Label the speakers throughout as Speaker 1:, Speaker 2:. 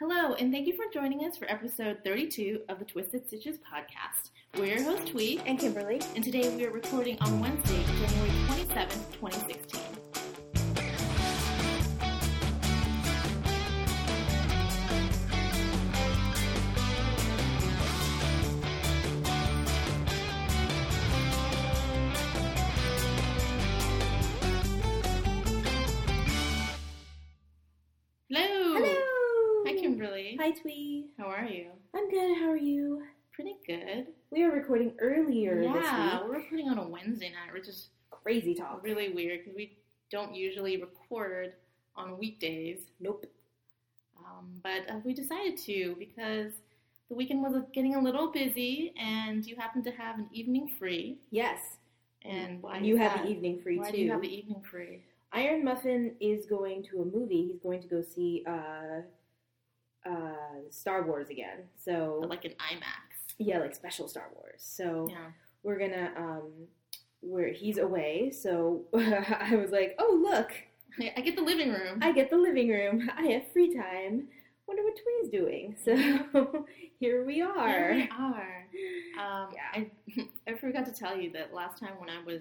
Speaker 1: Hello, and thank you for joining us for episode 32 of the Twisted Stitches podcast. We're your host, Tweet,
Speaker 2: And Kimberly.
Speaker 1: and today we are recording on Wednesday, January 27th, 2016. Hello.
Speaker 2: Hello.
Speaker 1: Hi, Kimberly.
Speaker 2: Hi, Twee.
Speaker 1: How are you?
Speaker 2: I'm good. How are you?
Speaker 1: Pretty good.
Speaker 2: We are recording earlier
Speaker 1: yeah,
Speaker 2: this week.
Speaker 1: we're recording on a Wednesday night, which is
Speaker 2: Crazy talk.
Speaker 1: really weird because we don't usually record on weekdays.
Speaker 2: Nope.
Speaker 1: Um, but uh, we decided to because the weekend was getting a little busy, and you happen to have an evening free.
Speaker 2: Yes.
Speaker 1: And why
Speaker 2: you
Speaker 1: is
Speaker 2: have
Speaker 1: that?
Speaker 2: the evening free
Speaker 1: Why
Speaker 2: too.
Speaker 1: do you have the evening free?
Speaker 2: Iron Muffin is going to a movie. He's going to go see uh, uh, Star Wars again. So
Speaker 1: But like an IMAX.
Speaker 2: yeah, like special Star Wars. So
Speaker 1: Yeah.
Speaker 2: we're gonna um, where he's away. So I was like, oh look,
Speaker 1: I get the living room.
Speaker 2: I get the living room. I have free time. Wonder what Twee's doing. So here we
Speaker 1: Here
Speaker 2: are.
Speaker 1: we are. Um,
Speaker 2: Yeah.
Speaker 1: I, I forgot to tell you that last time when I was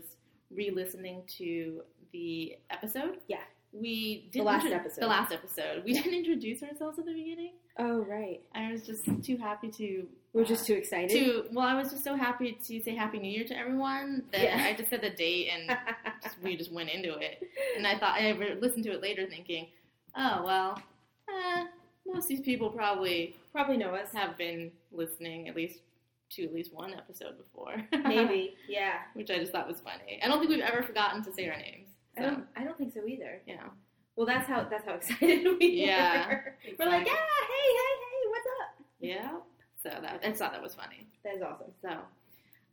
Speaker 1: re-listening to the episode,
Speaker 2: Yeah.
Speaker 1: we did
Speaker 2: last episode.
Speaker 1: the last episode. We didn't introduce ourselves at the beginning.
Speaker 2: Oh right,
Speaker 1: I was just too happy to.
Speaker 2: we're
Speaker 1: uh,
Speaker 2: just too excited.
Speaker 1: to well, I was just so happy to say Happy New Year to everyone that
Speaker 2: Yeah.
Speaker 1: I just said the date and just, we just went into it. And I thought I re- listened to it later, thinking, oh well, eh, most of these people probably
Speaker 2: Probably know us.
Speaker 1: have been listening at least to at least one episode before,
Speaker 2: Maybe. Yeah.
Speaker 1: which I just thought was funny. I don't think we've ever forgotten to say our names.
Speaker 2: I
Speaker 1: So,
Speaker 2: don't. I don't think so either.
Speaker 1: you know,
Speaker 2: Well, that's how that's how excited we
Speaker 1: Yeah.
Speaker 2: are. We're like, yeah, hey, hey, hey, what's up?
Speaker 1: yeah. So that I just thought that was funny.
Speaker 2: That is awesome.
Speaker 1: So,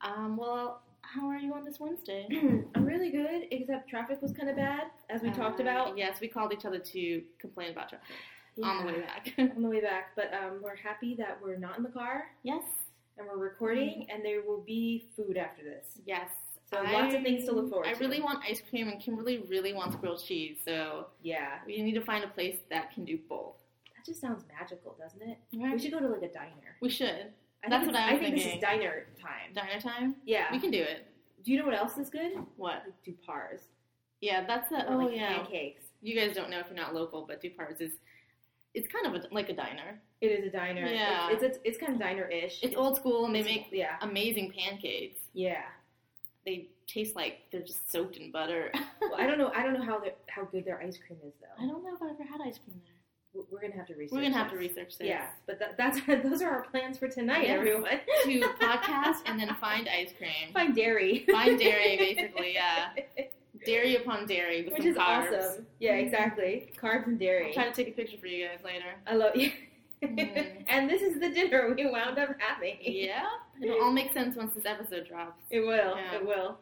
Speaker 1: um, well, how are you on this Wednesday?
Speaker 2: I'm really good, except traffic was kind of bad, as we talked
Speaker 1: Uh,
Speaker 2: about
Speaker 1: Yes, we called each other to complain about traffic on the way back.
Speaker 2: On the way back, but um, we're happy that we're not in the car
Speaker 1: yes,
Speaker 2: and we're recording, and there will be food after this.
Speaker 1: yes.
Speaker 2: So lots of things to look forward
Speaker 1: I
Speaker 2: to.
Speaker 1: really want ice cream, and Kimberly really wants grilled cheese. So
Speaker 2: Yeah,
Speaker 1: we need to find a place that can do both.
Speaker 2: that just sounds magical, doesn't it?
Speaker 1: Right?
Speaker 2: We should go to like a diner.
Speaker 1: We should.
Speaker 2: I
Speaker 1: That's what
Speaker 2: think it's-
Speaker 1: I was thinking.
Speaker 2: think this is diner time.
Speaker 1: Diner time.
Speaker 2: Yeah.
Speaker 1: We can do it.
Speaker 2: Do you know what else is good?
Speaker 1: What?
Speaker 2: Like Dupars.
Speaker 1: Yeah, that's the.
Speaker 2: or
Speaker 1: Oh
Speaker 2: like
Speaker 1: yeah.
Speaker 2: pancakes.
Speaker 1: You guys don't know if you're not local, but Dupart's is. It's kind of a, like a diner.
Speaker 2: It is a diner.
Speaker 1: Yeah.
Speaker 2: It's it's, it's kind of diner-ish.
Speaker 1: It's old school, and they make
Speaker 2: yeah
Speaker 1: amazing pancakes.
Speaker 2: yeah.
Speaker 1: They taste like they're just soaked in butter.
Speaker 2: Well, I don't know. I don't know how their- how good their ice cream is
Speaker 1: I
Speaker 2: though.
Speaker 1: don't know if I've ever had ice cream there.
Speaker 2: W- We're gonna have to research.
Speaker 1: We're gonna have to
Speaker 2: this.
Speaker 1: research this.
Speaker 2: Yeah, but that, that's those are our plans for tonight,
Speaker 1: Yes.
Speaker 2: everyone.
Speaker 1: to podcast and then find ice cream.
Speaker 2: Find dairy,
Speaker 1: Find dairy, basically, yeah. Dairy upon dairy with
Speaker 2: which
Speaker 1: some
Speaker 2: is
Speaker 1: carbs. Mm-hmm.
Speaker 2: awesome. Yeah, exacly. Carbs and
Speaker 1: I'll
Speaker 2: dairy.
Speaker 1: try to take a picture for you guys later.
Speaker 2: I love you.
Speaker 1: Mm.
Speaker 2: and this is the dinner we wound up having.
Speaker 1: Yeah, it'll all make sense once this episode drops.
Speaker 2: It will.
Speaker 1: Yeah.
Speaker 2: It will.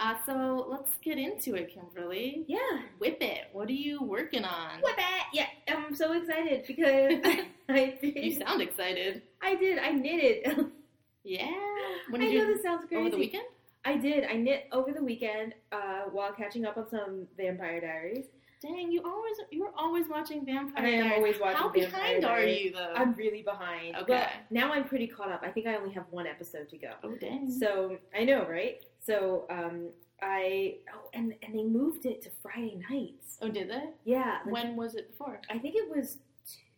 Speaker 1: Uh, so let's get into it, Kimberly.
Speaker 2: Yeah.
Speaker 1: Whip it. What are you working on?
Speaker 2: What that? Yeah, I'm so excited because I
Speaker 1: You
Speaker 2: did.
Speaker 1: sound excited.
Speaker 2: I did. I knitted.
Speaker 1: Yeah. When
Speaker 2: I
Speaker 1: did you
Speaker 2: know this sounds crazy.
Speaker 1: over the weekend?
Speaker 2: I did. I knit over the weekend uh, while catching up on some Vampire Diaries.
Speaker 1: Dang, you always you're always watching Vampire
Speaker 2: I am
Speaker 1: Diaries.
Speaker 2: always watching.
Speaker 1: How
Speaker 2: Vampire
Speaker 1: behind are
Speaker 2: Diaries.
Speaker 1: you though?
Speaker 2: I'm really behind.
Speaker 1: Oh. Okay.
Speaker 2: Well, now I'm pretty caught up. I think I only have one episode to go.
Speaker 1: oh dang.
Speaker 2: So I know, right? So um, I oh, and and they moved it to Friday nights.
Speaker 1: oh did they?
Speaker 2: Yeah, like,
Speaker 1: When was it before?
Speaker 2: I think it was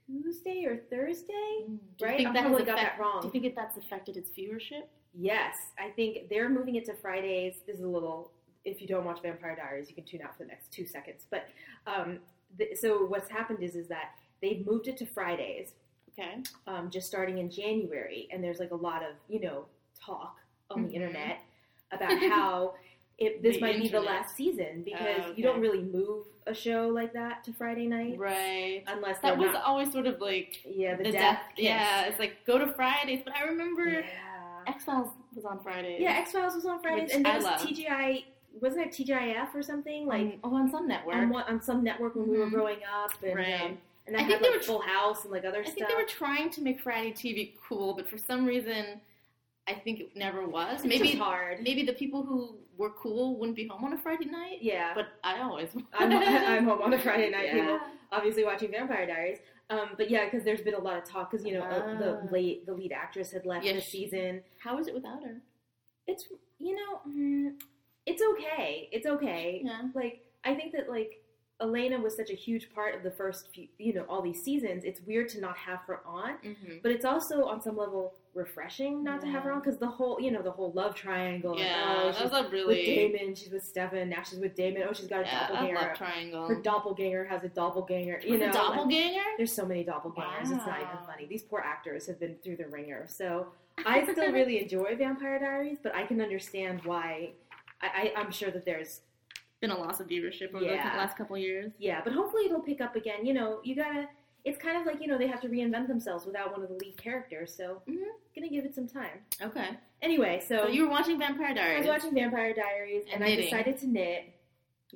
Speaker 2: Tuesday or Thursday.
Speaker 1: Mm, do you
Speaker 2: Right?
Speaker 1: think
Speaker 2: I
Speaker 1: that has
Speaker 2: probably got
Speaker 1: affect-
Speaker 2: that wrong.
Speaker 1: Do you think it, that's affected its viewership?
Speaker 2: Yes, I think they're moving it to Fridays. This is a little. If you don't watch Vampire Diaries, you can tune out for the next two seconds. But um, th- so what's happened is is that they've moved it to Fridays,
Speaker 1: Okay.
Speaker 2: um, just starting in January, and there's like a lot of you know talk on
Speaker 1: Mhm.
Speaker 2: the internet about how it, this
Speaker 1: The
Speaker 2: might be the
Speaker 1: internet.
Speaker 2: last season because
Speaker 1: Oh,
Speaker 2: you don't
Speaker 1: okay.
Speaker 2: really move a show like that to Friday night,
Speaker 1: Right.
Speaker 2: Unless
Speaker 1: That
Speaker 2: they're
Speaker 1: was
Speaker 2: not-
Speaker 1: always sort of like
Speaker 2: yeah the,
Speaker 1: the
Speaker 2: death,
Speaker 1: death.
Speaker 2: kiss.
Speaker 1: Yeah, it's like go to Fridays, but I remember
Speaker 2: yeah.
Speaker 1: Exiles was on Fridays.
Speaker 2: Yeah, X Files was on Fridays,
Speaker 1: Which
Speaker 2: and there
Speaker 1: I
Speaker 2: was
Speaker 1: love.
Speaker 2: TGI. Wasn't it TGIF or something like
Speaker 1: on, oh, on some network.
Speaker 2: on, one, on some network when we were
Speaker 1: Mhm.
Speaker 2: growing up? And,
Speaker 1: Right.
Speaker 2: um, and
Speaker 1: I
Speaker 2: I
Speaker 1: think
Speaker 2: had
Speaker 1: they
Speaker 2: like
Speaker 1: were tr-
Speaker 2: Full House and like other
Speaker 1: I
Speaker 2: stuff.
Speaker 1: think they were trying to make Friday TV cool, but for some reason, I think it never was.
Speaker 2: It's just
Speaker 1: Maybe
Speaker 2: hard.
Speaker 1: maybe the people who were cool wouldn't be home on a Friday night,
Speaker 2: yeah,
Speaker 1: but I always.
Speaker 2: I'm, I'm home on a Friday
Speaker 1: Yeah.
Speaker 2: night. People obviously watching Vampire Diaries. Um, but yeah, because there's been a lot of talk because you know uh,
Speaker 1: Ah.
Speaker 2: the late the lead actress had left
Speaker 1: Yeah,
Speaker 2: this
Speaker 1: she-
Speaker 2: season.
Speaker 1: How is it without her?
Speaker 2: It's you know, mm, it's okay. It's okay.
Speaker 1: Yeah.
Speaker 2: Like I think that like Elena was such a huge part of the first few, you know, all these seasons. It's weird to not have her on,
Speaker 1: Mm-hmm.
Speaker 2: but it's also on some level refreshing not to have her
Speaker 1: Yeah.
Speaker 2: on because the whole you know the whole love triangle. like,
Speaker 1: Yeah,
Speaker 2: oh,
Speaker 1: that
Speaker 2: she's
Speaker 1: was a
Speaker 2: with
Speaker 1: really
Speaker 2: Damon. She's with Stefan. Now she's with Damon. Oh, she's got a
Speaker 1: yeah, that
Speaker 2: doppelganger.
Speaker 1: love triangle.
Speaker 2: Her doppelganger has a doppelganger. You know,
Speaker 1: the
Speaker 2: like,
Speaker 1: doppelganger.
Speaker 2: there's so many doppelgangers. It's not even
Speaker 1: Wow.
Speaker 2: funny. These poor actors have been through the ringer. So I still really enjoy Vampire Diaries, but I can understand why. I, I, I'm sure that there's
Speaker 1: been a loss of viewership over
Speaker 2: Yeah.
Speaker 1: the last couple years.
Speaker 2: yeah, but hopefully it'll pick up again. You know, you gotta. It's kind of like you know they have to reinvent themselves without one of the lead characters. So
Speaker 1: Mhm.
Speaker 2: gonna give it some time.
Speaker 1: Okay,
Speaker 2: Anyway, so,
Speaker 1: so you were watching Vampire
Speaker 2: I
Speaker 1: Diaries.
Speaker 2: was watching Vampire Diaries and,
Speaker 1: And
Speaker 2: I
Speaker 1: knitting.
Speaker 2: decided to knit.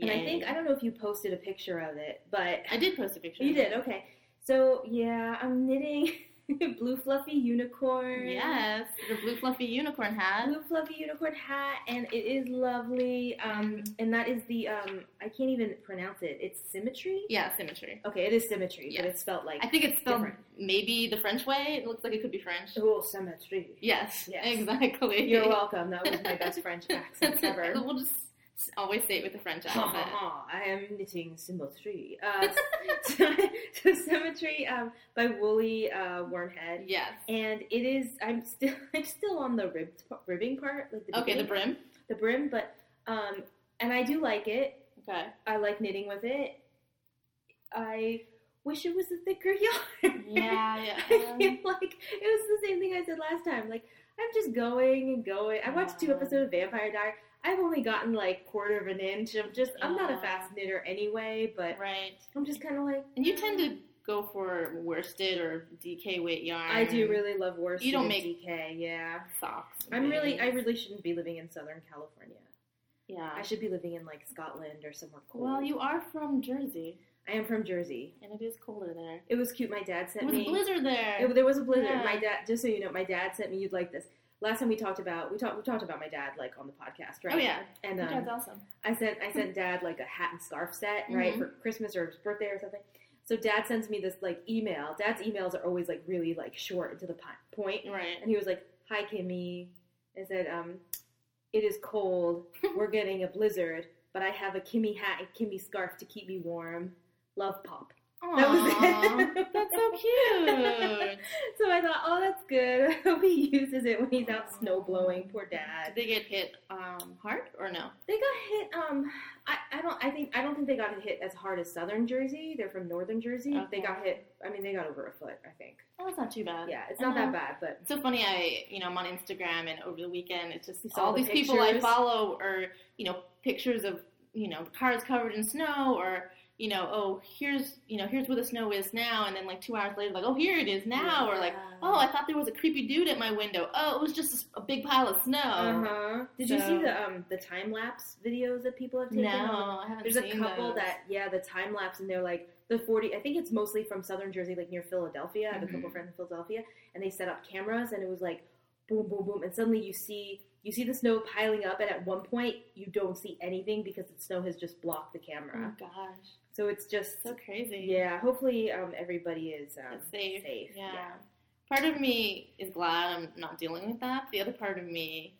Speaker 2: And I
Speaker 1: Yay.
Speaker 2: think I don't know if you posted a picture of it, but
Speaker 1: I did post a picture.
Speaker 2: you did. Okay, so yeah, I'm knitting blue fluffy unicorn.
Speaker 1: Yes, your blue fluffy unicorn hat.
Speaker 2: blue fluffy unicorn hat, and it is lovely. Um, and that is the um, I can't even pronounce it. It's symmetry.
Speaker 1: Yeah, symmetry.
Speaker 2: Okay, it is symmetry, but
Speaker 1: Yeah.
Speaker 2: it's spelled like
Speaker 1: I think it's spelled
Speaker 2: Different.
Speaker 1: maybe the French way. It looks like it could be French.
Speaker 2: oh symmetry.
Speaker 1: Yes,
Speaker 2: Yes.
Speaker 1: exactly.
Speaker 2: You're welcome. That was my best French accent ever.
Speaker 1: we'll just always say it with a French
Speaker 2: Ha,
Speaker 1: accent.
Speaker 2: ha, ha. I am knitting symmetry. Uh, so, so symmetry um, by Woolly uh, Wormhead,
Speaker 1: Yes.
Speaker 2: and it is. I'm still. I'm still on the ribbed ribbing part, like the
Speaker 1: Okay, the
Speaker 2: beginning,
Speaker 1: brim.
Speaker 2: the brim, but um, and I do like it.
Speaker 1: Okay.
Speaker 2: I like knitting with it. I wish it was a thicker yarn.
Speaker 1: Yeah,
Speaker 2: I feel like it was the same thing I said last time. Like I'm just going and going. I watched two
Speaker 1: Yeah.
Speaker 2: episodes of Vampire Diaries. I've only gotten like quarter of an inch. I'm just I'm not a
Speaker 1: Yeah.
Speaker 2: fast knitter anyway, but
Speaker 1: Right.
Speaker 2: I'm just kind of like. "Mm,
Speaker 1: And you tend to go for worsted or DK weight yarn.
Speaker 2: I do really love worsted.
Speaker 1: You don't
Speaker 2: and
Speaker 1: make-
Speaker 2: DK. Yeah,
Speaker 1: socks.
Speaker 2: I'm really. I
Speaker 1: maybe.
Speaker 2: really shouldn't be living in Southern California. I
Speaker 1: yeah.
Speaker 2: should be living in like Scotland or somewhere cold.
Speaker 1: Well, you are from Jersey,
Speaker 2: I am from Jersey.
Speaker 1: and it is colder there.
Speaker 2: It was cute. My dad sent
Speaker 1: It was
Speaker 2: me.
Speaker 1: a blizzard there.
Speaker 2: It- there was a blizzard.
Speaker 1: Yeah.
Speaker 2: My dad, just so you know, my dad sent me. You'd like this. Last time we talked about we talked we talked about my dad like on the podcast, right?
Speaker 1: Oh yeah,
Speaker 2: And
Speaker 1: Your dad's
Speaker 2: um,
Speaker 1: awesome.
Speaker 2: I sent
Speaker 1: Mm-hmm.
Speaker 2: I sent dad like a hat and scarf set, right,
Speaker 1: Mhm.
Speaker 2: for Christmas or his birthday or something. So dad sends me this like email. Dad's emails are always like really like short and to the po- point.
Speaker 1: Right.
Speaker 2: And he was like, "Hi Kimmy," I said, "Um, it is cold. We're getting a blizzard, but I have a Kimmy hat and Kimmy scarf to keep me warm. Love pop." That was
Speaker 1: Aw,
Speaker 2: it.
Speaker 1: That's so cute.
Speaker 2: So I thought, oh, that's good. I hope he uses it when he's out snow blowing. Poor
Speaker 1: Did
Speaker 2: dad.
Speaker 1: they get hit um, hard or no?
Speaker 2: They got hit. Um, I, I don't. I think I don't think they got hit as hard as Southern Jersey. They're from Northern Jersey. They
Speaker 1: Okay.
Speaker 2: got hit. I mean, they got over a foot. I think.
Speaker 1: Oh, that's not too bad.
Speaker 2: Yeah, it's not
Speaker 1: Uh-huh.
Speaker 2: that bad, but
Speaker 1: It's so funny. I, you know, I'm on Instagram and over the weekend, it's just
Speaker 2: You saw
Speaker 1: all
Speaker 2: the
Speaker 1: these people I
Speaker 2: pictures.
Speaker 1: follow are, you know, pictures of, you know, cars covered in snow or, you know, oh, here's, you know, here's where the snow is now. And then like two hours later, like, oh, here it is now. Or like, oh, I thought there was a creepy dude at my window. Oh, it was just a big pile of snow.
Speaker 2: Uh huh. Did you see
Speaker 1: So-
Speaker 2: the um the time lapse videos that people have taken?
Speaker 1: No, I haven't
Speaker 2: There's a
Speaker 1: seen
Speaker 2: couple
Speaker 1: those.
Speaker 2: that yeah, the time lapse, and they're like the 40. I think it's mostly from Southern Jersey, like near Philadelphia. I have a couple
Speaker 1: Mhm.
Speaker 2: friends in Philadelphia, and they set up cameras, and it was like boom, boom, boom, and suddenly you see you see the snow piling up, and at one point you don't see anything because the snow has just blocked the
Speaker 1: Oh my
Speaker 2: camera.
Speaker 1: gosh,
Speaker 2: So it's just
Speaker 1: so crazy.
Speaker 2: yeah. Hopefully, um, everybody is um,
Speaker 1: It's safe.
Speaker 2: safe.
Speaker 1: Yeah. Part of me is glad I'm not dealing with that. The other part of me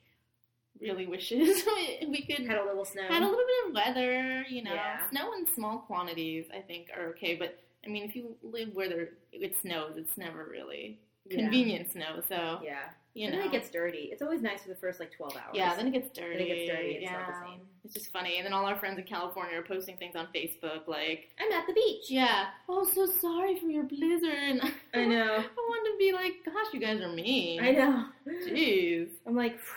Speaker 1: really wishes we, we could
Speaker 2: Had a little snow.
Speaker 1: had a little bit of weather, you know.
Speaker 2: Yeah.
Speaker 1: Snow in small quantities, I think, are okay. But I mean, if you live where there, it snows, it's never really
Speaker 2: Yeah.
Speaker 1: convenient snow. So
Speaker 2: Yeah.
Speaker 1: you
Speaker 2: and
Speaker 1: know,
Speaker 2: then it gets dirty. It's always nice for the first like 12 hours.
Speaker 1: yeah, then it gets dirty.
Speaker 2: Then it gets dirty. It's
Speaker 1: yeah.
Speaker 2: not the same.
Speaker 1: It's just funny. And then all our friends in California are posting things on Facebook like,
Speaker 2: I'm at the beach.
Speaker 1: yeah, oh, so sorry for your blizzard.
Speaker 2: I know.
Speaker 1: I want to be like, gosh, you guys are mean.
Speaker 2: Oh. I know.
Speaker 1: Jeez.
Speaker 2: I'm like,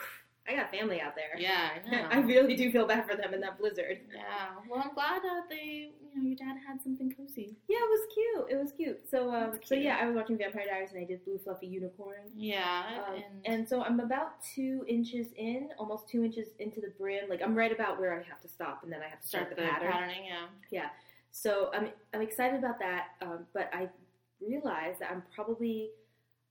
Speaker 2: I got family out there.
Speaker 1: Yeah, I know.
Speaker 2: I really do feel bad for them in that blizzard.
Speaker 1: yeah. Well, I'm glad that they, you know, your dad had something cozy.
Speaker 2: Yeah, it was cute. It was cute. So, um,
Speaker 1: That's
Speaker 2: so
Speaker 1: cute.
Speaker 2: yeah, I was watching Vampire Diaries and I did Blue Fluffy Unicorn.
Speaker 1: Yeah,
Speaker 2: Um,
Speaker 1: and,
Speaker 2: and so I'm about two inches in, almost two inches into the brim. Like I'm right about where I have to stop, and then I have to start,
Speaker 1: start the
Speaker 2: the, pattern.
Speaker 1: patterning. Yeah.
Speaker 2: So I'm I'm excited about that. Um, but I realize that I'm probably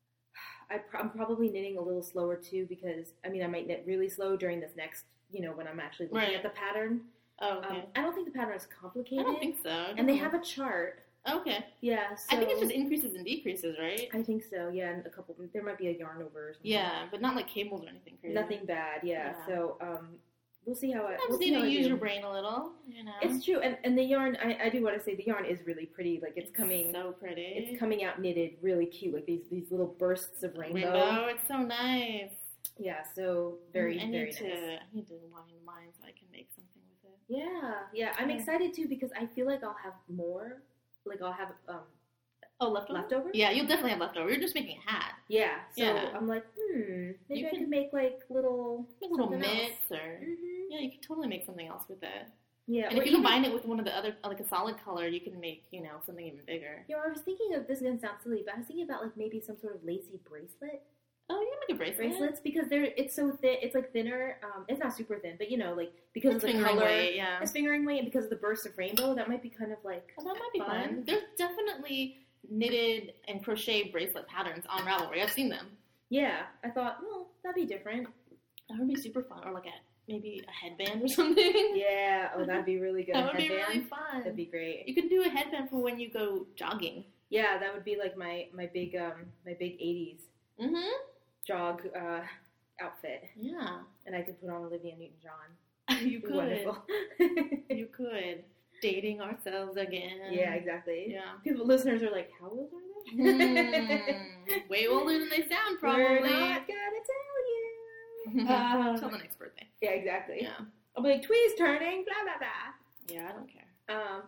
Speaker 2: I pro- I'm probably knitting a little slower too because I mean I might knit really slow during this next you know when I'm actually looking
Speaker 1: Right.
Speaker 2: at the pattern.
Speaker 1: Oh,
Speaker 2: Um,
Speaker 1: okay.
Speaker 2: I don't think the pattern is
Speaker 1: I
Speaker 2: complicated.
Speaker 1: don't think so.
Speaker 2: And they
Speaker 1: no.
Speaker 2: have a chart
Speaker 1: Okay.
Speaker 2: Yeah, so
Speaker 1: I think it's just increases and decreases, right?
Speaker 2: I think so. Yeah, and a couple. There might be a yarn over. Or something.
Speaker 1: Yeah, but not like cables or anything crazy.
Speaker 2: nothing bad. Yeah.
Speaker 1: Yeah.
Speaker 2: So um, we'll see how it.
Speaker 1: Sometimes
Speaker 2: we'll see
Speaker 1: you need
Speaker 2: how
Speaker 1: to
Speaker 2: I
Speaker 1: use
Speaker 2: do.
Speaker 1: your brain a little, you know.
Speaker 2: It's true, and and the yarn. I, I do want to say the yarn is really pretty. Like it's coming.
Speaker 1: so pretty.
Speaker 2: It's coming out knitted, really cute, like these these little bursts of rainbow.
Speaker 1: It's so nice.
Speaker 2: Yeah, so very
Speaker 1: Mm, I need
Speaker 2: very
Speaker 1: to,
Speaker 2: nice.
Speaker 1: I need to wind mine so I can make something with it.
Speaker 2: Yeah, yeah. I'm
Speaker 1: Yeah.
Speaker 2: excited too because I feel like I'll have more. Like I'll have um
Speaker 1: Oh, leftover.
Speaker 2: leftover.
Speaker 1: Yeah, you'll definitely have leftover. You're just making a hat.
Speaker 2: Yeah. So
Speaker 1: Yeah.
Speaker 2: I'm like, hmm, maybe
Speaker 1: You
Speaker 2: I
Speaker 1: can-
Speaker 2: can make like little
Speaker 1: Make a little
Speaker 2: something else.
Speaker 1: mitts or
Speaker 2: Mhm.
Speaker 1: yeah, you can totally make something else with it.
Speaker 2: Yeah.
Speaker 1: and
Speaker 2: or
Speaker 1: if you
Speaker 2: even-
Speaker 1: combine it with one of the other, like a solid color, you can make you know something even bigger.
Speaker 2: You know, I was thinking of this is gonna sound silly, but I was thinking about like maybe some sort of lacy bracelet
Speaker 1: Oh, you can make a bracelet.
Speaker 2: bracelets because they're it's so thin. It's like thinner. Um, it's not super thin, but you know, like because
Speaker 1: It's
Speaker 2: of the
Speaker 1: fingering
Speaker 2: color,
Speaker 1: weight, yeah.
Speaker 2: it's fingering weight, and because of the burst of rainbow, that might be kind of like
Speaker 1: Well, that might be fun.
Speaker 2: fun.
Speaker 1: There's definitely knitted and crochet bracelet patterns on Ravelry. I've seen them.
Speaker 2: yeah. I thought, well, that'd be different.
Speaker 1: That would be super fun, or like a maybe a headband or something.
Speaker 2: Yeah. Oh, that'd be really good.
Speaker 1: that would be
Speaker 2: Headband.
Speaker 1: really fun.
Speaker 2: That'd be great.
Speaker 1: You can do a headband for when you go jogging.
Speaker 2: Yeah, that would be like my my big um my big '80s
Speaker 1: Mm-hmm.
Speaker 2: jog uh outfit,
Speaker 1: Yeah,
Speaker 2: and I could put on Olivia Newton-John.
Speaker 1: you could.
Speaker 2: Wonderful.
Speaker 1: You could dating ourselves again.
Speaker 2: yeah, exactly.
Speaker 1: Yeah. Hmm.
Speaker 2: People, listeners are like, how old are they?
Speaker 1: Mm, way older than they sound, probably.
Speaker 2: We're not gonna tell you.
Speaker 1: Till
Speaker 2: Um,
Speaker 1: the next birthday.
Speaker 2: yeah, exactly.
Speaker 1: Yeah.
Speaker 2: I'll be like, twee's turning, blah blah blah.
Speaker 1: Yeah, I don't care.
Speaker 2: Um,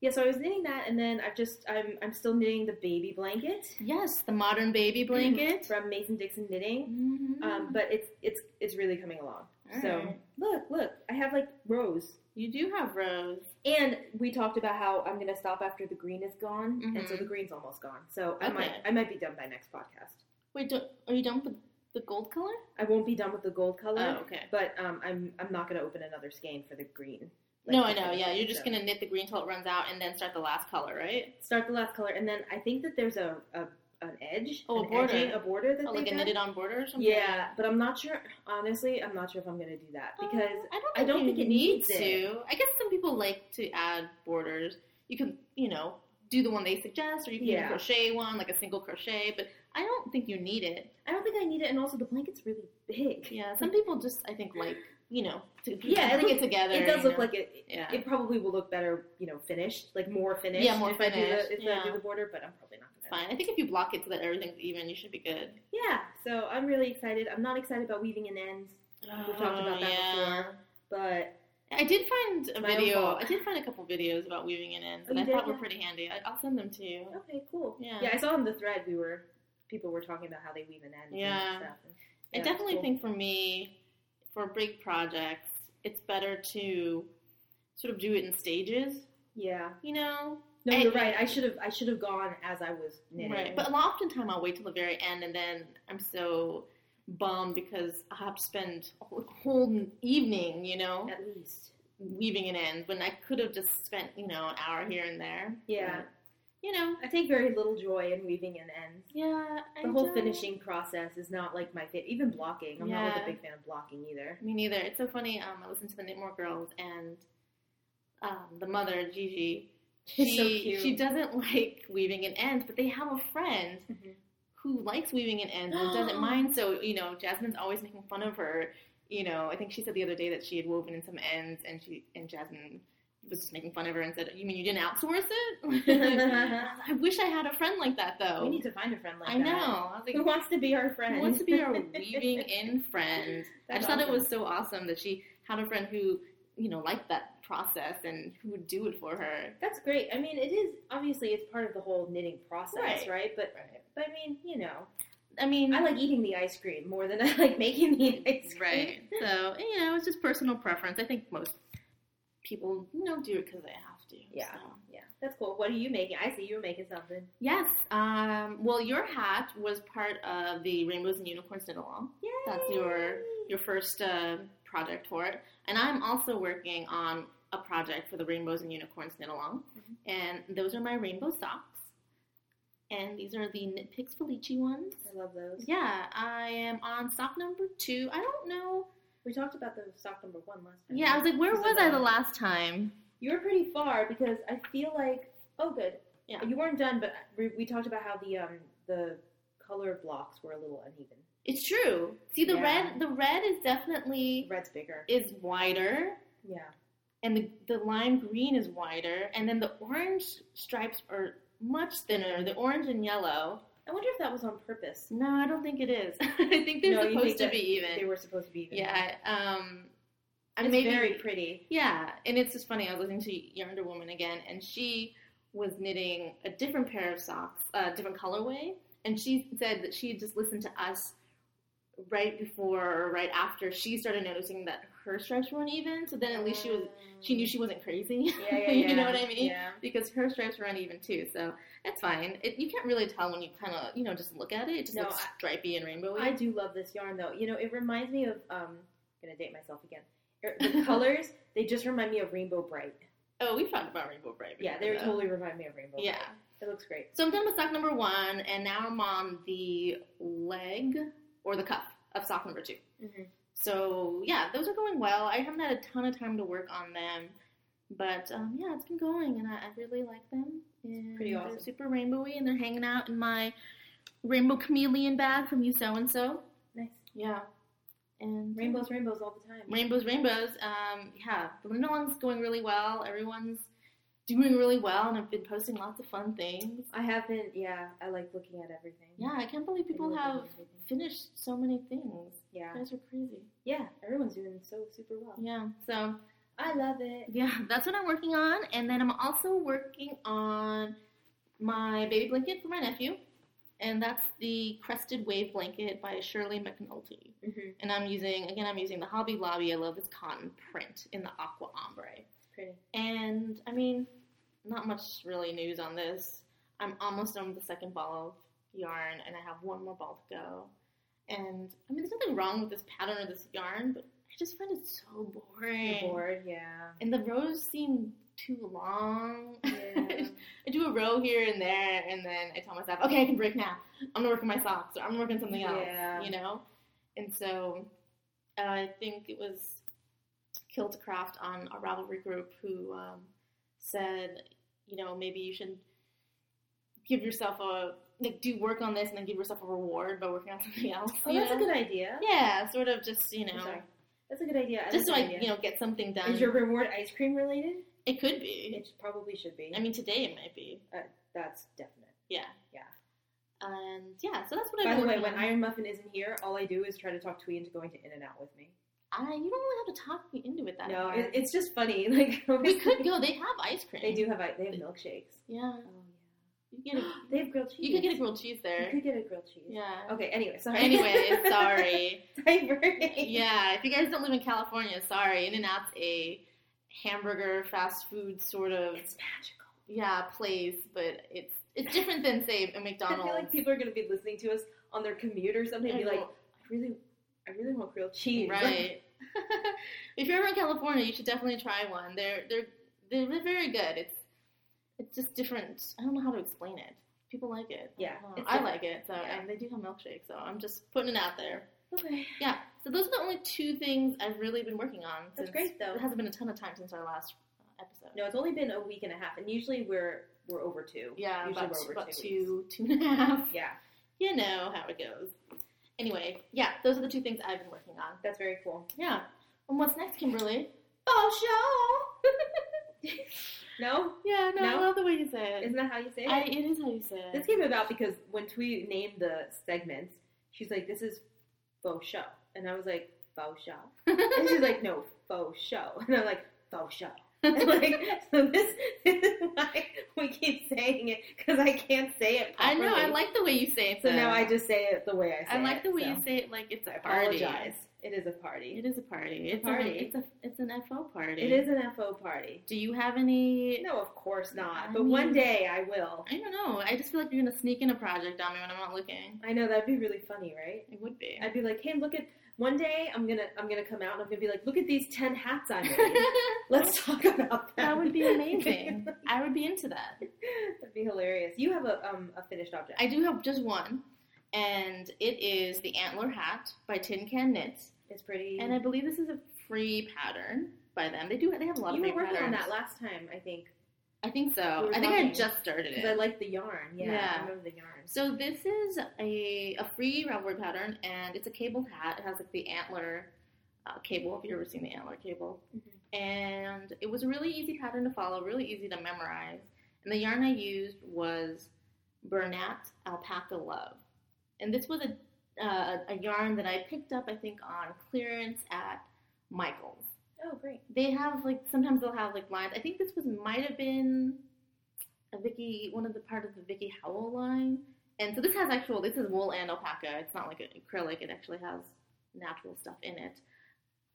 Speaker 2: yeah, so I was knitting that, and then I've just I'm I'm still knitting the baby blanket
Speaker 1: Yes, the modern baby blanket.
Speaker 2: from Mason Dixon Knitting.
Speaker 1: Mhm.
Speaker 2: Um, but it's it's it's really coming along.
Speaker 1: All
Speaker 2: so
Speaker 1: right.
Speaker 2: look, look, I have like rows.
Speaker 1: you do have rose.
Speaker 2: And we talked about how I'm gonna stop after the green is gone, and so
Speaker 1: Mhm.
Speaker 2: the green's almost gone. So I might
Speaker 1: Okay.
Speaker 2: I might be done by next podcast.
Speaker 1: Wait, do, are you done with the gold color?
Speaker 2: I won't be done with the gold color.
Speaker 1: Oh, okay.
Speaker 2: But um, I'm I'm not gonna open another skein for the green.
Speaker 1: no, I
Speaker 2: Like,
Speaker 1: know. Yeah, you're just
Speaker 2: so.
Speaker 1: gonna knit the green till it runs out, and then start the last color, right?
Speaker 2: start the last color, and then I think that there's a, a an edge,
Speaker 1: Oh, a
Speaker 2: an
Speaker 1: border.
Speaker 2: edging, a border that
Speaker 1: Oh,
Speaker 2: they
Speaker 1: like a
Speaker 2: did.
Speaker 1: knitted on border or something.
Speaker 2: Yeah, but I'm not sure. Honestly, I'm not sure if I'm gonna do that
Speaker 1: Uh,
Speaker 2: because
Speaker 1: I
Speaker 2: I
Speaker 1: don't
Speaker 2: don't
Speaker 1: think,
Speaker 2: think it
Speaker 1: you need
Speaker 2: needs
Speaker 1: to. I guess some people like to add borders. You can, you know, do the one they suggest, or you can even
Speaker 2: Yeah.
Speaker 1: crochet one, like a single crochet. But I don't think you need it.
Speaker 2: I don't think I need it, and also the blanket's really big.
Speaker 1: Yeah, some people just, I think, like, you know, to
Speaker 2: Yeah, I
Speaker 1: put
Speaker 2: think
Speaker 1: it together.
Speaker 2: It does
Speaker 1: you
Speaker 2: look
Speaker 1: know.
Speaker 2: like it.
Speaker 1: yeah.
Speaker 2: It probably will look better, you know, finished, like more finished.
Speaker 1: Yeah, more
Speaker 2: if I do the-
Speaker 1: finished,
Speaker 2: if I
Speaker 1: yeah.
Speaker 2: do the border, but I'm probably not gonna.
Speaker 1: Fine. I think if you block it so that everything's even, you should be good.
Speaker 2: Yeah, so I'm really excited. I'm not excited about weaving in ends, We
Speaker 1: Oh,
Speaker 2: talked about that before. but
Speaker 1: I did find a
Speaker 2: My own
Speaker 1: video.
Speaker 2: fault.
Speaker 1: I did find a couple videos about weaving in ends,
Speaker 2: Oh,
Speaker 1: and
Speaker 2: you
Speaker 1: I
Speaker 2: did?
Speaker 1: thought were
Speaker 2: Yeah.
Speaker 1: pretty handy. I, I'll send them to you.
Speaker 2: okay, cool.
Speaker 1: Yeah.
Speaker 2: yeah. I saw on the thread we were people were talking about how they weave in ends.
Speaker 1: Yeah.
Speaker 2: and stuff.
Speaker 1: I
Speaker 2: Yeah,
Speaker 1: definitely
Speaker 2: cool.
Speaker 1: think for me, for big projects, it's better to sort of do it in stages.
Speaker 2: Yeah.
Speaker 1: You know,
Speaker 2: No,
Speaker 1: And-
Speaker 2: you're right. I should have I should have gone as I was knitting.
Speaker 1: right? But oftentimes I'll wait till the very end, and then I'm so bummed because I have to spend a whole- whole evening, you know,
Speaker 2: at least.
Speaker 1: weaving an end when I could have just spent, you know, an hour here and there.
Speaker 2: Yeah.
Speaker 1: But, you know,
Speaker 2: I take very little joy in weaving in ends.
Speaker 1: yeah. I
Speaker 2: The whole
Speaker 1: don't-
Speaker 2: finishing process is not like my favorite. Even blocking, I'm not like
Speaker 1: Yeah.
Speaker 2: a big fan of blocking either.
Speaker 1: Me neither. It's so funny. Um, I listen to the Knitmore Girls, and um, the mother Gigi,
Speaker 2: She's so
Speaker 1: she
Speaker 2: cute.
Speaker 1: she doesn't like weaving in ends, but they have a friend who likes weaving in ends and doesn't mind. So you know, Jasmine's always making fun of her. You know, I think she said the other day that she had woven in some ends, and she and Jasmine was just making fun of her and said, "You mean you didn't outsource it?" I wish I had a friend like that though.
Speaker 2: We need to find a friend like
Speaker 1: I
Speaker 2: that.
Speaker 1: know. I was like,
Speaker 2: Who wants to be our friend?
Speaker 1: who wants to be our weaving in friend? I
Speaker 2: That's
Speaker 1: just thought it
Speaker 2: awesome.
Speaker 1: was so awesome that she had a friend who, you know, liked that process and who would do it for her.
Speaker 2: That's great. I mean, it is obviously it's part of the whole knitting process,
Speaker 1: Right.
Speaker 2: right? But
Speaker 1: Right.
Speaker 2: but I mean, you know,
Speaker 1: I mean,
Speaker 2: I like eating the ice cream more than I like making the ice cream.
Speaker 1: right. So you know, it's just personal preference. I think most people, you know, do it because they have to.
Speaker 2: Yeah.
Speaker 1: so.
Speaker 2: Yeah, that's cool. What are you making? I see you were making something.
Speaker 1: Yes. Um, well, your hat was part of the Rainbows and Unicorns knit along.
Speaker 2: Yeah.
Speaker 1: That's your- your first uh, project for it. And I'm also working on a project for the Rainbows and Unicorns Knit Along.
Speaker 2: Mhm.
Speaker 1: And those are my rainbow socks. And these are the Knit Picks Felici ones.
Speaker 2: I love those.
Speaker 1: Yeah, I am on sock number two. I don't know.
Speaker 2: We talked about the sock number one last time.
Speaker 1: Yeah, I was like, where
Speaker 2: This is
Speaker 1: was I the
Speaker 2: on-
Speaker 1: last time?
Speaker 2: you were pretty far because I feel like oh good.
Speaker 1: Yeah.
Speaker 2: You weren't done, but we, we talked about how the um the color blocks were a little uneven.
Speaker 1: It's true. See the
Speaker 2: Yeah.
Speaker 1: red the red is
Speaker 2: The
Speaker 1: definitely
Speaker 2: red's bigger.
Speaker 1: is wider
Speaker 2: Yeah.
Speaker 1: and the, the lime green is wider and then the orange stripes are much thinner. The orange and yellow.
Speaker 2: I wonder if that was on purpose.
Speaker 1: No, I don't think it is. I think they're
Speaker 2: No, you
Speaker 1: supposed
Speaker 2: think
Speaker 1: to
Speaker 2: that
Speaker 1: be even.
Speaker 2: They were supposed to be even.
Speaker 1: yeah. Um I
Speaker 2: It's
Speaker 1: maybe
Speaker 2: very pretty.
Speaker 1: Yeah, and it's just funny. I was listening to Yonder Woman again, and she was knitting a different pair of socks, a different colorway, and she said that she had just listened to us right before or right after she started noticing that her stripes weren't even. So then at least she was she knew she wasn't crazy.
Speaker 2: Yeah, Mm. yeah,
Speaker 1: you know
Speaker 2: yeah,
Speaker 1: what I mean?
Speaker 2: Yeah.
Speaker 1: Because her stripes were uneven too, so that's fine. It, you can't really tell when you kind of you know just look at it. It just
Speaker 2: No,
Speaker 1: looks stripy and rainbowy.
Speaker 2: I do love this yarn though. You know, it reminds me of um gonna date myself again. Er, The colors, they just remind me of Rainbow Bright.
Speaker 1: oh, we've talked about rainbow bright.
Speaker 2: Yeah, they
Speaker 1: before, though.
Speaker 2: totally remind me of Rainbow
Speaker 1: yeah.
Speaker 2: Bright. It looks great.
Speaker 1: So I'm done with sock number one, and now I'm on the leg or the cuff of sock number two. So yeah, those are going well. I haven't had a ton of time to work on them, but um, yeah, it's been going, and I, I really like them. And
Speaker 2: pretty awesome.
Speaker 1: They're super rainbowy, and they're hanging out in my rainbow chameleon bag from You So and So.
Speaker 2: Nice.
Speaker 1: Yeah, and
Speaker 2: Rainbows, rainbows all the time.
Speaker 1: rainbows, rainbows. Um, yeah, the Linda one's going really well. Everyone's doing really well, and I've been posting lots of fun things.
Speaker 2: I have been, yeah, I like looking at everything.
Speaker 1: Yeah, I can't believe
Speaker 2: I
Speaker 1: people
Speaker 2: really do
Speaker 1: have
Speaker 2: like everything.
Speaker 1: finished so many things.
Speaker 2: Yeah.
Speaker 1: You guys are crazy.
Speaker 2: Yeah, everyone's doing so super well.
Speaker 1: Yeah. So
Speaker 2: I love it.
Speaker 1: yeah, that's what I'm working on, and then I'm also working on my baby blanket for my nephew, and that's the Crested Wave blanket by Shirley McNulty.
Speaker 2: Mm-hmm.
Speaker 1: And I'm using again, I'm using the Hobby Lobby. I love this cotton print in the aqua ombre.
Speaker 2: Pretty.
Speaker 1: And I mean, not much really news on this. I'm almost done with the second ball of yarn, and I have one more ball to go. And I mean, there's nothing wrong with this pattern or this yarn, but I just find it so boring.
Speaker 2: You're bored, yeah.
Speaker 1: And the rows seem too long.
Speaker 2: Yeah.
Speaker 1: I do a row here and there, and then I tell myself, okay, I can break now. I'm gonna work on my socks, or I'm gonna work on something else
Speaker 2: Yeah.
Speaker 1: you know? And so uh, I think it was Kilt Craft on our rivalry group who um, said, you know, maybe you should give yourself a, like, do work on this and then give yourself a reward by working on something else.
Speaker 2: Oh,
Speaker 1: you
Speaker 2: that's a
Speaker 1: know?
Speaker 2: good idea.
Speaker 1: Yeah, sort of just, you
Speaker 2: I'm
Speaker 1: know,
Speaker 2: sorry. That's a good idea. I
Speaker 1: just so I,
Speaker 2: like that idea.
Speaker 1: you know, um, get something done.
Speaker 2: Is your reward ice cream related?
Speaker 1: It could be.
Speaker 2: It sh- probably should be. Uh,
Speaker 1: I mean, today it might be.
Speaker 2: That's definite.
Speaker 1: Yeah.
Speaker 2: Yeah.
Speaker 1: And yeah, so that's what
Speaker 2: By
Speaker 1: I'm
Speaker 2: the way,
Speaker 1: working
Speaker 2: when
Speaker 1: on.
Speaker 2: Iron Muffin isn't here, all I do is try to talk Twee into going to In and Out with me.
Speaker 1: I, you don't really have to talk me into it that
Speaker 2: No,
Speaker 1: hard.
Speaker 2: it, it's just funny. Like
Speaker 1: we could go. They have ice cream.
Speaker 2: They do have i- they have milkshakes.
Speaker 1: Yeah.
Speaker 2: Oh
Speaker 1: You get a,
Speaker 2: They have grilled cheese.
Speaker 1: you could get a grilled cheese there.
Speaker 2: You could get a grilled cheese.
Speaker 1: Yeah.
Speaker 2: Okay. Anyway, sorry.
Speaker 1: Anyway, sorry.
Speaker 2: Diverting.
Speaker 1: Yeah, if you guys don't live in California, sorry. In and Out's a hamburger fast food sort of
Speaker 2: It's magical.
Speaker 1: yeah place, but it's it's different than say a
Speaker 2: I feel
Speaker 1: McDonald's.
Speaker 2: like people are gonna be listening to us on their commute or something and be
Speaker 1: I
Speaker 2: like, I really, I really want grilled cheese.
Speaker 1: right. if you're ever in California, you should definitely try one. They're they're they're very good. It's it's just different. I don't know how to explain it. People like it.
Speaker 2: Yeah,
Speaker 1: I, don't know.
Speaker 2: it's
Speaker 1: I
Speaker 2: different.
Speaker 1: like it. So
Speaker 2: Yeah.
Speaker 1: and they do have milkshakes. So I'm just putting it out there.
Speaker 2: okay.
Speaker 1: Yeah. So those are the only two things I've really been working on.
Speaker 2: That's
Speaker 1: since-
Speaker 2: great, though.
Speaker 1: It hasn't been a ton of time since our last uh, episode.
Speaker 2: No, it's only been a week and a half, and usually we're we're over two.
Speaker 1: Yeah,
Speaker 2: usually
Speaker 1: about, two,
Speaker 2: we're over
Speaker 1: about
Speaker 2: two.
Speaker 1: two, two and a half.
Speaker 2: weeks. Yeah,
Speaker 1: You know how it goes. Anyway, yeah, those are the two things I've been working on.
Speaker 2: that's very cool.
Speaker 1: Yeah. And what's next, Kimberly?
Speaker 2: Oh, sure. no,
Speaker 1: Yeah, no,
Speaker 2: No?
Speaker 1: I love the way you say it.
Speaker 2: isn't that how you say it?
Speaker 1: I, it is how you say it.
Speaker 2: This came about because when Twee named the segments, she's like, "This is faux show," and I was like, "Faux show," and she's like, "No, faux show," and I'm like, "Faux show." And like, so this, this is why we keep saying it because I can't say it.
Speaker 1: I know. I
Speaker 2: properly.
Speaker 1: like the way you say it.
Speaker 2: So
Speaker 1: though.
Speaker 2: now I just say it the way I say it.
Speaker 1: I like the way
Speaker 2: so.
Speaker 1: you say it. Like it's a
Speaker 2: I
Speaker 1: party.
Speaker 2: apologize. It is a party.
Speaker 1: It is a party. It's a
Speaker 2: party.
Speaker 1: It's a. It's an FO party.
Speaker 2: It is an FO party.
Speaker 1: Do you have any
Speaker 2: No, of course not.
Speaker 1: I
Speaker 2: But one
Speaker 1: mean-
Speaker 2: day I will.
Speaker 1: I don't know. I just feel like you're gonna sneak in a project on me when I'm not looking.
Speaker 2: I know that'd be really funny, right?
Speaker 1: It would be.
Speaker 2: I'd be like, hey, look at. One day I'm gonna I'm gonna come out and I'm gonna be like, look at these ten hats I made. Let's talk about that.
Speaker 1: that would be amazing. I would be into that.
Speaker 2: That'd be hilarious. You have a um a finished object.
Speaker 1: I do have just one, and it is the Antler Hat by Tin Can Knits,
Speaker 2: it's pretty.
Speaker 1: and I believe this is a free pattern by them. They do. They have a lot
Speaker 2: you
Speaker 1: of
Speaker 2: were
Speaker 1: free
Speaker 2: working on
Speaker 1: patterns.
Speaker 2: that last time, I think.
Speaker 1: I think so.
Speaker 2: We were
Speaker 1: I think I
Speaker 2: talking.
Speaker 1: just started
Speaker 2: Because I
Speaker 1: it.
Speaker 2: like the yarn. Yeah,
Speaker 1: Yeah.
Speaker 2: I remember the yarn.
Speaker 1: So this is a, a free roundboard pattern, and it's a cabled hat. It has like the antler uh, cable. If you've ever seen the antler cable, and it was a really easy pattern to follow, really easy to memorize. And the yarn I used was Bernat Alpaca Love, and this was a uh, a yarn that I picked up, I think, on clearance at Michaels
Speaker 2: Oh, great.
Speaker 1: they have like sometimes they'll have like lines. I think this was might have been a Vicky one of the part of the Vicky Howell line. And so this has actual this is wool and alpaca. It's not like an acrylic. It actually has natural stuff in it.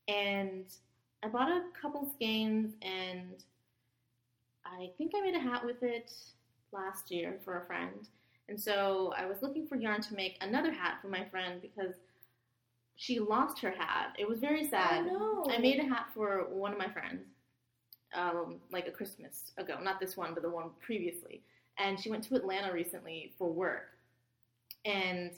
Speaker 1: And I bought a couple skeins and I think I made a hat with it last year for a friend. And so I was looking for yarn to make another hat for my friend because she lost her hat. It was very sad.
Speaker 2: Oh, no.
Speaker 1: I made a hat for one of my friends, um, like a Christmas ago. Not this one, but the one previously. And she went to Atlanta recently for work, and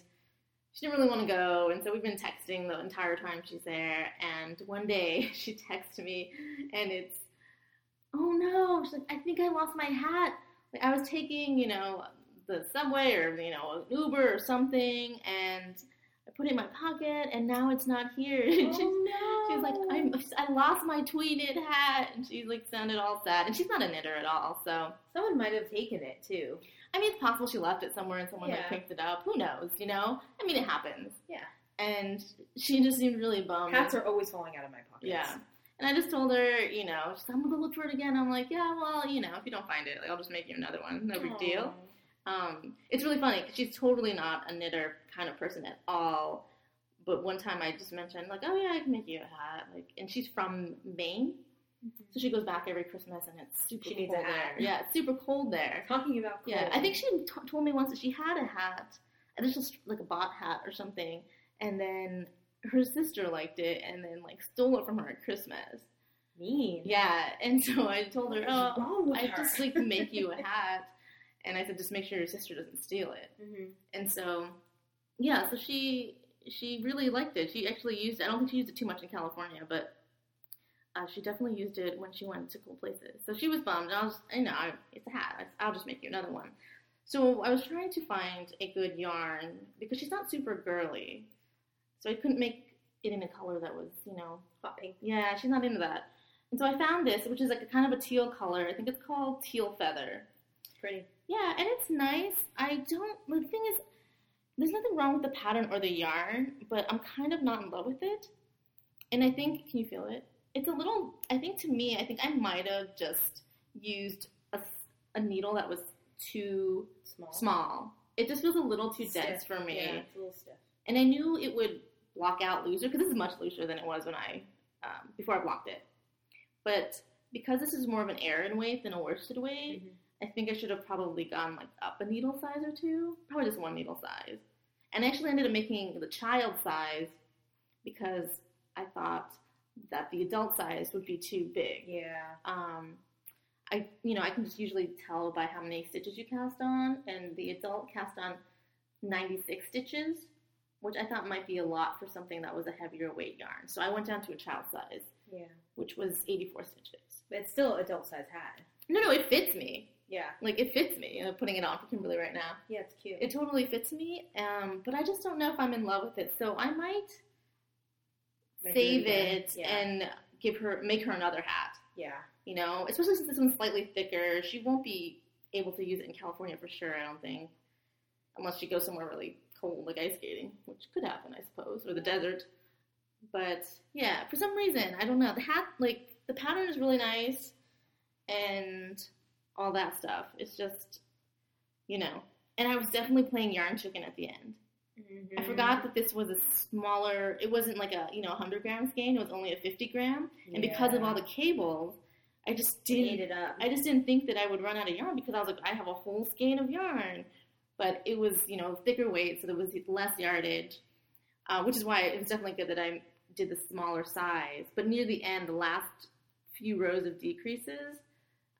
Speaker 1: she didn't really want to go. And so we've been texting the entire time she's there. And one day she texts me, and it's, "Oh no!" She's like, "I think I lost my hat. Like, I was taking, you know, the subway or you know, an Uber or something, and." I put it in my pocket and now it's not here. And she's-
Speaker 2: Oh, no.
Speaker 1: She's like, I'm, I lost my tweeted hat, and she's like sounded all sad. And she's not a knitter at all, so
Speaker 2: Someone might have taken it too.
Speaker 1: I mean, it's possible she left it somewhere and someone like
Speaker 2: Yeah.
Speaker 1: picked it up. Who knows? You know? I mean, it happens.
Speaker 2: Yeah.
Speaker 1: And she just seemed really bummed.
Speaker 2: Hats are always falling out of my pockets.
Speaker 1: Um, yeah. And I just told her, you know, she's like, I'm gonna look for it again. I'm like, yeah, well, you know, if you don't find it, like, I'll just make you another one. No big
Speaker 2: Aw.
Speaker 1: deal. Um, it's really funny 'cause she's totally not a knitter kind of person at all. But one time I just mentioned like, oh yeah, I can make you a hat. Like, and she's from Maine,
Speaker 2: Mm-hmm.
Speaker 1: so she goes back every Christmas, and it's super
Speaker 2: She needs a
Speaker 1: cold
Speaker 2: hat.
Speaker 1: there. Yeah, it's super cold there.
Speaker 2: Talking about
Speaker 1: Yeah,
Speaker 2: cold.
Speaker 1: I think she t- told me once that she had a hat, and it's just like a bot hat or something. And then her sister liked it, and then like stole it from her at Christmas.
Speaker 2: mean.
Speaker 1: Yeah, and so I told
Speaker 2: What
Speaker 1: her,
Speaker 2: is
Speaker 1: oh,
Speaker 2: wrong with
Speaker 1: I
Speaker 2: her?
Speaker 1: just like make you a hat, and I said just make sure your sister doesn't steal it.
Speaker 2: Mhm.
Speaker 1: And so, yeah, so she she really liked it. She actually used. I don't think she used it too much in California, but uh, she definitely used it when she went to cool places. So she was bummed. And I was, you know, I, it's a hat. I, I'll just make you another one. So I was trying to find a good yarn because she's not super girly, so I couldn't make it in a color that was, you know,
Speaker 2: Hot pink.
Speaker 1: yeah, she's not into that. And so I found this, which is like a kind of a teal color. I think it's called teal feather.
Speaker 2: Pretty.
Speaker 1: Yeah, and it's nice. I don't. The thing is, there's nothing wrong with the pattern or the yarn, but I'm kind of not in love with it. And I think, can you feel it? It's a little. I think to me, I think I might have just used a, s- a needle that was too
Speaker 2: Small.
Speaker 1: small. It just feels a little too
Speaker 2: Stiff.
Speaker 1: dense for me
Speaker 2: Yeah, it's a little stiff.
Speaker 1: and I knew it would block out looser because this is much looser than it was when I um, before I blocked it. But because this is more of an Aran weight than a worsted weight,
Speaker 2: Mhm.
Speaker 1: I think I should have probably gone like up a needle size or two, probably just one needle size. And I actually ended up making the child size because I thought that the adult size would be too big
Speaker 2: Yeah.
Speaker 1: um, I you know I can just usually tell by how many stitches you cast on, and the adult cast on 96 stitches, which I thought might be a lot for something that was a heavier weight yarn. So I went down to a child size,
Speaker 2: Yeah.
Speaker 1: which was 84 stitches.
Speaker 2: But it's still adult size hat.
Speaker 1: No, no, it fits me.
Speaker 2: Yeah.
Speaker 1: Like it fits me. I'm putting it on for Kimberly right now.
Speaker 2: Yeah, it's cute.
Speaker 1: It totally fits me, um, but I just don't know if I'm in love with it. So I might
Speaker 2: Might do
Speaker 1: save
Speaker 2: again.
Speaker 1: it
Speaker 2: Yeah.
Speaker 1: and give her make her another hat.
Speaker 2: yeah.
Speaker 1: you know, especially since this one's slightly thicker. She won't be able to use it in California for sure, I don't think, unless she goes somewhere really cold, like ice skating, which could happen, I suppose, or the desert. But yeah, for some reason, I don't know. The hat, like, the pattern is really nice and all that stuff. It's just, you know. And I was definitely playing yarn chicken at the end.
Speaker 2: Mm-hmm.
Speaker 1: I forgot that this was a smaller, it wasn't like a, you know, 100 gram skein, it was only a 50 gram and because of all the cables, I just
Speaker 2: eat
Speaker 1: didn't.
Speaker 2: it up.
Speaker 1: I just didn't think that I would run out of yarn because I was like, I have a whole skein of yarn, but it was you know thicker weight, so there was less yardage, uh, which is why it was definitely good that I did the smaller size. But near the end, the last few rows of decreases,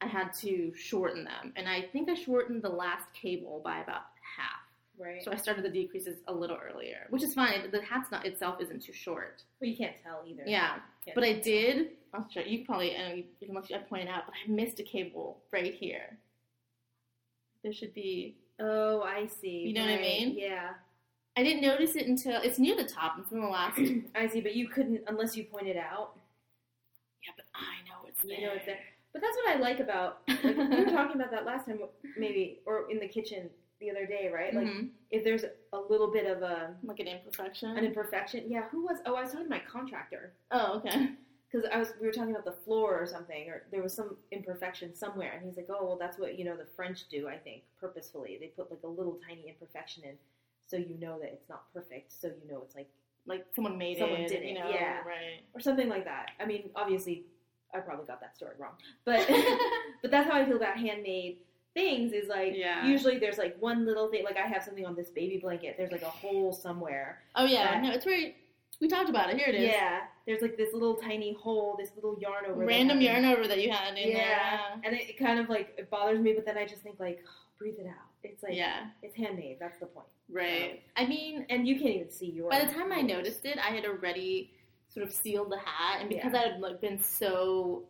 Speaker 1: I had to shorten them, and I think I shortened the last cable by about half.
Speaker 2: Right.
Speaker 1: So I started the decreases a little earlier, which is fine. The hat's not itself isn't too short.
Speaker 2: well, you can't tell either.
Speaker 1: Yeah,
Speaker 2: Can't
Speaker 1: but I
Speaker 2: tell.
Speaker 1: did. I'm sure you can probably I know you you can look. I pointed out, but I missed a cable right here. There should be.
Speaker 2: Oh, I see.
Speaker 1: You know what I
Speaker 2: Right.
Speaker 1: mean?
Speaker 2: Yeah.
Speaker 1: I didn't notice it until it's near the top. It's in the last. yeah,
Speaker 2: I see, but you couldn't unless you pointed out.
Speaker 1: but I know it's there.
Speaker 2: You know it's there. But that's what I like about. Like, we were talking about that last time, maybe, or in the kitchen the other day, right? Like,
Speaker 1: Mhm.
Speaker 2: if there's a little bit of a
Speaker 1: Like an imperfection.
Speaker 2: an imperfection, yeah. Who was? Oh, I was talking to my contractor
Speaker 1: oh, okay.
Speaker 2: because I was. We were talking about the floor or something, or there was some imperfection somewhere, and he's like, "Oh, well, that's what you know the French do. I think purposefully they put like a little tiny imperfection in, so you know that it's not perfect. So you know it's like."
Speaker 1: Like someone made
Speaker 2: Someone
Speaker 1: it.
Speaker 2: did
Speaker 1: You
Speaker 2: it,
Speaker 1: know,
Speaker 2: yeah.
Speaker 1: Right.
Speaker 2: or something like that. I mean, obviously, I probably got that story wrong, but but that's how I feel about handmade things. Is like
Speaker 1: Yeah.
Speaker 2: usually there's like one little thing. Like I have something on this baby blanket. There's like a hole somewhere.
Speaker 1: Oh yeah.
Speaker 2: That-
Speaker 1: No, it's very. We talked about it. Here it is.
Speaker 2: Yeah, there's like this little tiny hole, this little yarn over. that
Speaker 1: Random yarn
Speaker 2: happened.
Speaker 1: over that you had in there.
Speaker 2: Yeah,
Speaker 1: Yeah.
Speaker 2: and it, it kind of like it bothers me, but then I just think like "Oh, breathe it out. It's like
Speaker 1: yeah.
Speaker 2: it's handmade. That's the point.
Speaker 1: Right. I mean,
Speaker 2: And you can't even see yours.
Speaker 1: by the time I noticed it, I had already sort of sealed the hat, and because I had like, been so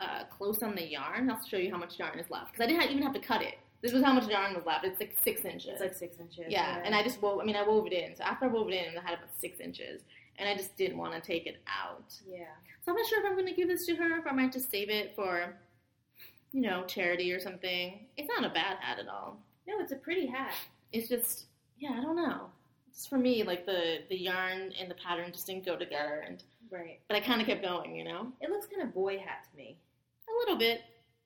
Speaker 1: uh, close on the yarn, I'll show you how much yarn is left because I didn't ha- even have to cut it. This was how much yarn was left. It's like six inches.
Speaker 2: it's like six inches.
Speaker 1: yeah, and I just wove. I mean, I wove it in. So after I wove it in, I had about six inches, and I just didn't want to take it out.
Speaker 2: yeah,
Speaker 1: So I'm not sure if I'm going to give this to her, if I might just save it for, you know, charity or something. It's not a bad hat at all
Speaker 2: no, it's a pretty hat.
Speaker 1: it's just yeah i don't know just for me like the the yarn and the pattern just didn't go together and
Speaker 2: Right.
Speaker 1: but i kind of kept going you know
Speaker 2: It looks kind of boy hat to me.
Speaker 1: a little bit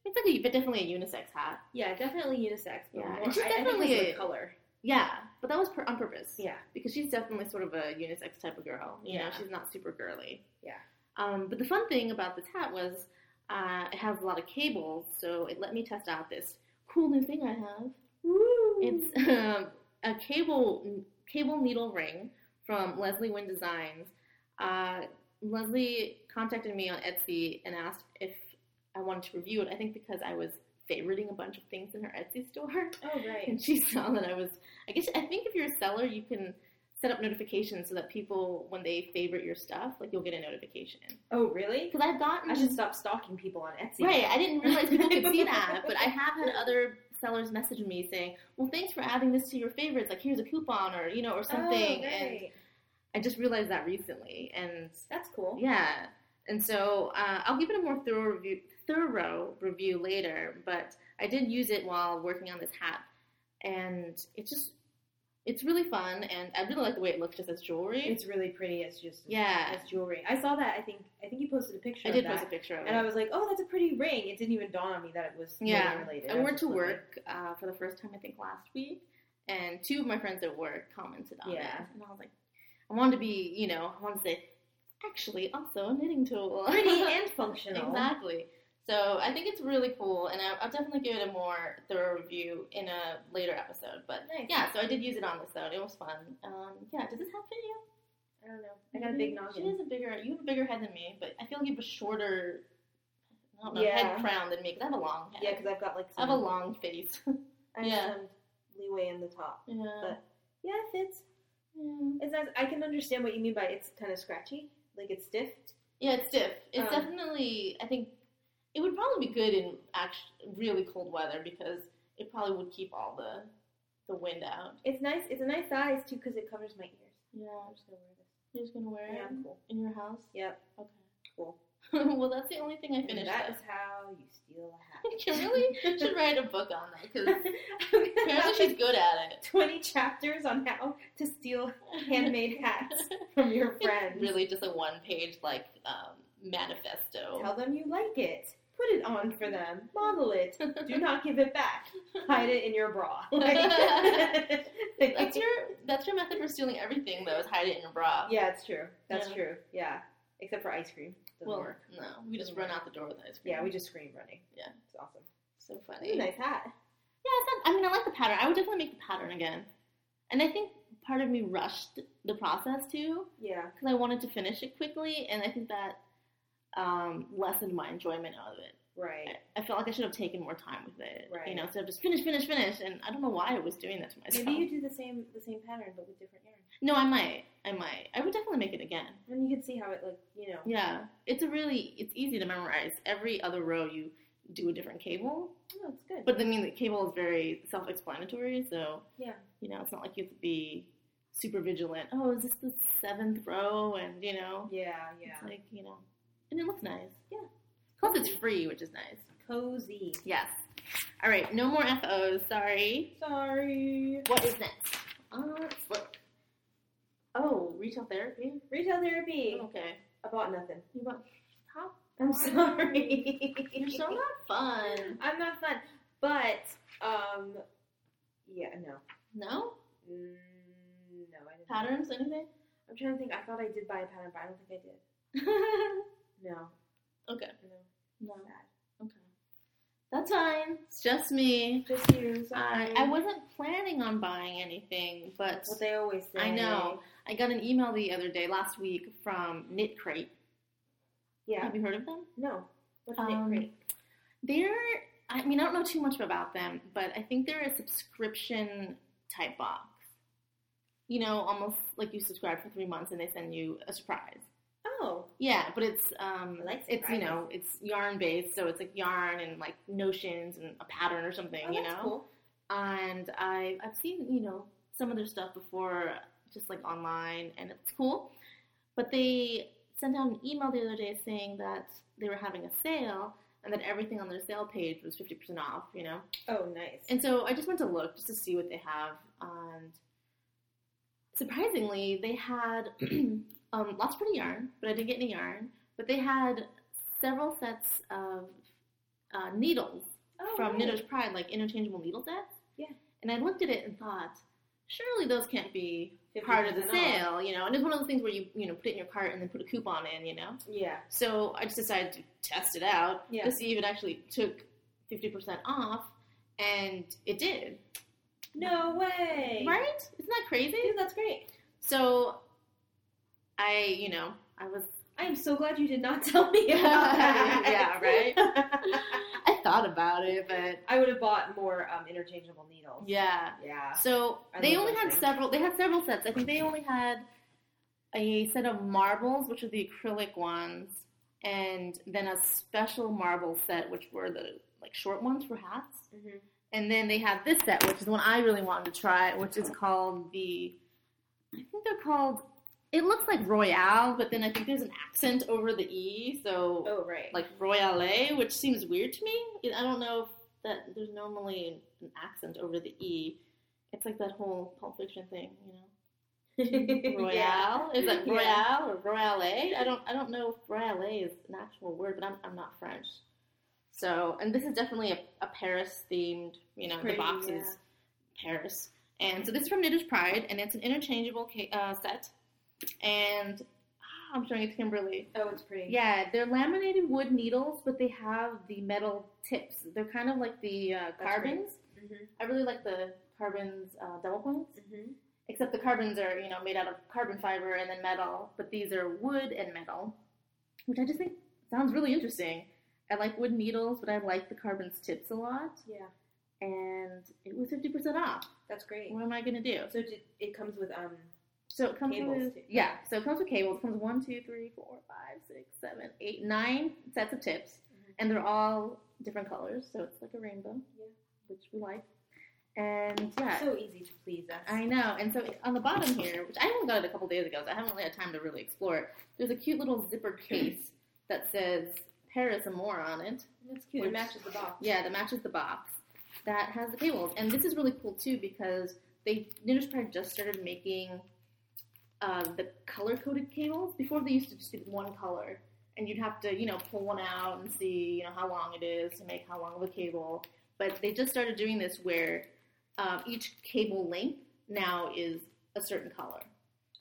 Speaker 1: it's like a, but definitely a unisex hat
Speaker 2: Yeah, definitely unisex. But
Speaker 1: Yeah,
Speaker 2: more,
Speaker 1: and she's
Speaker 2: I- I think
Speaker 1: definitely
Speaker 2: it's the
Speaker 1: a-
Speaker 2: color.
Speaker 1: yeah but that was per, on purpose
Speaker 2: Yeah,
Speaker 1: because she's definitely sort of a unisex type of girl you know
Speaker 2: Yeah.
Speaker 1: she's not super girly
Speaker 2: Yeah.
Speaker 1: um, but the fun thing about this hat was uh, it has a lot of cables so it let me test out this cool new thing i have
Speaker 2: Woo!
Speaker 1: It's um, a cable cable needle ring from Leslie Wynn Designs. Uh, Leslie contacted me on Etsy and asked if I wanted to review it. I think because I was favoriting a bunch of things in her Etsy store,
Speaker 2: oh right.
Speaker 1: and she saw that I was. I guess I think if you're a seller, you can set up notifications so that people, when they favorite your stuff, like you'll get a notification.
Speaker 2: Oh really?
Speaker 1: Because I've gotten
Speaker 2: I should stop stalking people on Etsy.
Speaker 1: Right, I didn't realize people could see that, but I have had other sellers message me saying, "Well, thanks for adding this to your favorites. Like, here's a coupon, or you know, or something."
Speaker 2: Oh,
Speaker 1: And
Speaker 2: right.
Speaker 1: I just realized that recently, and
Speaker 2: That's cool.
Speaker 1: yeah, and so uh, I'll give it a more thorough review, thorough review later. But I did use it while working on this hat, and it just it's really fun, and I really like the way it looks just as jewelry.
Speaker 2: It's really pretty. It's just
Speaker 1: Yeah.
Speaker 2: it's jewelry. I saw that. I think I think you posted a picture.
Speaker 1: I did
Speaker 2: of that,
Speaker 1: post a picture of it.
Speaker 2: and I was like, oh, that's a pretty ring. It didn't even dawn on me that it was really
Speaker 1: Yeah.
Speaker 2: related.
Speaker 1: I
Speaker 2: was
Speaker 1: wore it
Speaker 2: just
Speaker 1: to
Speaker 2: looking.
Speaker 1: work uh, for the first time, I think, last week, and two of my friends at work commented on
Speaker 2: Yeah.
Speaker 1: it, and I was like, I wanted to be, you know, I wanted to say, actually, also a knitting tool,
Speaker 2: Pretty and functional.
Speaker 1: exactly. So I think it's really cool, and I, I'll definitely give it a more thorough review in a later episode. But
Speaker 2: Nice.
Speaker 1: yeah, so I did use it on this though. and It was fun. Um, yeah, does this have fit you?
Speaker 2: I don't know. I got a big noggin.
Speaker 1: She has a bigger. You have a bigger head than me, but I feel like you have a shorter. I don't know,
Speaker 2: Yeah.
Speaker 1: head crown than me because I have a long head.
Speaker 2: Yeah, because I've got like
Speaker 1: I have
Speaker 2: some,
Speaker 1: a long face.
Speaker 2: I have
Speaker 1: yeah.
Speaker 2: some leeway in the top.
Speaker 1: Yeah.
Speaker 2: But- Yeah, it fits.
Speaker 1: yeah.
Speaker 2: It's nice. I can understand what you mean by it's kind of scratchy, like it's stiff.
Speaker 1: Yeah, it's stiff. It's
Speaker 2: Um,
Speaker 1: definitely. I think it would probably be good in actually really cold weather because it probably would keep all the the wind out.
Speaker 2: It's nice. It's a nice size too because it covers my ears.
Speaker 1: Yeah,
Speaker 2: I'm just gonna wear this.
Speaker 1: you're just gonna wear
Speaker 2: Yeah,
Speaker 1: it
Speaker 2: I'm cool.
Speaker 1: in your house.
Speaker 2: Yep,
Speaker 1: Okay.
Speaker 2: cool.
Speaker 1: well, that's the only thing I
Speaker 2: And
Speaker 1: finished.
Speaker 2: that
Speaker 1: up.
Speaker 2: is how you steal
Speaker 1: You
Speaker 2: a hat.
Speaker 1: really should write a book on that because
Speaker 2: I'm gonna
Speaker 1: apparently
Speaker 2: have
Speaker 1: she's
Speaker 2: like
Speaker 1: good at it.
Speaker 2: twenty chapters on how to steal handmade hats from your friends.
Speaker 1: It's really just a one page like um, manifesto.
Speaker 2: Tell them you like it. Put it on for them. Model it. Do not give it back. Hide it in your bra. Like-
Speaker 1: that's your that's your method for stealing everything though is hide it in your bra.
Speaker 2: yeah, it's true. That's
Speaker 1: Yeah.
Speaker 2: true. Yeah, except for ice cream. Doesn't
Speaker 1: Well,
Speaker 2: work.
Speaker 1: no, we just run out the door with ice cream.
Speaker 2: Mm-hmm. Yeah, we just scream running.
Speaker 1: Yeah.
Speaker 2: it's awesome.
Speaker 1: so
Speaker 2: Ooh,
Speaker 1: funny.
Speaker 2: nice hat.
Speaker 1: Yeah, it's not, I mean, I like the pattern. I would definitely make the pattern again. And I think part of me rushed the process too
Speaker 2: Yeah.
Speaker 1: because I wanted to finish it quickly, and I think that um, lessened my enjoyment of it.
Speaker 2: Right.
Speaker 1: I felt like I should have taken more time with it. You
Speaker 2: Right.
Speaker 1: know, instead of just finish, finish, finish. And I don't know why I was doing that to myself.
Speaker 2: Maybe you do the same the same pattern but with different yarn.
Speaker 1: no, I might. I might. I would definitely make it again.
Speaker 2: And you can see how it like you know.
Speaker 1: Yeah. It's a really, it's easy to memorize. Every other row you do a different cable.
Speaker 2: No, Oh, it's good.
Speaker 1: But I mean, the cable is very self-explanatory, so
Speaker 2: yeah.
Speaker 1: you know, it's not like you have to be super vigilant. Oh, is this the seventh row? And you know,
Speaker 2: Yeah. Yeah.
Speaker 1: it's like you know, and it looks nice.
Speaker 2: Yeah.
Speaker 1: plus it's free, which is nice.
Speaker 2: Cozy.
Speaker 1: Yes. All right, no more FOs. Sorry.
Speaker 2: Sorry.
Speaker 1: What is next? Uh, let's look. Oh, retail therapy. Oh,
Speaker 2: Retail therapy.
Speaker 1: Okay.
Speaker 2: I bought nothing.
Speaker 1: You want how?
Speaker 2: I'm sorry.
Speaker 1: You're so not fun.
Speaker 2: I'm not fun. But um, yeah. No.
Speaker 1: No
Speaker 2: Mm, no, I didn't.
Speaker 1: patterns, anything?
Speaker 2: I'm trying to think. I thought I did buy a pattern, but I don't think I did. No.
Speaker 1: Okay.
Speaker 2: No.
Speaker 1: no.
Speaker 2: Sad.
Speaker 1: Okay. That's fine. It's just me.
Speaker 2: Just you.
Speaker 1: I,
Speaker 2: Sorry.
Speaker 1: I wasn't planning on buying anything, but
Speaker 2: That's what they always say.
Speaker 1: I know. I got an email the other day, last week, from Knit Crate.
Speaker 2: Yeah.
Speaker 1: Have you heard of them?
Speaker 2: No. What's
Speaker 1: Um,
Speaker 2: it? Great.
Speaker 1: They're, I mean, I don't know too much about them, but I think they're a subscription type box. You know, almost like you subscribe for three months and they send you a surprise.
Speaker 2: Oh.
Speaker 1: Yeah, but it's um,
Speaker 2: I like
Speaker 1: it's you
Speaker 2: surprises.
Speaker 1: know, it's yarn based, so it's like yarn and like notions and a pattern or something.
Speaker 2: oh
Speaker 1: you
Speaker 2: that's
Speaker 1: know,
Speaker 2: cool.
Speaker 1: and I I've seen you know some of their stuff before, just like online, and it's cool. But they sent out an email the other day saying that they were having a sale and that everything on their sale page was fifty percent off. You know,
Speaker 2: Oh, nice.
Speaker 1: and so I just went to look just to see what they have, and surprisingly, they had um, lots of pretty yarn, but I didn't get any yarn. But they had several sets of uh, needles
Speaker 2: oh,
Speaker 1: from
Speaker 2: nice.
Speaker 1: Knitter's Pride, like interchangeable needle sets.
Speaker 2: Yeah.
Speaker 1: And I looked at it and thought, surely those can't be part of the
Speaker 2: 50% off.
Speaker 1: sale, you know. And it's one of those things where you you know put it in your cart and then put a coupon in, you know.
Speaker 2: Yeah.
Speaker 1: So I just decided to test it out
Speaker 2: Yeah.
Speaker 1: to see if it actually took fifty percent off, and it did.
Speaker 2: No way.
Speaker 1: Right? Isn't that crazy?
Speaker 2: Dude, that's great.
Speaker 1: So I you know I was
Speaker 2: I am so glad you did not tell me about that.
Speaker 1: Yeah, right? I thought about it, but
Speaker 2: I would have bought more um, interchangeable needles.
Speaker 1: yeah.
Speaker 2: Yeah.
Speaker 1: So
Speaker 2: I
Speaker 1: they
Speaker 2: love
Speaker 1: only
Speaker 2: those
Speaker 1: had
Speaker 2: things.
Speaker 1: several. They had several sets. I think they only had a set of marbles, which are the acrylic ones, and then a special marble set, which were the like short ones for hats.
Speaker 2: Mhm.
Speaker 1: And then they had this set, which is the one I really wanted to try, which is called the. I think they're called. It looks like Royale, but then I think there's an accent over the e, so
Speaker 2: Oh, right.
Speaker 1: like Royale, which seems weird to me. I don't know if that there's normally an accent over the e. It's like that whole Pulp Fiction thing, you know. Royale
Speaker 2: yeah.
Speaker 1: is like
Speaker 2: Yeah.
Speaker 1: Royale or Royale. I don't I don't know if Royale is an actual word, but I'm I'm not French. So and this is definitely a, a Paris themed, you know,
Speaker 2: Pretty,
Speaker 1: the box
Speaker 2: yeah.
Speaker 1: is Paris. And so this is from Knitter's Pride, and it's an interchangeable ca- uh, set. And ah, I'm showing it to Kimberly.
Speaker 2: Oh, it's pretty.
Speaker 1: Yeah, they're laminated wood needles, but they have the metal tips. They're kind of like the uh,
Speaker 2: great.
Speaker 1: carbons.
Speaker 2: Mm-hmm.
Speaker 1: I really like the carbons uh, double points,
Speaker 2: Mm-hmm.
Speaker 1: except the carbons are you know made out of carbon fiber and then metal, but these are wood and metal, which I just think sounds really interesting. I like wood needles, but I like the carbons tips a lot,
Speaker 2: Yeah.
Speaker 1: and it was fifty percent off.
Speaker 2: That's great.
Speaker 1: What am I gonna do?
Speaker 2: So did, it comes with um.
Speaker 1: So it comes
Speaker 2: Cables,
Speaker 1: with
Speaker 2: too.
Speaker 1: yeah. So it comes with cables. It comes with one, two, three, four, five, six, seven, eight, nine sets of tips,
Speaker 2: Mhm.
Speaker 1: and they're all different colors. So it's like a rainbow,
Speaker 2: Yeah.
Speaker 1: which we like. And yeah,
Speaker 2: So easy to please us.
Speaker 1: I know. And so on the bottom here, which I only got it a couple days ago, so I haven't really had time to really explore it. There's a cute little zipper case that says Paris Amore on it.
Speaker 2: That's cute.
Speaker 1: Which-
Speaker 2: It matches the box.
Speaker 1: Yeah, that matches the box that has the cables. And this is really cool too because they Knitter's Pride just started making uh, the color coded cables. Before they used to just do one color, and you'd have to you know pull one out and see you know how long it is to make how long of a cable. But they just started doing this where um, each cable length now is a certain color.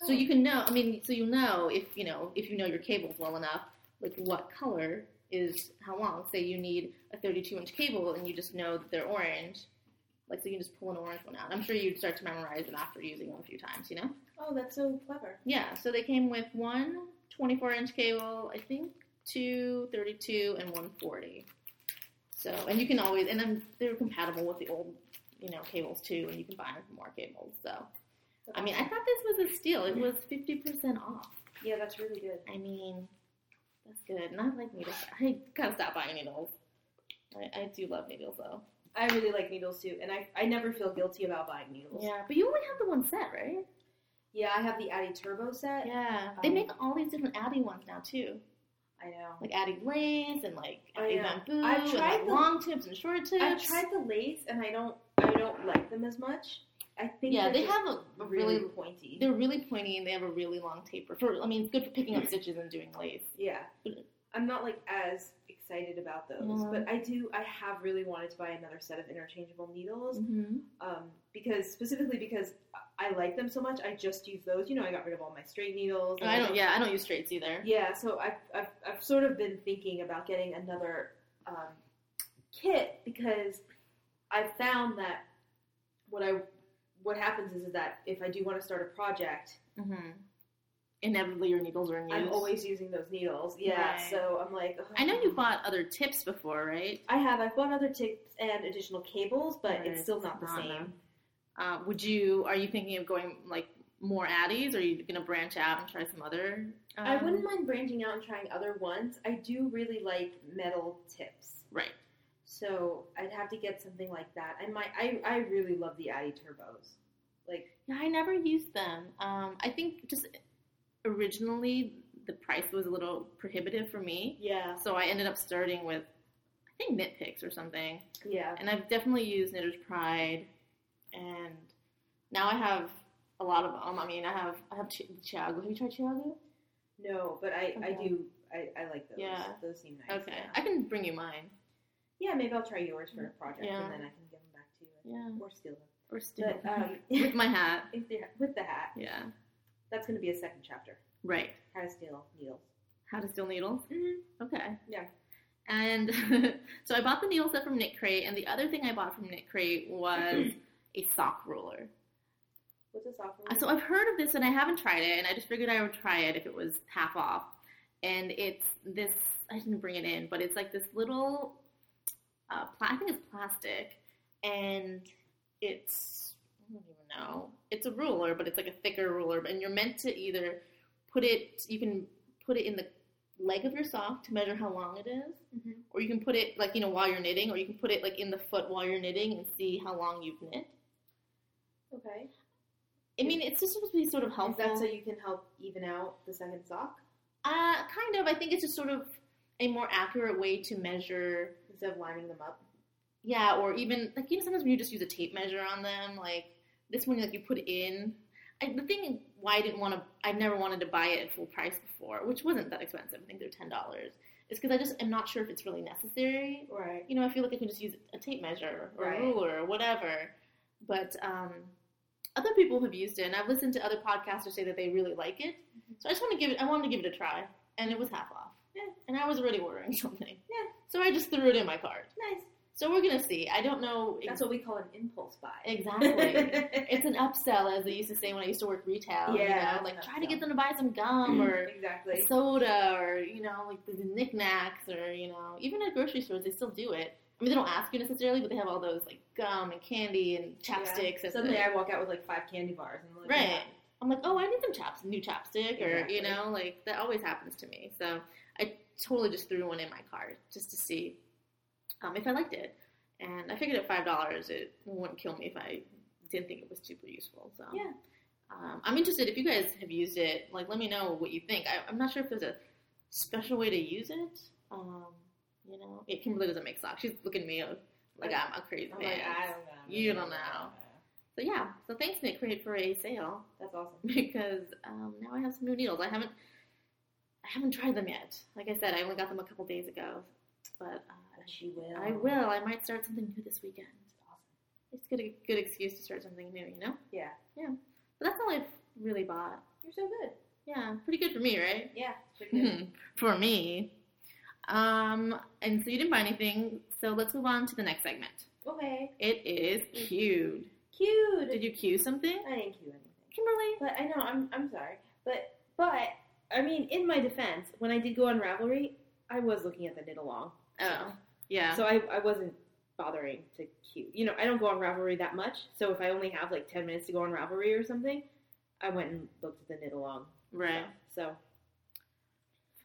Speaker 1: So
Speaker 2: Oh.
Speaker 1: you can know. I mean, so you know if you know if you know your cables well enough, like what color is how long. Say you need a 32 inch cable and you just know that they're orange. Like so, you can just pull an orange one out. I'm sure you'd start to memorize them after using them a few times. You know.
Speaker 2: Oh, that's so clever.
Speaker 1: Yeah. So they came with one 24 inch cable, I think, two 32, and one 40. So, and you can always, and then they're compatible with the old, you know, cables too, and you can buy more cables. So, I mean, I thought this was a steal. It was 50% off.
Speaker 2: yeah, that's really good.
Speaker 1: I mean, that's good. Not like needles. I gotta stop buying needles. I, I do love needles though.
Speaker 2: I really like needles too, and I, I never feel guilty about buying needles.
Speaker 1: Yeah, but you only have the one set, right?
Speaker 2: Yeah, I have the Addy Turbo set.
Speaker 1: Yeah. They make all these different Addy ones now too.
Speaker 2: I know.
Speaker 1: Like Addy lace and like
Speaker 2: Oh,
Speaker 1: Addy
Speaker 2: yeah.
Speaker 1: bamboo
Speaker 2: I've
Speaker 1: and
Speaker 2: tried
Speaker 1: like
Speaker 2: the-
Speaker 1: long tips and short tips.
Speaker 2: I've tried the lace, and I don't I don't like them as much. I think
Speaker 1: yeah,
Speaker 2: they're
Speaker 1: they
Speaker 2: just
Speaker 1: have a
Speaker 2: really,
Speaker 1: really
Speaker 2: pointy.
Speaker 1: they're really pointy and they have a really long taper. For I mean, it's good for picking up stitches and doing lace.
Speaker 2: Yeah. I'm not like as excited about those,
Speaker 1: Yeah.
Speaker 2: but I do I have really wanted to buy another set of interchangeable needles.
Speaker 1: Mm-hmm.
Speaker 2: Um, because specifically because I like them so much, I just use those. You know, I got rid of all my straight needles. and
Speaker 1: Oh, I don't. Yeah, I don't use straights either.
Speaker 2: Yeah, so I've, I've, I've sort of been thinking about getting another um, kit because I found that what I what happens is, is that if I do want to start a project,
Speaker 1: hmm Inevitably, your needles are in use.
Speaker 2: I'm always using those needles. Yeah,
Speaker 1: Right.
Speaker 2: so I'm like,
Speaker 1: I know you
Speaker 2: "Ugh."
Speaker 1: bought other tips before, right?
Speaker 2: I have. I've bought other tips and additional cables, but
Speaker 1: Right,
Speaker 2: it's still not the
Speaker 1: not
Speaker 2: same.
Speaker 1: them. Uh, would you? Are you thinking of going like more Addies? Or are you gonna branch out and try some other? Um,
Speaker 2: I wouldn't mind branching out and trying other ones. I do really like metal tips,
Speaker 1: Right.
Speaker 2: so I'd have to get something like that. I might. I, I really love the Addy turbos. Like
Speaker 1: Yeah, I never used them. Um, I think just originally the price was a little prohibitive for me, Uh,
Speaker 2: yeah,
Speaker 1: so I ended up starting with I think Knit Picks or something.
Speaker 2: yeah,
Speaker 1: And I've definitely used Knitter's Pride, and now I have a lot of them. I mean, I have I have Chi- Chiago. Have you tried Chiago?
Speaker 2: no, but I I
Speaker 1: Okay.
Speaker 2: do. I, I like those.
Speaker 1: Yeah.
Speaker 2: those seem nice.
Speaker 1: Okay,
Speaker 2: Yeah.
Speaker 1: I can bring you mine.
Speaker 2: Yeah, maybe I'll try yours for a project,
Speaker 1: Yeah.
Speaker 2: and then I can give them back to you
Speaker 1: Yeah,
Speaker 2: or steal them.
Speaker 1: or still
Speaker 2: But um,
Speaker 1: with my hat.
Speaker 2: if they're- with the hat,
Speaker 1: Yeah,
Speaker 2: that's going to be a second chapter.
Speaker 1: right.
Speaker 2: How to steal needles.
Speaker 1: How to steal needles? Okay.
Speaker 2: Yeah.
Speaker 1: And so I bought the needle set from Knit Crate, and the other thing I bought from Knit Crate was a sock ruler.
Speaker 2: What's a soft
Speaker 1: So I've heard of this, and I haven't tried it, and I just figured I would try it if it was half off. And it's this. I didn't bring it in, but it's like this little. Uh, pla- I think it's plastic, and it's I don't even know. It's a ruler, but it's like a thicker ruler, and you're meant to either put it. You can put it in the leg of your sock to measure how long it is,
Speaker 2: Mhm.
Speaker 1: or you can put it like you know while you're knitting, or you can put it like in the foot while you're knitting and see how long you've knit.
Speaker 2: Okay.
Speaker 1: I mean, it's just supposed to be sort of helpful.
Speaker 2: Is that so you can help even out the second sock?
Speaker 1: Uh, kind of. I think it's just sort of a more accurate way to measure.
Speaker 2: Instead of lining them up?
Speaker 1: Yeah, or even like you know sometimes when you just use a tape measure on them, like this one, like you put in. I, the thing why I didn't want to, I never wanted to buy it at full price before, which wasn't that expensive. I think they're ten dollars. Is because I just am not sure if it's really necessary.
Speaker 2: Right.
Speaker 1: You know, I feel like I can just use a tape measure or
Speaker 2: Right.
Speaker 1: a ruler or whatever. But um, other people have used it, and I've listened to other podcasters say that they really like it. So I just want to give it. I wanted to give it a try, and it was half off.
Speaker 2: Mm-hmm. Yeah.
Speaker 1: And I was already ordering something.
Speaker 2: Yeah.
Speaker 1: So I just threw it in my cart.
Speaker 2: Nice.
Speaker 1: So we're gonna see. I don't know.
Speaker 2: That's what we call an impulse buy.
Speaker 1: exactly. it's an upsell, as they used to say when I used to work retail. you
Speaker 2: Yeah,
Speaker 1: know, like
Speaker 2: that's
Speaker 1: try
Speaker 2: an
Speaker 1: to get them to buy some gum or
Speaker 2: exactly.
Speaker 1: soda or you know like the knickknacks or you know even at grocery stores they still do it. I mean they don't ask you necessarily, but they have all those like gum and candy and chapsticks.
Speaker 2: Yeah.
Speaker 1: and
Speaker 2: Suddenly
Speaker 1: things.
Speaker 2: I walk out with like five candy bars and I'm like,
Speaker 1: Right. I'm like, oh, I need some chaps, new chapstick, or
Speaker 2: Exactly.
Speaker 1: you know, like that always happens to me. So I totally just threw one in my cart just to see um, if I liked it, and I figured at five dollars it wouldn't kill me if I didn't think it was super useful. So
Speaker 2: Yeah.
Speaker 1: um, I'm interested if you guys have used it. Like, let me know what you think. I, I'm not sure if there's a special way to use it. Um, you know, it Kimberly doesn't make socks. She's looking at me like I'm a crazy
Speaker 2: I'm
Speaker 1: man.
Speaker 2: like, I don't know.
Speaker 1: You don't know. So yeah, so thanks Nick Crate for a sale
Speaker 2: That's awesome.
Speaker 1: because um, now I have some new needles. I haven't I haven't tried them yet. Like I said, I only got them a couple days ago, but uh,
Speaker 2: She will.
Speaker 1: I will. I might start something new this weekend.
Speaker 2: Awesome.
Speaker 1: It's good a good excuse to start something new, you know.
Speaker 2: Yeah.
Speaker 1: But that's all I've really bought.
Speaker 2: You're so good.
Speaker 1: Yeah, pretty good for me, right?
Speaker 2: Yeah. Pretty good.
Speaker 1: for me. Um, and so you didn't buy anything, so let's move on to the next segment.
Speaker 2: okay.
Speaker 1: It is cued.
Speaker 2: Cute.
Speaker 1: Hmm. Did you cue something,
Speaker 2: I didn't cue anything.
Speaker 1: Kimberly?
Speaker 2: But I know I'm I'm sorry, but but I mean, in my defense, when I did go on Ravelry, I was looking at the knit along.
Speaker 1: Oh, Yeah.
Speaker 2: So I, I wasn't bothering to queue. You know, I don't go on Ravelry that much, so if I only have like 10 minutes to go on Ravelry or something, I went and looked at the knit along.
Speaker 1: right.
Speaker 2: So, so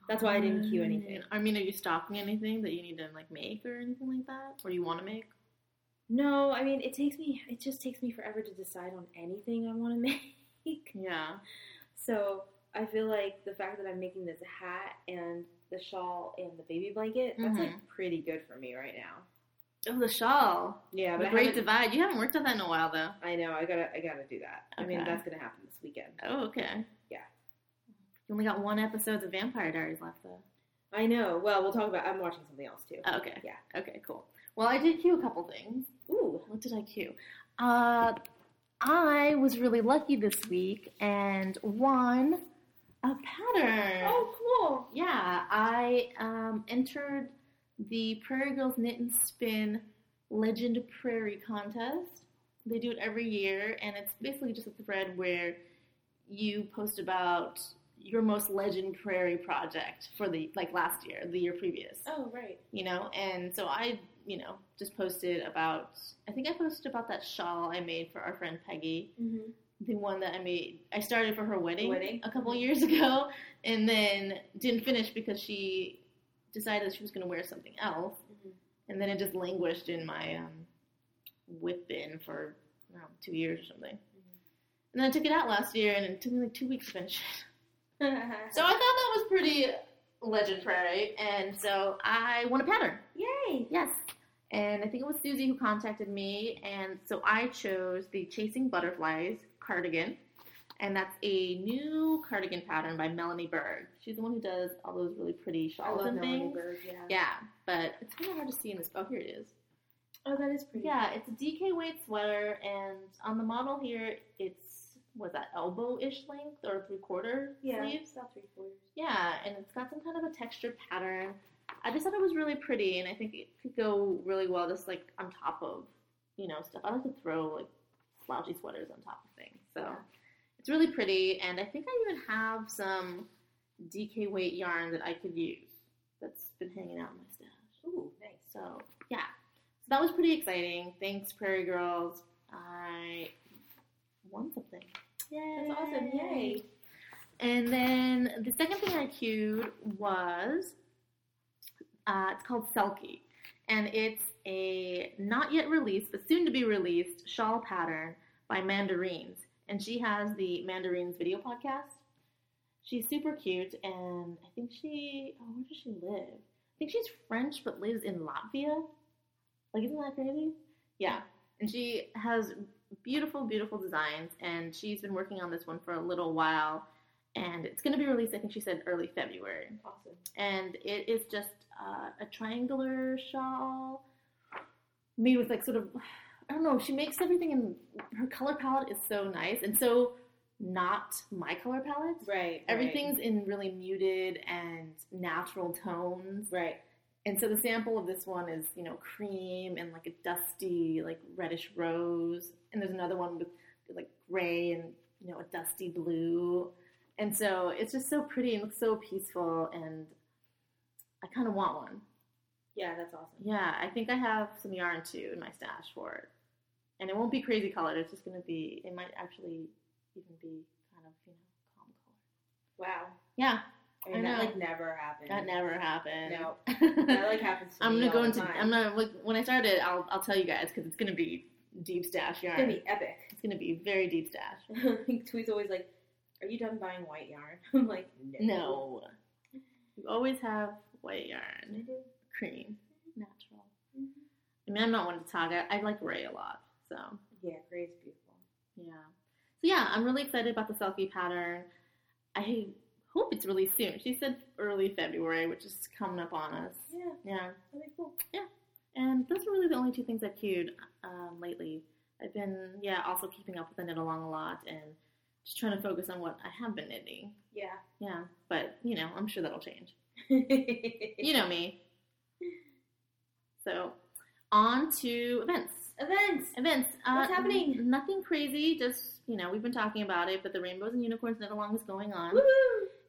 Speaker 2: that's why I didn't queue anything.
Speaker 1: Um, I mean, are you stocking anything that you need to like make or anything like that, or you want to make?
Speaker 2: No, I mean, it takes me, it just takes me forever to decide on anything I want to make.
Speaker 1: Yeah.
Speaker 2: So I feel like the fact that I'm making this hat and the shawl and the baby blanket, that's like pretty good for me right now.
Speaker 1: Oh, the shawl.
Speaker 2: Yeah, but
Speaker 1: the
Speaker 2: I
Speaker 1: Great
Speaker 2: haven't-
Speaker 1: Divide. You haven't worked on that in a while, though.
Speaker 2: I know. I gotta. I gotta do that. I mean,
Speaker 1: Okay.
Speaker 2: that's gonna happen this weekend.
Speaker 1: Oh, okay.
Speaker 2: Yeah.
Speaker 1: You only got one episode of Vampire Diaries left, though.
Speaker 2: I know. Well, we'll talk about. I'm watching something else too.
Speaker 1: Oh, okay.
Speaker 2: Yeah.
Speaker 1: Okay, cool. Well, I did cue a couple things.
Speaker 2: Ooh.
Speaker 1: What did I cue? Uh, I was really lucky this week and won a pattern.
Speaker 2: Oh,
Speaker 1: Yeah, I um, entered the Prairie Girls Knit and Spin Legend Prairie contest. They do it every year, and it's basically just a thread where you post about your most legend prairie project for the like last year, the year previous
Speaker 2: cool. Oh, right.
Speaker 1: you know and so i you know just posted about i think i posted about that shawl i made for our friend peggy
Speaker 2: Mm-hmm.
Speaker 1: the one that i made i started for her wedding,
Speaker 2: Wedding?
Speaker 1: a couple years ago and then didn't finish because she decided she was going to wear something else
Speaker 2: mm-hmm,
Speaker 1: and then it just languished in my um, whip bin for I don't know, two years or something and then i took it out last year and it took me like two weeks to finish it so i thought that was pretty legendary and so i won a pattern
Speaker 2: mm-hmm. Yay!
Speaker 1: Yes. And I think it was Susie who contacted me. And so I chose the Chasing Butterflies cardigan. And that's a new cardigan pattern by Melanie Berg. She's the one who does all those really pretty
Speaker 2: I
Speaker 1: shawls
Speaker 2: love
Speaker 1: and
Speaker 2: Melanie
Speaker 1: things.
Speaker 2: Bird. Yeah.
Speaker 1: Yeah, but it's kind of hard to see in this. Oh, here it is.
Speaker 2: Oh, that is pretty.
Speaker 1: Yeah, it's a DK weight sweater, and on the model here, it's was that elbow-ish length or three-quarter
Speaker 2: Yeah.
Speaker 1: sleeves.
Speaker 2: It's about three quarters.
Speaker 1: Yeah, and it's got some kind of a textured pattern. I just thought it was really pretty, and I think it could go really well just like on top of, you know, stuff. I like to throw like slouchy sweaters on top of things, so
Speaker 2: Yeah.
Speaker 1: it's really pretty. And I think I even have some DK weight yarn that I could use that's been hanging out in my stash.
Speaker 2: Ooh, nice.
Speaker 1: So yeah, so that was pretty exciting. Thanks, Prairie Girls. I won something. Yay!
Speaker 2: That's awesome. Yay.
Speaker 1: And then the second thing I queued was uh, it's called Selkie, and it's a not yet released but soon to be released shawl pattern by Mandarines, and she has the Mandarines video podcast. She's super cute, and I think she oh where does she live? I think she's French but lives in Latvia. Like isn't that crazy? Yeah, and she has beautiful, beautiful designs, and she's been working on this one for a little while and it's going to be released. I think she said early February,
Speaker 2: Awesome.
Speaker 1: and it is just uh, a triangular shawl made with like sort of I don't know. She makes everything, and her color palette is so nice and so not my color palette.
Speaker 2: Right.
Speaker 1: Everything's in really muted and natural tones,
Speaker 2: Right.
Speaker 1: and so the sample of this one is, you know, cream and like a dusty, like reddish rose. And there's another one with like gray and, you know, a dusty blue. And so it's just so pretty and looks so peaceful. And I kind of want one.
Speaker 2: Yeah, that's awesome.
Speaker 1: Yeah, I think I have some yarn too in my stash for it. And it won't be crazy colored. It's just going to be, it might actually even be kind of, you know, calm color.
Speaker 2: Wow.
Speaker 1: Yeah,
Speaker 2: I mean,
Speaker 1: I
Speaker 2: that
Speaker 1: know.
Speaker 2: like never happened.
Speaker 1: that never happened.
Speaker 2: No. That like happens. To
Speaker 1: I'm
Speaker 2: me
Speaker 1: gonna
Speaker 2: all
Speaker 1: go
Speaker 2: the
Speaker 1: into.
Speaker 2: time.
Speaker 1: I'm gonna like, when I started. I'll I'll tell you guys because it's gonna be deep stash
Speaker 2: It's
Speaker 1: yarn.
Speaker 2: gonna be epic.
Speaker 1: It's gonna be very deep stash.
Speaker 2: Twee's always like, "Are you done buying white yarn?" I'm like, "No."
Speaker 1: No, you always have white yarn,
Speaker 2: No.
Speaker 1: cream, natural. I mean, I'm not one to talk. I, I like gray a lot, so
Speaker 2: Yeah, gray is beautiful.
Speaker 1: yeah. So yeah, I'm really excited about the selfie pattern. I hope it's really soon. She said early February, which is coming up on us.
Speaker 2: Yeah,
Speaker 1: Yeah.
Speaker 2: that'd be cool.
Speaker 1: And those are really the only two things I've queued um, lately. I've been, yeah, also keeping up with the knit along a lot and just trying to focus on what I have been knitting.
Speaker 2: Yeah.
Speaker 1: Yeah, but you know, I'm sure that'll change.
Speaker 2: Events.
Speaker 1: You know me. So, on to events. Events. Uh,
Speaker 2: What's happening?
Speaker 1: n- Nothing crazy. Just you know, we've been talking about it, but the rainbows and unicorns knit along is going on,
Speaker 2: Woo!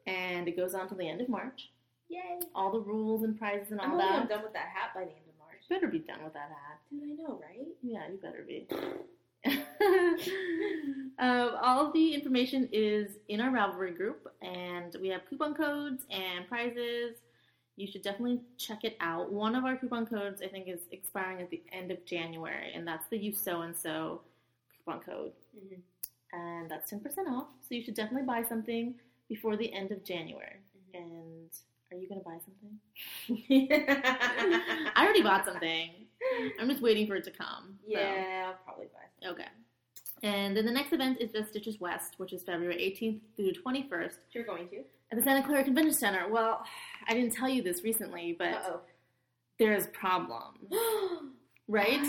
Speaker 1: and it goes on till the end of March.
Speaker 2: Yay!
Speaker 1: All the rules and prizes and all
Speaker 2: I'm hoping
Speaker 1: that.
Speaker 2: I'm done with that hat by the end of March.
Speaker 1: better be done with that ad.
Speaker 2: Dude, I know, right?
Speaker 1: Yeah, you better be. um, all the information is in our Ravelry group, and we have coupon codes and prizes. You should definitely check it out. One of our coupon codes, I think, is expiring at the end of January, and that's the You So and So coupon code,
Speaker 2: Mhm.
Speaker 1: and that's ten percent off. So you should definitely buy something before the end of January.
Speaker 2: Mhm.
Speaker 1: And are you gonna buy something? I already bought something. I'm just waiting for it to come. so.
Speaker 2: yeah, I'll probably buy some.
Speaker 1: Okay. And then the next event is Just Stitches West, which is February 18th through 21st
Speaker 2: You're going to?
Speaker 1: at the Santa Clara Convention Center. Well, I didn't tell you this recently, but there's problems,
Speaker 2: oh.
Speaker 1: right?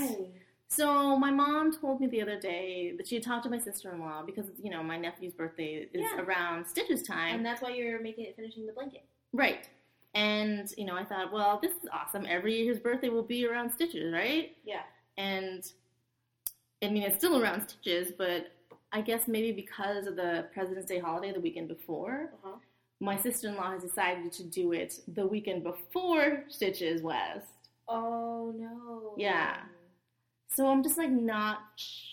Speaker 1: So my mom told me the other day that she had talked to my sister-in-law because you know my nephew's birthday is
Speaker 2: Yeah.
Speaker 1: around Stitches time,
Speaker 2: And that's why you're making it finishing the blanket.
Speaker 1: right? And you know I thought, well, this is awesome. Every year his birthday will be around Stitches, right?
Speaker 2: Yeah.
Speaker 1: and I mean it's still around stitches, but I guess maybe because of the President's Day holiday the weekend before,
Speaker 2: Uh-huh.
Speaker 1: my sister-in-law has decided to do it the weekend before Stitches West.
Speaker 2: Oh no.
Speaker 1: Yeah. So I'm just like not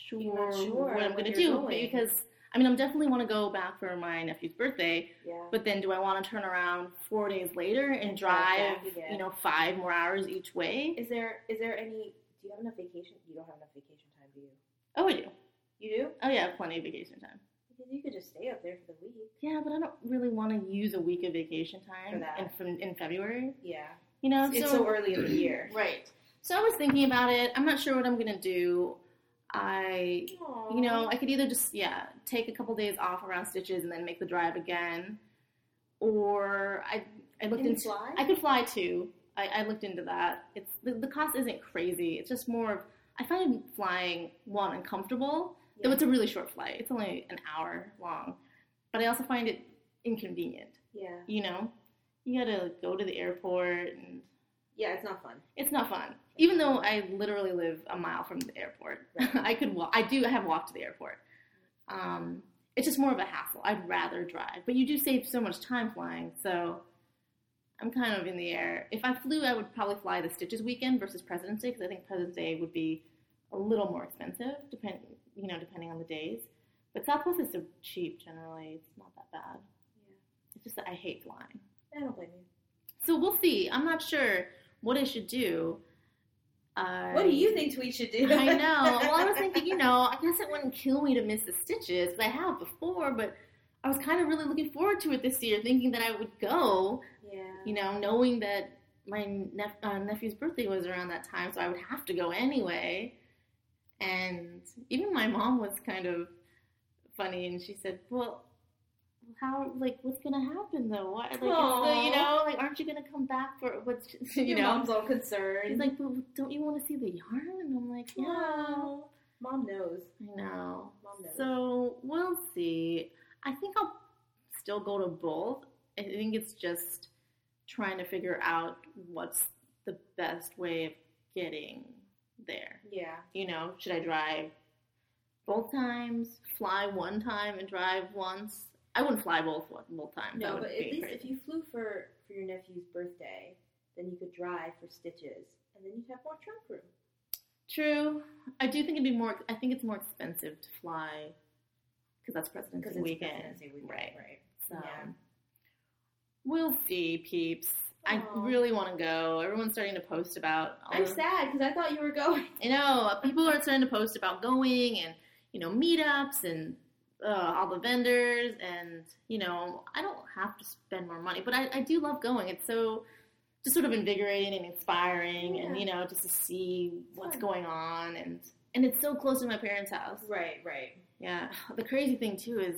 Speaker 2: You're
Speaker 1: sure,
Speaker 2: not sure
Speaker 1: what I'm
Speaker 2: when
Speaker 1: gonna do
Speaker 2: you're going.
Speaker 1: because I mean I'm definitely want to go back for my nephew's birthday,
Speaker 2: Yeah.
Speaker 1: but then do I want to turn around four days later and
Speaker 2: And drive
Speaker 1: drive,
Speaker 2: back again.
Speaker 1: you know, five more hours each way?
Speaker 2: Is there is there any? Do you have enough vacation? You don't have enough vacation time, do you?
Speaker 1: Oh, I do.
Speaker 2: You do?
Speaker 1: Oh yeah, I have plenty of vacation time.
Speaker 2: Because you could just stay up there for the week.
Speaker 1: Yeah, but I don't really want to use a week of vacation time
Speaker 2: For that.
Speaker 1: in, from, in February.
Speaker 2: Yeah.
Speaker 1: You know,
Speaker 2: It's so early in the year.
Speaker 1: right. So I was thinking about it. I'm not sure what I'm gonna do. I, you know, I could either just yeah take a couple days off around stitches and then make the drive again, or I I looked
Speaker 2: can
Speaker 1: into
Speaker 2: fly.
Speaker 1: I could fly too. I, I looked into that. It's the, the cost isn't crazy. It's just more of I find flying one uncomfortable. Though
Speaker 2: Yeah.
Speaker 1: it's a really short flight. It's only an hour long, but I also find it inconvenient.
Speaker 2: yeah.
Speaker 1: You know, you gotta go to the airport, and
Speaker 2: Yeah. It's not fun.
Speaker 1: it's not fun. Even though I literally live a mile from the airport, I could walk. I do. I have walked to the airport. Um, it's just more of a hassle. I'd rather drive, but you do save so much time flying. So I'm kind of in the air. If I flew, I would probably fly the Stitches weekend versus President's Day because I think President's Day would be a little more expensive, depend you know depending on the days. But Southwest is so cheap generally; it's not that bad. It's just that I hate flying.
Speaker 2: I don't blame you.
Speaker 1: So we'll see. I'm not sure what I should do. Uh,
Speaker 2: What do you think we should do?
Speaker 1: I know. Well, I was thinking, you know, I guess it wouldn't kill me to miss the stitches 'cause I have before, but I was kind of really looking forward to it this year, thinking that I would go,
Speaker 2: Yeah.
Speaker 1: you know, knowing that my nep- uh, nephew's birthday was around that time, so I would have to go anyway. And even my mom was kind of funny, and she said, "Well, how? Like, what's gonna happen though? Why? Like, it's the- you
Speaker 2: Aw.
Speaker 1: know, like, aren't you gonna come back for what's you
Speaker 2: Your
Speaker 1: know?"
Speaker 2: mom's all
Speaker 1: She's
Speaker 2: concerned.
Speaker 1: like, "But don't you want to see the yarn?" And I'm like, "Yeah."
Speaker 2: no. Mom knows.
Speaker 1: I know.
Speaker 2: Mom knows.
Speaker 1: So we'll see. I think I'll still go to both. I think it's just trying to figure out what's the best way of getting there.
Speaker 2: yeah.
Speaker 1: You know, should I drive both times, fly one time, and drive once? I wouldn't fly both both times. That
Speaker 2: No,
Speaker 1: would
Speaker 2: but
Speaker 1: be
Speaker 2: at least
Speaker 1: crazy.
Speaker 2: if you flew for for your nephew's birthday, then you could drive for stitches, and then you'd have more trunk room.
Speaker 1: True. I do think it'd be more. I think it's more expensive to fly because that's President's
Speaker 2: Because
Speaker 1: Day
Speaker 2: it's
Speaker 1: weekend.
Speaker 2: President's Day weekend,
Speaker 1: Right.
Speaker 2: Right.
Speaker 1: So
Speaker 2: Yeah.
Speaker 1: we'll see, peeps. I
Speaker 2: Aw.
Speaker 1: really want to go. Everyone's starting to post about. All
Speaker 2: Oh. I'm
Speaker 1: the-
Speaker 2: sad because I thought you were going.
Speaker 1: I know people are starting to post about going and you know meetups and uh, all the vendors and you know I don't have to spend more money, but I, I do love going. It's so just sort of invigorating and inspiring, and
Speaker 2: Yeah.
Speaker 1: you know just to see what's
Speaker 2: Fun.
Speaker 1: going on and and it's so close to my parents' house.
Speaker 2: Right, right.
Speaker 1: Yeah. The crazy thing too is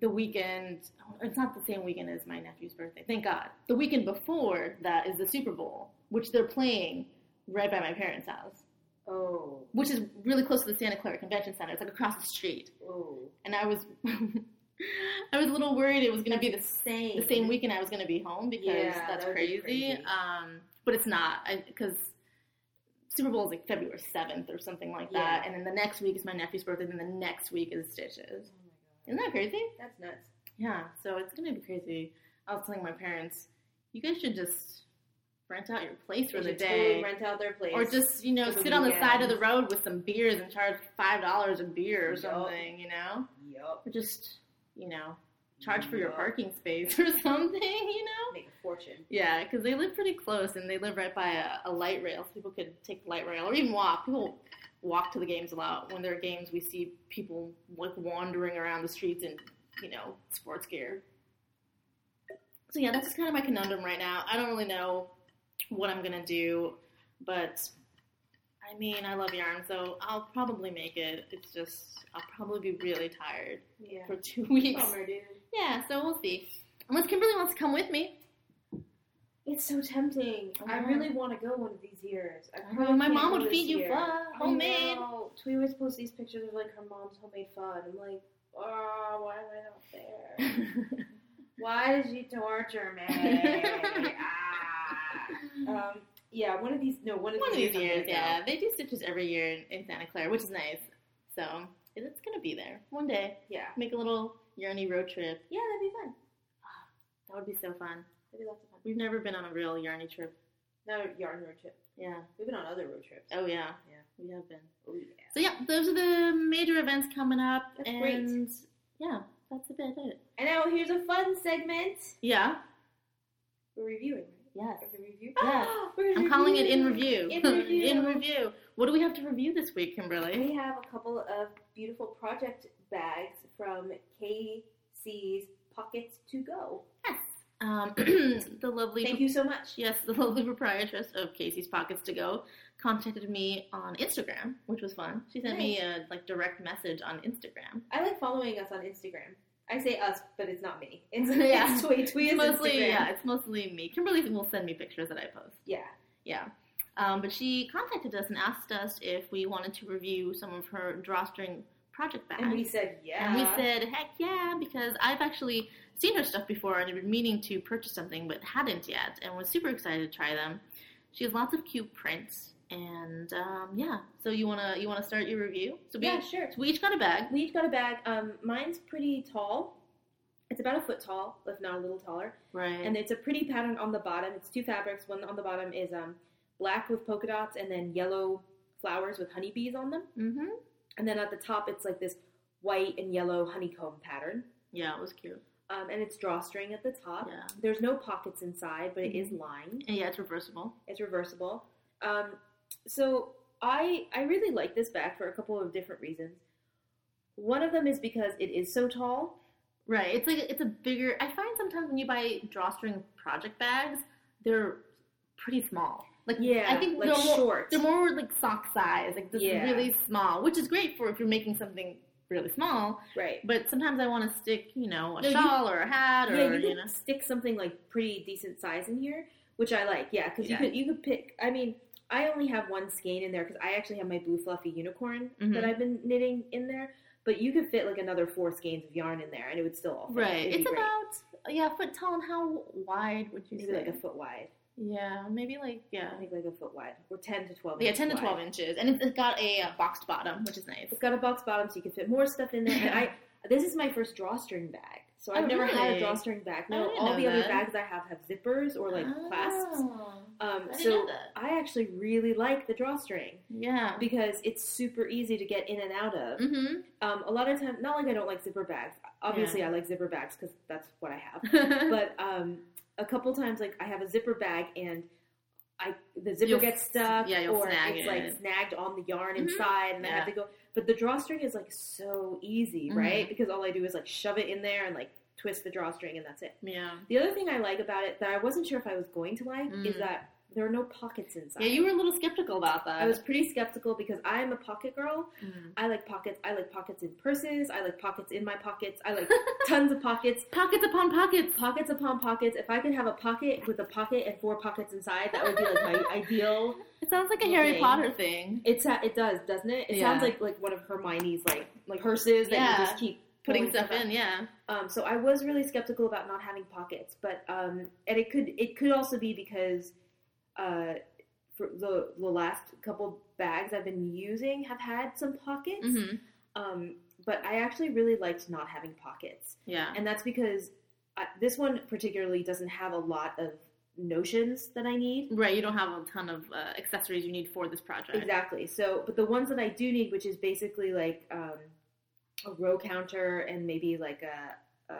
Speaker 1: the weekend. It's not the same weekend as my nephew's birthday. Thank God. The weekend before that is the Super Bowl, which they're playing right by my parents' house,
Speaker 2: Oh,
Speaker 1: which is really close to the Santa Clara Convention Center. It's like across the street.
Speaker 2: oh.
Speaker 1: And I was, I was a little worried it was going to be the, s-
Speaker 2: same.
Speaker 1: the same weekend I was going to be home because
Speaker 2: Yeah,
Speaker 1: that's
Speaker 2: that would
Speaker 1: crazy.
Speaker 2: be crazy.
Speaker 1: Um, but it's not because. Super Bowl is like February 7th or something like that.
Speaker 2: Yeah.
Speaker 1: And then the next week is my nephew's birthday. And then the next week is Stitches.
Speaker 2: Oh my
Speaker 1: Isn't that crazy?
Speaker 2: god, that's nuts.
Speaker 1: Yeah, so it's gonna be crazy. I was telling my parents, you guys should just rent out your place for
Speaker 2: They
Speaker 1: the
Speaker 2: should
Speaker 1: day.
Speaker 2: totally rent out their place.
Speaker 1: or just, you know,
Speaker 2: for the
Speaker 1: sit on the side of
Speaker 2: weekend.
Speaker 1: the road with some beers and charge $5 a beer or
Speaker 2: Yup.
Speaker 1: something, you know?
Speaker 2: Yup.
Speaker 1: Or just, you know, charge for your
Speaker 2: Yup.
Speaker 1: parking space or something, you know?
Speaker 2: Make a fortune.
Speaker 1: Yeah, because they live pretty close and they live right by a, a light rail. So people could take the light rail or even walk. People walk to the games a lot. When there are games, we see people like wandering around the streets in, you know, sports gear. So yeah, that's kind of my conundrum right now. I don't really know what I'm gonna do, but I mean, I love yarn, so I'll probably make it. It's just I'll probably be really tired
Speaker 2: Yeah.
Speaker 1: for two weeks.
Speaker 2: Bummer, dude.
Speaker 1: Yeah, so we'll see. Unless Kimberly wants to come with me.
Speaker 2: It's so tempting. I
Speaker 1: know.
Speaker 2: really want to go one of these years. I
Speaker 1: I know,
Speaker 2: probably
Speaker 1: my
Speaker 2: can't
Speaker 1: mom
Speaker 2: go
Speaker 1: would
Speaker 2: this
Speaker 1: feed you
Speaker 2: year.
Speaker 1: pho,
Speaker 2: I
Speaker 1: homemade.
Speaker 2: know. Tweety always posts these pictures of like her mom's homemade pho, and I'm like, oh, why am I not there? Why did you torture me? ah.
Speaker 1: One
Speaker 2: Um, yeah, one of these. No, one of
Speaker 1: of
Speaker 2: these
Speaker 1: these years,
Speaker 2: I'm gonna
Speaker 1: yeah. They do stitches every year in, in Santa Clara, which is nice. So it's gonna be there one day.
Speaker 2: go. Yeah,
Speaker 1: Make a little yarny road trip.
Speaker 2: yeah, that'd be fun.
Speaker 1: That would be so fun.
Speaker 2: That'd be lots of fun.
Speaker 1: We've never been on a real yarny trip.
Speaker 2: Not a yarn road trip.
Speaker 1: Yeah.
Speaker 2: We've been on other road trips.
Speaker 1: Oh yeah.
Speaker 2: Yeah.
Speaker 1: We have been.
Speaker 2: Oh yeah.
Speaker 1: So yeah, those are the major events coming up,
Speaker 2: That's
Speaker 1: and
Speaker 2: great.
Speaker 1: yeah, that's about it.
Speaker 2: And now here's a fun segment.
Speaker 1: Yeah.
Speaker 2: We're reviewing.
Speaker 1: Yeah.
Speaker 2: Is it review?
Speaker 1: Yeah.
Speaker 2: We're
Speaker 1: I'm calling it in review.
Speaker 2: In review.
Speaker 1: in review. What do we have to review this week, Kimberly?
Speaker 2: We have a couple of beautiful project bags from KC's Pockets to Go.
Speaker 1: Um, the lovely
Speaker 2: Thank you so much.
Speaker 1: Yes, the lovely proprietress of Casey's Pockets to Go contacted me on Instagram, which was fun. She sent me a like direct message on Instagram.
Speaker 2: I like following us on Instagram. I say us, but it's not me. It's,
Speaker 1: Yeah.
Speaker 2: it's Twee. Twee is
Speaker 1: mostly,
Speaker 2: Instagram.
Speaker 1: yeah, it's mostly me. Kimberly will send me pictures that I post.
Speaker 2: Yeah.
Speaker 1: Yeah. Um, but she contacted us and asked us if we wanted to review some of her drawstring project bags.
Speaker 2: And we said yeah.
Speaker 1: And we said, heck yeah, because I've actually seen her stuff before and had been meaning to purchase something but hadn't yet and was super excited to try them. She has lots of cute prints and um, yeah. So you wanna you wanna start your review? So we
Speaker 2: yeah, sure.
Speaker 1: so we each got a bag.
Speaker 2: We each got a bag. Um, mine's pretty tall. It's about a foot tall, if not a little taller.
Speaker 1: Right.
Speaker 2: And it's a pretty pattern on the bottom. It's two fabrics. One on the bottom is um, black with polka dots, and then yellow flowers with honeybees on them.
Speaker 1: mm-hmm.
Speaker 2: And then at the top, it's like this white and yellow honeycomb pattern.
Speaker 1: Yeah, it was cute.
Speaker 2: Um, and it's drawstring at the top.
Speaker 1: Yeah. Mm-hmm.
Speaker 2: There's no pockets inside, but it is lined.
Speaker 1: And yeah, it's reversible.
Speaker 2: It's reversible. Um, so I I really like this bag for a couple of different reasons. One of them is because it is so tall.
Speaker 1: Right. It's like it's a bigger I find sometimes when you buy drawstring project bags, they're pretty small. Like
Speaker 2: Yeah,
Speaker 1: I think
Speaker 2: like
Speaker 1: they're more,
Speaker 2: short.
Speaker 1: They're more like sock size, like this
Speaker 2: Yeah.
Speaker 1: really small, which is great for if you're making something really small.
Speaker 2: right.
Speaker 1: But sometimes I want to stick, you know, a
Speaker 2: No, you-
Speaker 1: shawl or a hat or
Speaker 2: Yeah, you
Speaker 1: you,
Speaker 2: could
Speaker 1: know.
Speaker 2: stick something like pretty decent size in here, which I like. Yeah, because
Speaker 1: Yeah.
Speaker 2: you could you could pick. I mean, I only have one skein in there because I actually have my blue fluffy unicorn
Speaker 1: Mhm.
Speaker 2: that I've been knitting in there. But you could fit like another four skeins of yarn in there, and it would still all fit.
Speaker 1: Right.
Speaker 2: It'd
Speaker 1: It's
Speaker 2: be great.
Speaker 1: about yeah, a foot tall and how wide would you
Speaker 2: maybe
Speaker 1: say?
Speaker 2: like a foot wide.
Speaker 1: yeah, maybe like yeah.
Speaker 2: I think like a foot wide or ten to twelve.
Speaker 1: Yeah,
Speaker 2: inches
Speaker 1: ten to
Speaker 2: wide.
Speaker 1: twelve inches. And it's, it's got a uh, boxed bottom, which is nice.
Speaker 2: It's got a box bottom, so you can fit more stuff in there. And I this is my first drawstring bag, so I've
Speaker 1: Oh,
Speaker 2: never had a
Speaker 1: really?
Speaker 2: drawstring bag.
Speaker 1: I
Speaker 2: No,
Speaker 1: didn't
Speaker 2: all
Speaker 1: know
Speaker 2: the other
Speaker 1: that.
Speaker 2: bags I have have zippers or like clasps.
Speaker 1: Oh,
Speaker 2: Um,
Speaker 1: Ah. I didn't
Speaker 2: so
Speaker 1: know that.
Speaker 2: I actually really like the drawstring
Speaker 1: Yeah.
Speaker 2: because it's super easy to get in and out of.
Speaker 1: Mm-hmm.
Speaker 2: Um, a lot of times, not like I don't like zipper bags. Obviously, I like zipper bags because that's what I have. but um, a couple times, like I have a zipper bag and I the zipper
Speaker 1: You'll
Speaker 2: gets
Speaker 1: s-
Speaker 2: stuck,
Speaker 1: yeah, you'll
Speaker 2: or
Speaker 1: snag
Speaker 2: it's
Speaker 1: it.
Speaker 2: like snagged on the yarn
Speaker 1: Mhm.
Speaker 2: inside, and I have
Speaker 1: Yeah.
Speaker 2: to go. But the drawstring is like so easy,
Speaker 1: Mhm.
Speaker 2: right? Because all I do is like shove it in there and like twist the drawstring, and that's it.
Speaker 1: yeah.
Speaker 2: The other thing I like about it that I wasn't sure if I was going to like is
Speaker 1: Mm.
Speaker 2: that there are no pockets inside.
Speaker 1: Yeah, you were a little skeptical about that.
Speaker 2: I was pretty skeptical because I'm a pocket girl.
Speaker 1: Mm.
Speaker 2: I like pockets. I like pockets in purses. I like pockets in my pockets. I like tons of pockets.
Speaker 1: Pockets upon pockets.
Speaker 2: Pockets upon pockets. If I could have a pocket with a pocket and four pockets inside, that would be like my ideal.
Speaker 1: It sounds like a Harry
Speaker 2: Okay.
Speaker 1: Potter thing.
Speaker 2: It's a- it does, doesn't it? It
Speaker 1: Yeah.
Speaker 2: sounds like like one of Hermione's like like purses that
Speaker 1: Yeah.
Speaker 2: you just keep
Speaker 1: Putting
Speaker 2: pulling
Speaker 1: stuff in, yeah.
Speaker 2: Um, so I was really skeptical about not having pockets, but um, and it could it could also be because uh, for the the last couple bags I've been using have had some pockets.
Speaker 1: Mm-hmm.
Speaker 2: Um, but I actually really liked not having pockets,
Speaker 1: Yeah.
Speaker 2: and that's because I, this one particularly doesn't have a lot of notions that I need.
Speaker 1: Right, you don't have a ton of uh, accessories you need for this project.
Speaker 2: Exactly. So, but the ones that I do need, which is basically like um, a row counter and maybe like a, a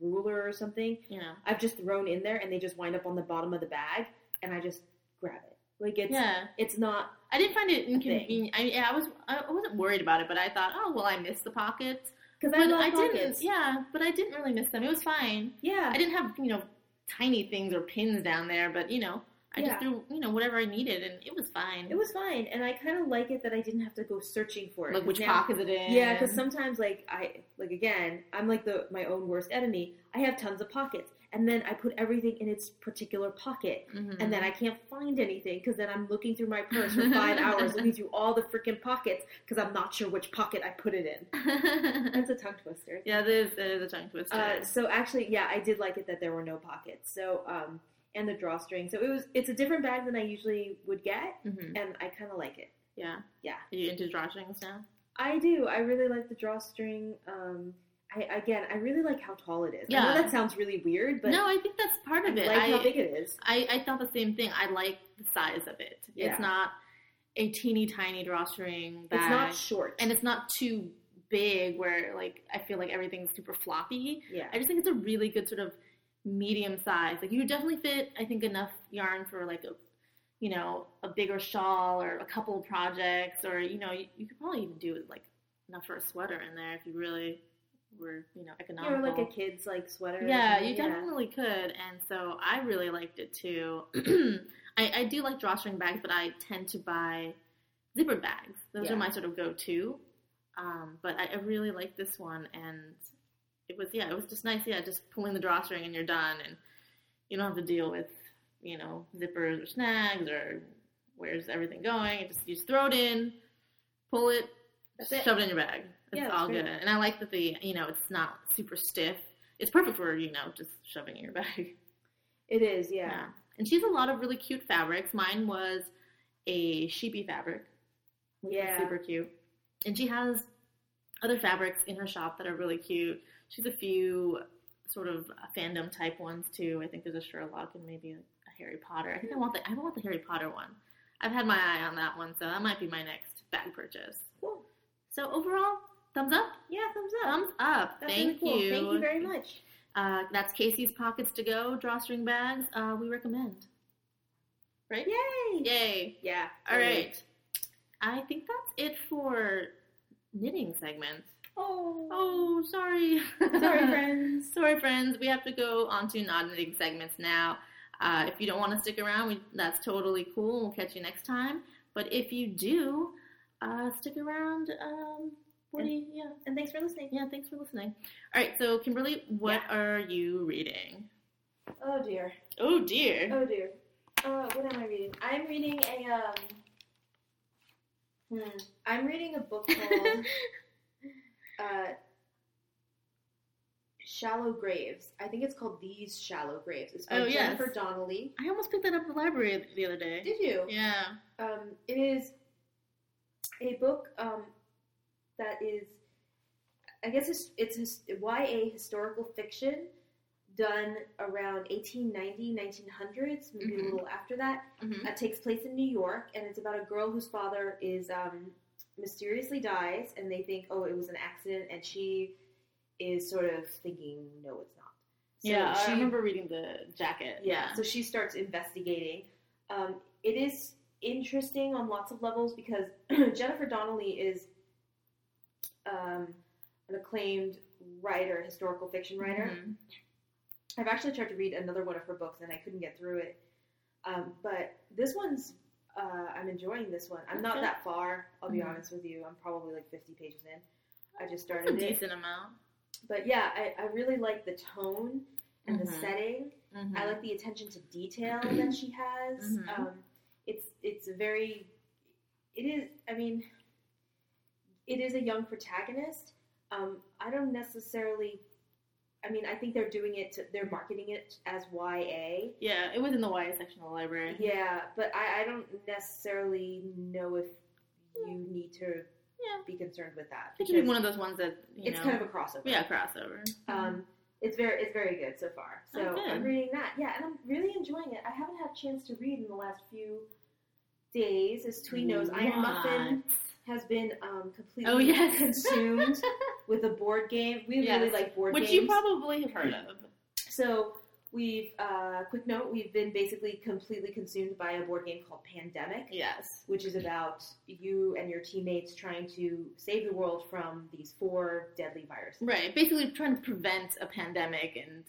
Speaker 2: ruler or something,
Speaker 1: Yeah.
Speaker 2: I've just thrown in there and they just wind up on the bottom of the bag and I just grab it. Like it's
Speaker 1: yeah.
Speaker 2: it's not
Speaker 1: I didn't find it
Speaker 2: a thing.
Speaker 1: inconvenient. I, yeah, I was I wasn't worried about it, but I thought, oh well, I missed the pockets.
Speaker 2: because I
Speaker 1: But
Speaker 2: love
Speaker 1: I didn't.
Speaker 2: pockets.
Speaker 1: Yeah, but I didn't really miss them. It was fine.
Speaker 2: yeah.
Speaker 1: I didn't have you know tiny things or pins down there, but you know I
Speaker 2: Yeah.
Speaker 1: just threw you know whatever I needed, and it was fine.
Speaker 2: It was fine, and I kind of like it that I didn't have to go searching for it.
Speaker 1: like
Speaker 2: 'cause
Speaker 1: which
Speaker 2: now-
Speaker 1: pocket is it in?
Speaker 2: Yeah, because sometimes like I like again, I'm like the my own worst enemy. I have tons of pockets, and then I put everything in its particular pocket,
Speaker 1: Mhm.
Speaker 2: and then I can't find anything because then I'm looking through my purse for five hours, looking through all the freaking pockets because I'm not sure which pocket I put it in. That's a tongue twister.
Speaker 1: yeah, there's there's a tongue twister.
Speaker 2: Uh, so actually, yeah, I did like it that there were no pockets. So um, and the drawstring. So it was it's a different bag than I usually would get,
Speaker 1: Mhm.
Speaker 2: and I kind of like it.
Speaker 1: Yeah.
Speaker 2: Yeah.
Speaker 1: Are you into drawstrings now?
Speaker 2: I do. I really like the drawstring. Um, I again, I really like how tall it is. I know
Speaker 1: Yeah.
Speaker 2: that sounds really weird, but
Speaker 1: no, I think that's part
Speaker 2: I
Speaker 1: of it.
Speaker 2: like how
Speaker 1: I-
Speaker 2: big it is.
Speaker 1: I, I thought the same thing. I like the size of it.
Speaker 2: Yeah.
Speaker 1: It's not a teeny tiny drawstring bag,
Speaker 2: It's not short,
Speaker 1: and it's not too big where like I feel like everything's super floppy.
Speaker 2: yeah,
Speaker 1: I just think it's a really good sort of medium size. Like you could definitely fit, I think, enough yarn for like a you know a bigger shawl or a couple of projects, or you know you, you could probably even do like enough for a sweater in there if you really were you know
Speaker 2: yeah,
Speaker 1: economical.
Speaker 2: or like a kid's like sweater. or
Speaker 1: Yeah,
Speaker 2: something,
Speaker 1: you definitely could, and so I really liked it too. I, I do like drawstring bags, but I tend to buy zippered bags. Those
Speaker 2: Yeah.
Speaker 1: are my sort of go-to. Um, but I, I really like this one, and it was yeah, it was just nice. Yeah, just pulling the drawstring and you're done, and you don't have to deal with you know zippers or snags or where's everything going. It just you just throw it in, pull it,
Speaker 2: That's it.
Speaker 1: shove it in your bag. It's
Speaker 2: Yeah, that's
Speaker 1: all
Speaker 2: great.
Speaker 1: good. And I like that the you know it's not super stiff. It's perfect for you know just shoving it in your bag.
Speaker 2: It is, yeah.
Speaker 1: And she's a lot of really cute fabrics. Mine was a sheepy fabric. which is
Speaker 2: Yeah.
Speaker 1: Super cute. And she has other fabrics in her shop that are really cute. She's a few sort of uh, fandom type ones too. I think there's a Sherlock and maybe a Harry Potter. I think I want the I want the Harry Potter one. I've had my eye on that one, so that might be my next bag purchase.
Speaker 2: Cool.
Speaker 1: So overall, thumbs up.
Speaker 2: Yeah, thumbs up.
Speaker 1: Thumbs up.
Speaker 2: That's
Speaker 1: Thank
Speaker 2: really cool.
Speaker 1: you.
Speaker 2: Thank you very much.
Speaker 1: Uh, that's Casey's Pockets to Go drawstring bags. Uh, we recommend. Right?
Speaker 2: Yay!
Speaker 1: Yay.
Speaker 2: Yeah.
Speaker 1: All
Speaker 2: totally.
Speaker 1: right. I think that's it for knitting segments.
Speaker 2: Oh,
Speaker 1: Oh, sorry.
Speaker 2: sorry, friends.
Speaker 1: Sorry, friends. We have to go on to non knitting segments now. Uh, if you don't want to stick around, we, that's totally cool. We'll catch you next time. But if you do, uh, stick around. Um, what do you, yeah.
Speaker 2: And thanks for listening.
Speaker 1: Yeah, thanks for listening. All right, so Kimberly, what are you reading?
Speaker 2: Oh dear.
Speaker 1: Oh dear.
Speaker 2: Oh dear. Uh, what am I reading? I'm reading a um. hmm, I'm reading a book called uh, Shallow Graves. I think it's called These Shallow Graves. It's by
Speaker 1: Oh, yes.
Speaker 2: Jennifer Donnelly.
Speaker 1: I almost picked that up at the library the other day.
Speaker 2: Did you?
Speaker 1: Yeah.
Speaker 2: Um, it is a book um, that is, I guess it's, it's his, YA historical fiction done around 1890, 1900s, maybe a
Speaker 1: Mhm.
Speaker 2: little after that.
Speaker 1: Mhm.
Speaker 2: It takes place in New York, and it's about a girl whose father is um, mysteriously dies, and they think, oh, it was an accident, and she is sort of thinking, no, it's not. So
Speaker 1: yeah,
Speaker 2: she-
Speaker 1: I remember reading the jacket.
Speaker 2: yeah. So she starts investigating. Um, it is interesting on lots of levels because Jennifer Donnelly is um, an acclaimed writer, historical fiction writer.
Speaker 1: Mhm.
Speaker 2: I've actually tried to read another one of her books and I couldn't get through it. Um, but this one's, uh, I'm enjoying this one. I'm not
Speaker 1: Okay.
Speaker 2: that far, I'll be
Speaker 1: Mhm.
Speaker 2: honest with you. I'm probably like 50 pages in. I just
Speaker 1: That's a
Speaker 2: started it.
Speaker 1: decent amount.
Speaker 2: But yeah, I, I really like the tone and the
Speaker 1: Mhm.
Speaker 2: setting.
Speaker 1: Mhm.
Speaker 2: I like the attention to detail that she has.
Speaker 1: Mhm.
Speaker 2: Um, it's it's a very, it is. I mean, it is a young protagonist. Um, I don't necessarily. I mean, I think they're doing it. To, they're marketing it as YA.
Speaker 1: yeah, it was in the YA section of the library.
Speaker 2: Yeah, but I, I don't necessarily know if you need to
Speaker 1: Yeah.
Speaker 2: be concerned with that.
Speaker 1: It could be
Speaker 2: because
Speaker 1: one of those ones that you
Speaker 2: it's
Speaker 1: know.
Speaker 2: kind of a crossover.
Speaker 1: yeah, crossover.
Speaker 2: Um, It's very it's very good so far. So
Speaker 1: Mm-hmm. Oh, good.
Speaker 2: I'm reading that. Yeah, and I'm really enjoying it. I haven't had a chance to read in the last few days. As Twee knows, Iron Muffin has been um, completely
Speaker 1: Oh, yes.
Speaker 2: consumed with a board game. We really
Speaker 1: Yes.
Speaker 2: like board
Speaker 1: which
Speaker 2: games.
Speaker 1: you probably have heard of.
Speaker 2: so we've uh, quick note. We've been basically completely consumed by a board game called Pandemic
Speaker 1: Yes.
Speaker 2: which is about you and your teammates trying to save the world from these four deadly viruses.
Speaker 1: Right. Basically, trying to prevent a pandemic, and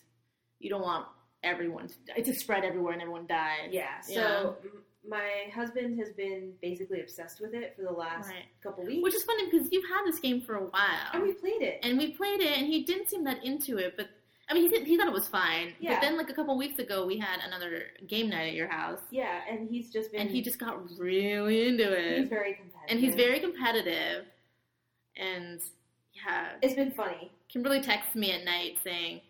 Speaker 1: you don't want everyone to die. to spread everywhere and everyone dies.
Speaker 2: Yeah. So m my husband has been basically obsessed with it for the last
Speaker 1: Right.
Speaker 2: couple weeks,
Speaker 1: Which is funny because you've had this game for a while,
Speaker 2: and we played it.
Speaker 1: and we played it, and he didn't seem that into it. But I mean, he did, he thought it was fine.
Speaker 2: Yeah.
Speaker 1: But then, like a couple weeks ago, we had another game night at your house,
Speaker 2: Yeah, and he's just been
Speaker 1: and he just got really into it,
Speaker 2: Mm-hmm. he's very competitive,
Speaker 1: and he's very competitive, and yeah,
Speaker 2: It's been funny.
Speaker 1: Kimberly texts me at night saying,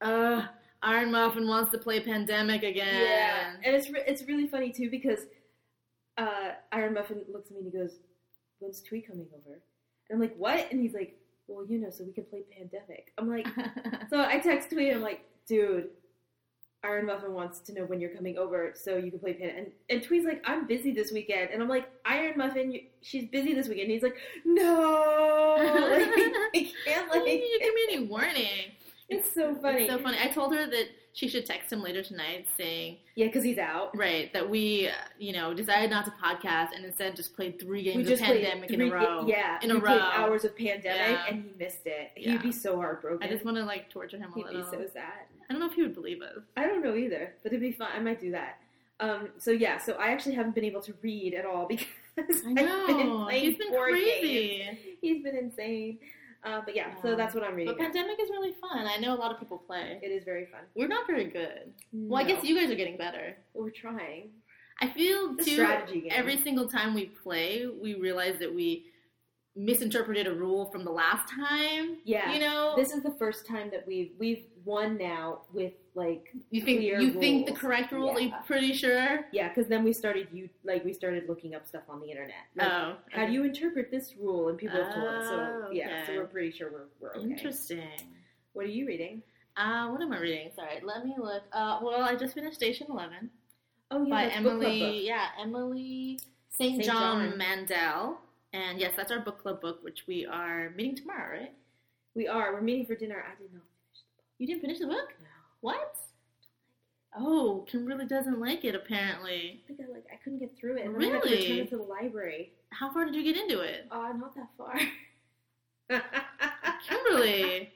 Speaker 1: "Uh, Iron Muffin wants to play Pandemic again."
Speaker 2: Yeah, and it's re- it's really funny too because uh, Iron Muffin looks at me and he goes, "When's Twee coming over?" And I'm like, "What?" And he's like, "Well, you know, so we can play Pandemic." I'm like, So I text Tweet. I'm like, dude, Iron Muffin wants to know when you're coming over so you can play pin. And and Tweet's like, I'm busy this weekend. And I'm like, Iron Muffin, you, she's busy this weekend. And he's like, no, like, I can't.
Speaker 1: Like,
Speaker 2: Like,
Speaker 1: you give me any warning.
Speaker 2: it's so funny.
Speaker 1: It's so funny. I told her that she should text him later tonight saying,
Speaker 2: yeah, because he's out.
Speaker 1: right, that we, uh, you know, decided not to podcast and instead just played three games of
Speaker 2: played
Speaker 1: pandemic in
Speaker 2: three
Speaker 1: a row.
Speaker 2: ga- Yeah,
Speaker 1: In a
Speaker 2: we played
Speaker 1: row.
Speaker 2: hours of pandemic,
Speaker 1: Yeah.
Speaker 2: and he missed it.
Speaker 1: Yeah.
Speaker 2: He'd be so heartbroken.
Speaker 1: I just want to like torture him a
Speaker 2: He'd be
Speaker 1: little.
Speaker 2: so sad.
Speaker 1: I don't know if he would believe us.
Speaker 2: I don't know either, but it'd be fun. I might do that. Um, so yeah, so I actually haven't been able to read at all because
Speaker 1: I
Speaker 2: have been
Speaker 1: know.
Speaker 2: playing
Speaker 1: He's been
Speaker 2: board games.
Speaker 1: crazy.
Speaker 2: He's been insane. Uh, but yeah,
Speaker 1: Yeah.
Speaker 2: so that's what I'm reading.
Speaker 1: But Pandemic is really fun. I know a lot of people play.
Speaker 2: it is very fun.
Speaker 1: We're not very good. Well, I guess you guys are getting better.
Speaker 2: we're trying.
Speaker 1: I feel
Speaker 2: It's a
Speaker 1: too.
Speaker 2: strategy game.
Speaker 1: Every single time we play, we realize that we misinterpreted a rule from the last time.
Speaker 2: yeah.
Speaker 1: You know,
Speaker 2: this is the first time that we've we've won now with like
Speaker 1: you think
Speaker 2: clear
Speaker 1: you think the
Speaker 2: rules.
Speaker 1: correct rules. Are you
Speaker 2: Yeah.
Speaker 1: pretty sure?
Speaker 2: yeah because then we started you like we started looking up stuff on the internet like,
Speaker 1: oh,
Speaker 2: how do you interpret this rule and people have told us so
Speaker 1: Oh,
Speaker 2: yeah so
Speaker 1: okay.
Speaker 2: we're pretty sure we're, we're okay
Speaker 1: Interesting.
Speaker 2: what are you reading
Speaker 1: Uh, what am I reading? Sorry, let me look. Uh, well, I just finished Station Eleven
Speaker 2: oh yeah
Speaker 1: by
Speaker 2: that's book club
Speaker 1: Emily.
Speaker 2: book.
Speaker 1: Yeah, Emily St.
Speaker 2: St.
Speaker 1: John,
Speaker 2: John.
Speaker 1: Mandel. And yes, that's our book club book, which we are meeting tomorrow, right?
Speaker 2: we are we're meeting for dinner I did not finish
Speaker 1: You didn't finish the book?
Speaker 2: the book no
Speaker 1: What? Oh, Kimberly doesn't like it apparently.
Speaker 2: I think I like I couldn't get through it and then I had to
Speaker 1: Really?
Speaker 2: return it to the library
Speaker 1: How far did you get into it?
Speaker 2: Uh, not that far.
Speaker 1: Kimberly.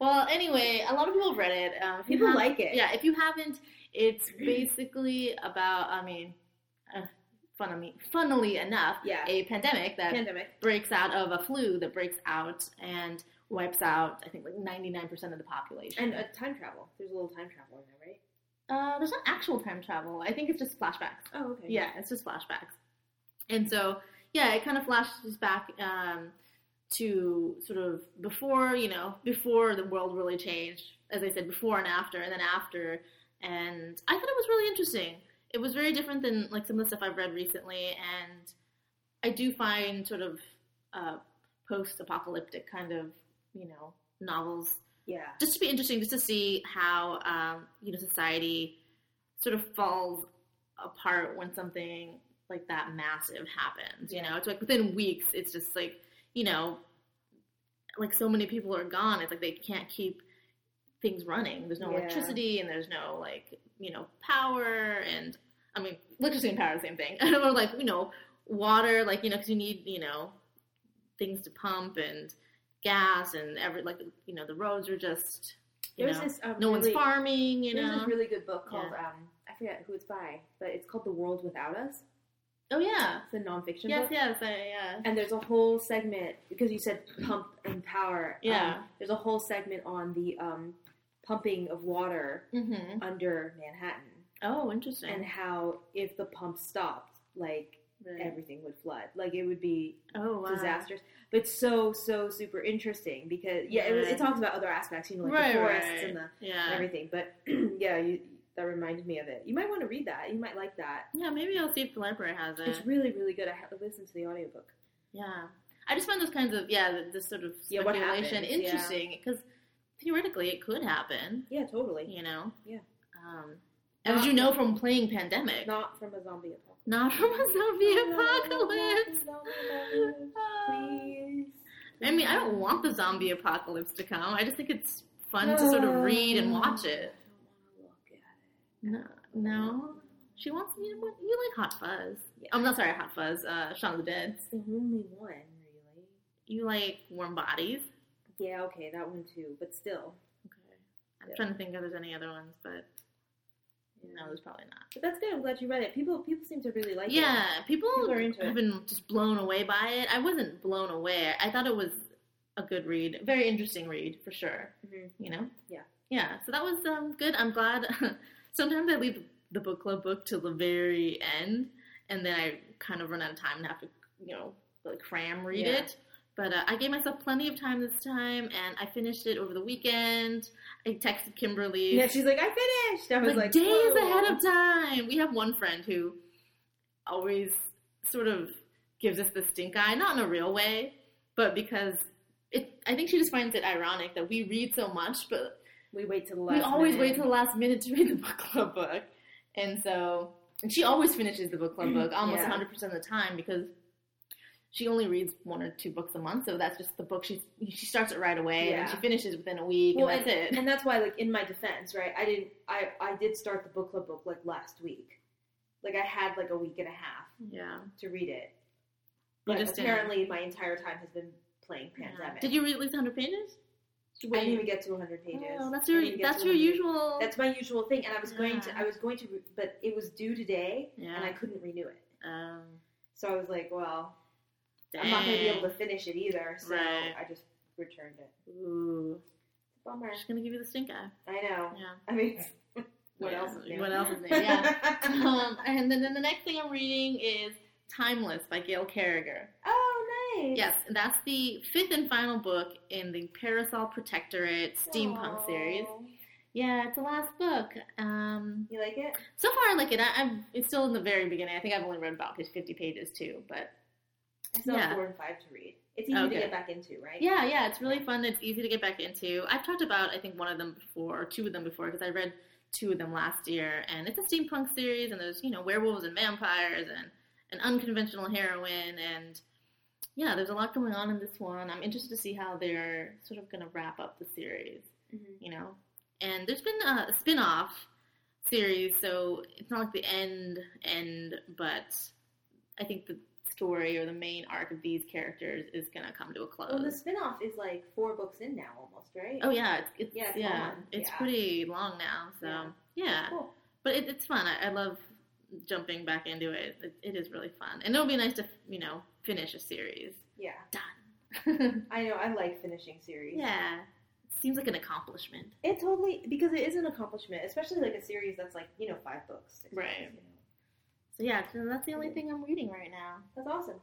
Speaker 1: well, anyway, a lot of people have read it. Um, if you
Speaker 2: People
Speaker 1: have-
Speaker 2: like it.
Speaker 1: Yeah, if you haven't, it's basically about, I mean, uh, funnily, funnily enough,
Speaker 2: Yeah.
Speaker 1: a pandemic that
Speaker 2: Pandemic.
Speaker 1: breaks out of a flu that breaks out and wipes out, I think, like 99% of the population.
Speaker 2: And uh, time travel. There's a little time travel in there, right?
Speaker 1: uh, there's not actual time travel. I think it's just flashbacks.
Speaker 2: Oh, okay.
Speaker 1: Yeah, it's just flashbacks. And so, yeah, it kind of flashes back um, to sort of before, you know, before the world really changed, as I said, before and after, and then after. And I thought it was really interesting. It was very different than like some of the stuff I've read recently, and I do find sort of uh, post-apocalyptic kind of, you know, novels
Speaker 2: Yeah.
Speaker 1: just to be interesting, just to see how um, you know society sort of falls apart when something like that massive happens. You
Speaker 2: Yeah.
Speaker 1: know, it's like within weeks, it's just like you know, like so many people are gone. It's like they can't keep things running. There's no
Speaker 2: Yeah.
Speaker 1: electricity, and there's no like you know power, and I mean electricity and power are the same thing. or like you know water, like you know, because you need you know things to pump and gas and every like you know the roads are just you
Speaker 2: There's
Speaker 1: know,
Speaker 2: this. Um,
Speaker 1: no
Speaker 2: really-
Speaker 1: one's farming you
Speaker 2: There's
Speaker 1: know
Speaker 2: this really good book called um, I forget who it's by, but it's called The World Without Us.
Speaker 1: oh yeah
Speaker 2: It's a nonfiction
Speaker 1: yes
Speaker 2: book.
Speaker 1: yes I, yeah
Speaker 2: And there's a whole segment because you said pump and power. um,
Speaker 1: Yeah.
Speaker 2: there's a whole segment on the um, pumping of water
Speaker 1: mm-hmm.
Speaker 2: under Manhattan
Speaker 1: oh interesting
Speaker 2: and how if the pump stopped, like
Speaker 1: Right.
Speaker 2: everything would flood. Like it would be
Speaker 1: oh wow
Speaker 2: disasters. But so so super interesting because yeah, it, was,
Speaker 1: Yeah.
Speaker 2: it talks about other aspects, you know, like
Speaker 1: Right,
Speaker 2: the forests
Speaker 1: right.
Speaker 2: and the and
Speaker 1: yeah
Speaker 2: everything. But yeah, you, that reminded me of it. You might want to read that. You might like that.
Speaker 1: yeah maybe i'll see if the library has it
Speaker 2: It's really really good. I had to listen to the audiobook.
Speaker 1: yeah i just find those kinds of yeah th- this sort of
Speaker 2: Yeah, what
Speaker 1: speculation
Speaker 2: happens, yeah.
Speaker 1: interesting because theoretically it could happen.
Speaker 2: Yeah, totally.
Speaker 1: You know.
Speaker 2: Yeah.
Speaker 1: Um, as you know from playing Pandemic, not,
Speaker 2: Not from a zombie apocalypse.
Speaker 1: from a zombie apocalypse.
Speaker 2: Please.
Speaker 1: I mean, I don't want the zombie apocalypse to come. I just think it's fun to sort of read and watch it. No, no. She wants you. know what? You like Hot Fuzz?
Speaker 2: Yeah.
Speaker 1: I'm not sorry, Hot Fuzz. Uh, Shaun of the Dead.
Speaker 2: It's the only one, really.
Speaker 1: You like Warm Bodies?
Speaker 2: Yeah, okay, that one too, but still.
Speaker 1: Okay. I'm trying to think if there's any other ones, but no, there's probably not.
Speaker 2: But that's good. I'm glad you read it. People people seem to really like it.
Speaker 1: yeah, people,
Speaker 2: People are into
Speaker 1: have
Speaker 2: it.
Speaker 1: been just blown away by it. I wasn't blown away. I thought it was a good read, very interesting read for sure.
Speaker 2: Mhm.
Speaker 1: you know?
Speaker 2: Yeah.
Speaker 1: Yeah. So that was um, good. I'm glad. Sometimes I leave the book club book till the very end, and then I kind of run out of time and have to, you know, like cram read
Speaker 2: Yeah.
Speaker 1: it. But uh, I gave myself plenty of time this time, and I finished it over the weekend. I texted Kimberly.
Speaker 2: Yeah, she's like, I finished. I
Speaker 1: like,
Speaker 2: was like,
Speaker 1: days
Speaker 2: whoa.
Speaker 1: ahead of time. We have one friend who always sort of gives us the stink eye, not in a real way, but because it. I think she just finds it ironic that we read so much, but
Speaker 2: We wait till the last.
Speaker 1: we always wait
Speaker 2: minute.
Speaker 1: till the last minute to read the book club book, and so and she always finishes the book club book almost
Speaker 2: Yeah.
Speaker 1: 100 percent of the time because she only reads one or two books a month, so that's just the book she she starts it right away and
Speaker 2: Yeah.
Speaker 1: she finishes within a week,
Speaker 2: Well,
Speaker 1: and that's it.
Speaker 2: and that's why, like, in my defense, right? I didn't. I I did start the book club book like last week. Like, I had like a week and a half
Speaker 1: yeah,
Speaker 2: to read it.
Speaker 1: you
Speaker 2: But
Speaker 1: just didn't-
Speaker 2: apparently, my entire time has been playing
Speaker 1: yeah.
Speaker 2: pandemic.
Speaker 1: Did you read at least 100 pages?
Speaker 2: I didn't even get to 100 pages.
Speaker 1: Oh, that's
Speaker 2: I
Speaker 1: your
Speaker 2: didn't get
Speaker 1: that's
Speaker 2: to
Speaker 1: your
Speaker 2: 100.
Speaker 1: usual.
Speaker 2: That's my usual thing, and I was going to.
Speaker 1: Yeah.
Speaker 2: I was going to, re- but it was due today,
Speaker 1: yeah.
Speaker 2: and I couldn't renew it.
Speaker 1: um,
Speaker 2: So I was like, well, I'm not going to be
Speaker 1: dang.
Speaker 2: able to finish it either. So
Speaker 1: Right.
Speaker 2: I just returned it.
Speaker 1: Ooh,
Speaker 2: Bummer.
Speaker 1: I'm just gonna give you the stink eye.
Speaker 2: I know.
Speaker 1: Yeah.
Speaker 2: I mean, what
Speaker 1: Yeah.
Speaker 2: else? Is new?
Speaker 1: What else is new? Yeah. um, and then, then the next thing I'm reading is Timeless by Gail Carriger.
Speaker 2: oh, nice.
Speaker 1: Yes, and that's the fifth and final book in the Parasol Protectorate steampunk
Speaker 2: Aw.
Speaker 1: series. Yeah, it's the last book. Um,
Speaker 2: You like it?
Speaker 1: so far, I like it. I, I'm it's still in the very beginning. I think I've only read about just 50 pages too, but
Speaker 2: I still have
Speaker 1: Yeah.
Speaker 2: four and five to read. It's easy
Speaker 1: Okay.
Speaker 2: to get back into, right?
Speaker 1: Yeah, yeah, it's really fun. It's easy to get back into. I've talked about I think one of them before, or two of them before, because I read two of them last year, and it's a steampunk series, and there's you know werewolves and vampires and an unconventional heroine, and yeah, there's a lot going on in this one. I'm interested to see how they're sort of going to wrap up the series,
Speaker 2: Mhm.
Speaker 1: you know. And there's been a spin-off series, so it's not like the end end, but I think the story or the main arc of these characters is going to come to a close.
Speaker 2: Well, the spin-off is like four books in now, almost, right?
Speaker 1: Oh yeah, it's, it's
Speaker 2: Yeah,
Speaker 1: yeah, it's,
Speaker 2: it's long. Yeah.
Speaker 1: pretty long now. So yeah,
Speaker 2: Cool.
Speaker 1: but it, it's fun. I, I love jumping back into it. it. It is really fun, and it'll be nice to you know finish a series.
Speaker 2: Yeah.
Speaker 1: yeah,
Speaker 2: I know. I like finishing series.
Speaker 1: it seems like an accomplishment.
Speaker 2: It totally because it is an accomplishment, especially like a series that's like you know five books. six
Speaker 1: Right.
Speaker 2: books, you
Speaker 1: So
Speaker 2: know.
Speaker 1: yeah, so that's the only thing I'm reading right now.
Speaker 2: That's awesome.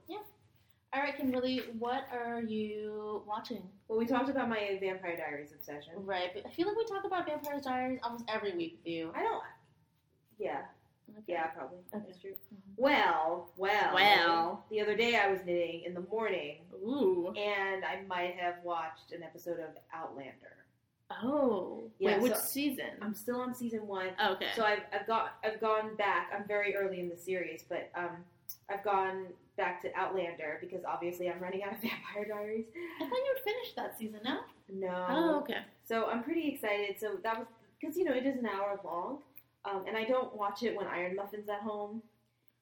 Speaker 1: All right, Kimberly, what are you watching?
Speaker 2: Well, we talked about my Vampire Diaries obsession.
Speaker 1: Right, but I feel like we talk about Vampire Diaries almost every week with you.
Speaker 2: I don't. Yeah.
Speaker 1: Okay.
Speaker 2: Yeah, probably.
Speaker 1: Okay.
Speaker 2: That's true.
Speaker 1: Mhm.
Speaker 2: Well, well,
Speaker 1: Well.
Speaker 2: The other day I was knitting in the morning,
Speaker 1: Ooh.
Speaker 2: and I might have watched an episode of Outlander.
Speaker 1: Oh.
Speaker 2: Yeah,
Speaker 1: Wait, which
Speaker 2: so-
Speaker 1: season? Oh,
Speaker 2: I'm still on season one,
Speaker 1: okay.
Speaker 2: so I've I've got I've gone back. I'm very early in the series, but um, I've gone back to Outlander because obviously I'm running out of Vampire Diaries.
Speaker 1: I thought you would finish that season, no?
Speaker 2: No.
Speaker 1: Oh, okay.
Speaker 2: So I'm pretty excited. So that was because you know it is an hour long, um, and I don't watch it when Iron Muffin's at home.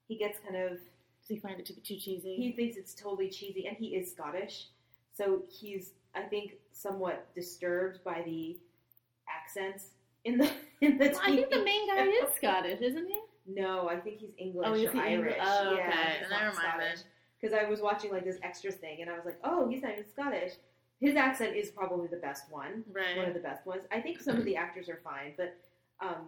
Speaker 2: He gets kind of
Speaker 1: Does he find it to be too cheesy?
Speaker 2: he thinks it's totally cheesy, and he is Scottish, so he's I think somewhat disturbed by the accents in the in the.
Speaker 1: Well, I think the
Speaker 2: TV
Speaker 1: main guy
Speaker 2: show.
Speaker 1: is Scottish, isn't he?
Speaker 2: No, I think he's English
Speaker 1: Oh, is
Speaker 2: or
Speaker 1: he
Speaker 2: Irish.
Speaker 1: English? Oh,
Speaker 2: yeah,
Speaker 1: okay.
Speaker 2: he's
Speaker 1: Never
Speaker 2: not
Speaker 1: mind then.
Speaker 2: Scottish. Because I was watching like this extras thing, and I was like, oh, he's not even Scottish. His accent is probably the best one. one of the best ones. I think some of the actors are fine, but um,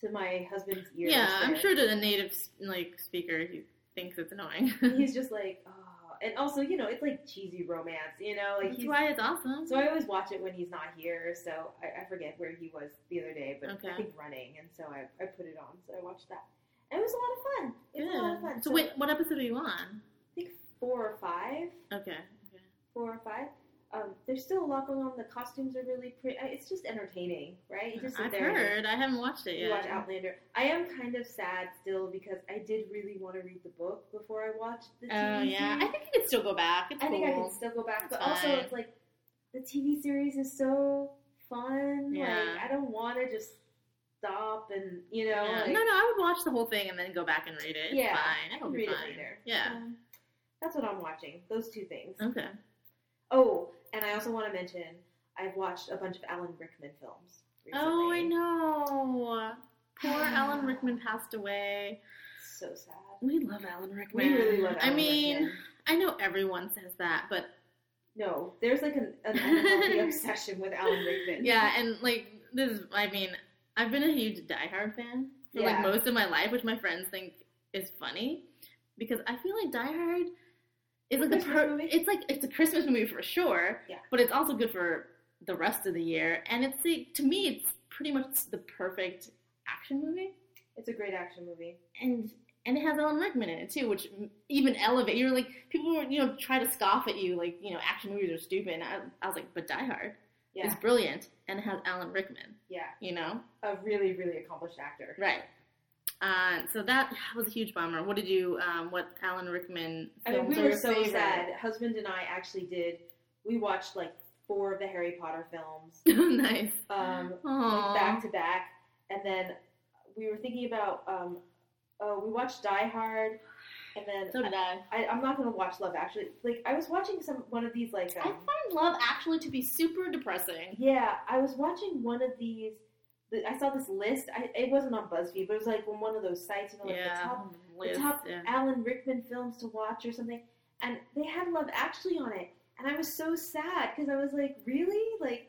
Speaker 2: to my husband's ear,
Speaker 1: Yeah, I'm
Speaker 2: there,
Speaker 1: sure to the native like speaker, he thinks it's annoying.
Speaker 2: he's just like, oh. and also you know it's like cheesy romance, you know, like
Speaker 1: That's
Speaker 2: he's.
Speaker 1: why it's awesome.
Speaker 2: So I always watch it when he's not here. So I, I forget where he was the other day, but
Speaker 1: Okay.
Speaker 2: I think running, and so I, I put it on. So I watched that. And it was a lot of fun. It was a lot of fun.
Speaker 1: Good. So wait, what episode are you on?
Speaker 2: I think four or five,
Speaker 1: Okay. okay.
Speaker 2: four or five. um, there's still a lot going on. The costumes are really pretty. I- It's just entertaining, right? You just sit
Speaker 1: I've
Speaker 2: there and
Speaker 1: heard. I haven't watched it
Speaker 2: you
Speaker 1: yet.
Speaker 2: watch Outlander. I am kind of sad still because I did really want to read the book before I watched the
Speaker 1: Oh
Speaker 2: TV
Speaker 1: yeah, I
Speaker 2: series.
Speaker 1: think I could still go back. It's
Speaker 2: I, think I
Speaker 1: cool.
Speaker 2: can still go back, but
Speaker 1: It's
Speaker 2: also
Speaker 1: fine.
Speaker 2: it's like the TV series is so fun.
Speaker 1: Yeah.
Speaker 2: Like I don't want to just stop and you know.
Speaker 1: Yeah.
Speaker 2: like-
Speaker 1: no, no, I would watch the whole thing and then go back and read it. It's
Speaker 2: Yeah,
Speaker 1: fine. It'll
Speaker 2: can
Speaker 1: be
Speaker 2: read
Speaker 1: fine.
Speaker 2: it later.
Speaker 1: Yeah.
Speaker 2: Um, that's what I'm watching. Those two things.
Speaker 1: Okay.
Speaker 2: Oh, and I also want to mention I've watched a bunch of Alan Rickman films. Recently.
Speaker 1: Oh, I know. Poor Alan Rickman passed away.
Speaker 2: So sad.
Speaker 1: We love Alan Rickman.
Speaker 2: We really love. Alan
Speaker 1: I mean,
Speaker 2: Rickman.
Speaker 1: I know everyone says that, but
Speaker 2: no, there's like an, an unhealthy obsession with Alan Rickman.
Speaker 1: yeah, and like this, is, I mean, I've been a huge Die Hard fan for
Speaker 2: Yeah.
Speaker 1: like most of my life, which my friends think is funny because I feel like Die Hard is like the
Speaker 2: Christmas
Speaker 1: per-
Speaker 2: movie?
Speaker 1: it's like it's a Christmas movie for sure,
Speaker 2: Yeah.
Speaker 1: but it's also good for the rest of the year, and it's like to me, it's pretty much the perfect action movie,
Speaker 2: It's a great action movie.
Speaker 1: and. And it has Alan Rickman in it too, which even elevate. You're like people, were, you know, try to scoff at you, like you know, action movies are stupid. And I, I was like, but Die Hard,
Speaker 2: Yeah,
Speaker 1: is brilliant and has Alan Rickman,
Speaker 2: yeah,
Speaker 1: you know?
Speaker 2: a really, really accomplished actor.
Speaker 1: Right. Uh, so that was a huge bummer. What did you, um, what Alan Rickman
Speaker 2: I mean,
Speaker 1: films
Speaker 2: we
Speaker 1: are
Speaker 2: were
Speaker 1: your
Speaker 2: so
Speaker 1: favorite?
Speaker 2: sad. Husband and I actually did. We watched like four of the Harry Potter films,
Speaker 1: Oh, nice.
Speaker 2: um,
Speaker 1: Aw.
Speaker 2: like, back to back, and then we were thinking about. Um, oh, we watched Die Hard, and then
Speaker 1: so did I.
Speaker 2: I, I'm not gonna watch Love Actually. Like I was watching some one of these like.
Speaker 1: I
Speaker 2: Um,
Speaker 1: find Love Actually to be super depressing.
Speaker 2: Yeah, I was watching one of these. the- I saw this list. I, it wasn't on BuzzFeed, but it was like on one of those sites. You know, like the
Speaker 1: Yeah.
Speaker 2: top
Speaker 1: Liz,
Speaker 2: top-
Speaker 1: yeah.
Speaker 2: Alan Rickman films to watch or something, and they had Love Actually on it, and I was so sad because I was like, really, like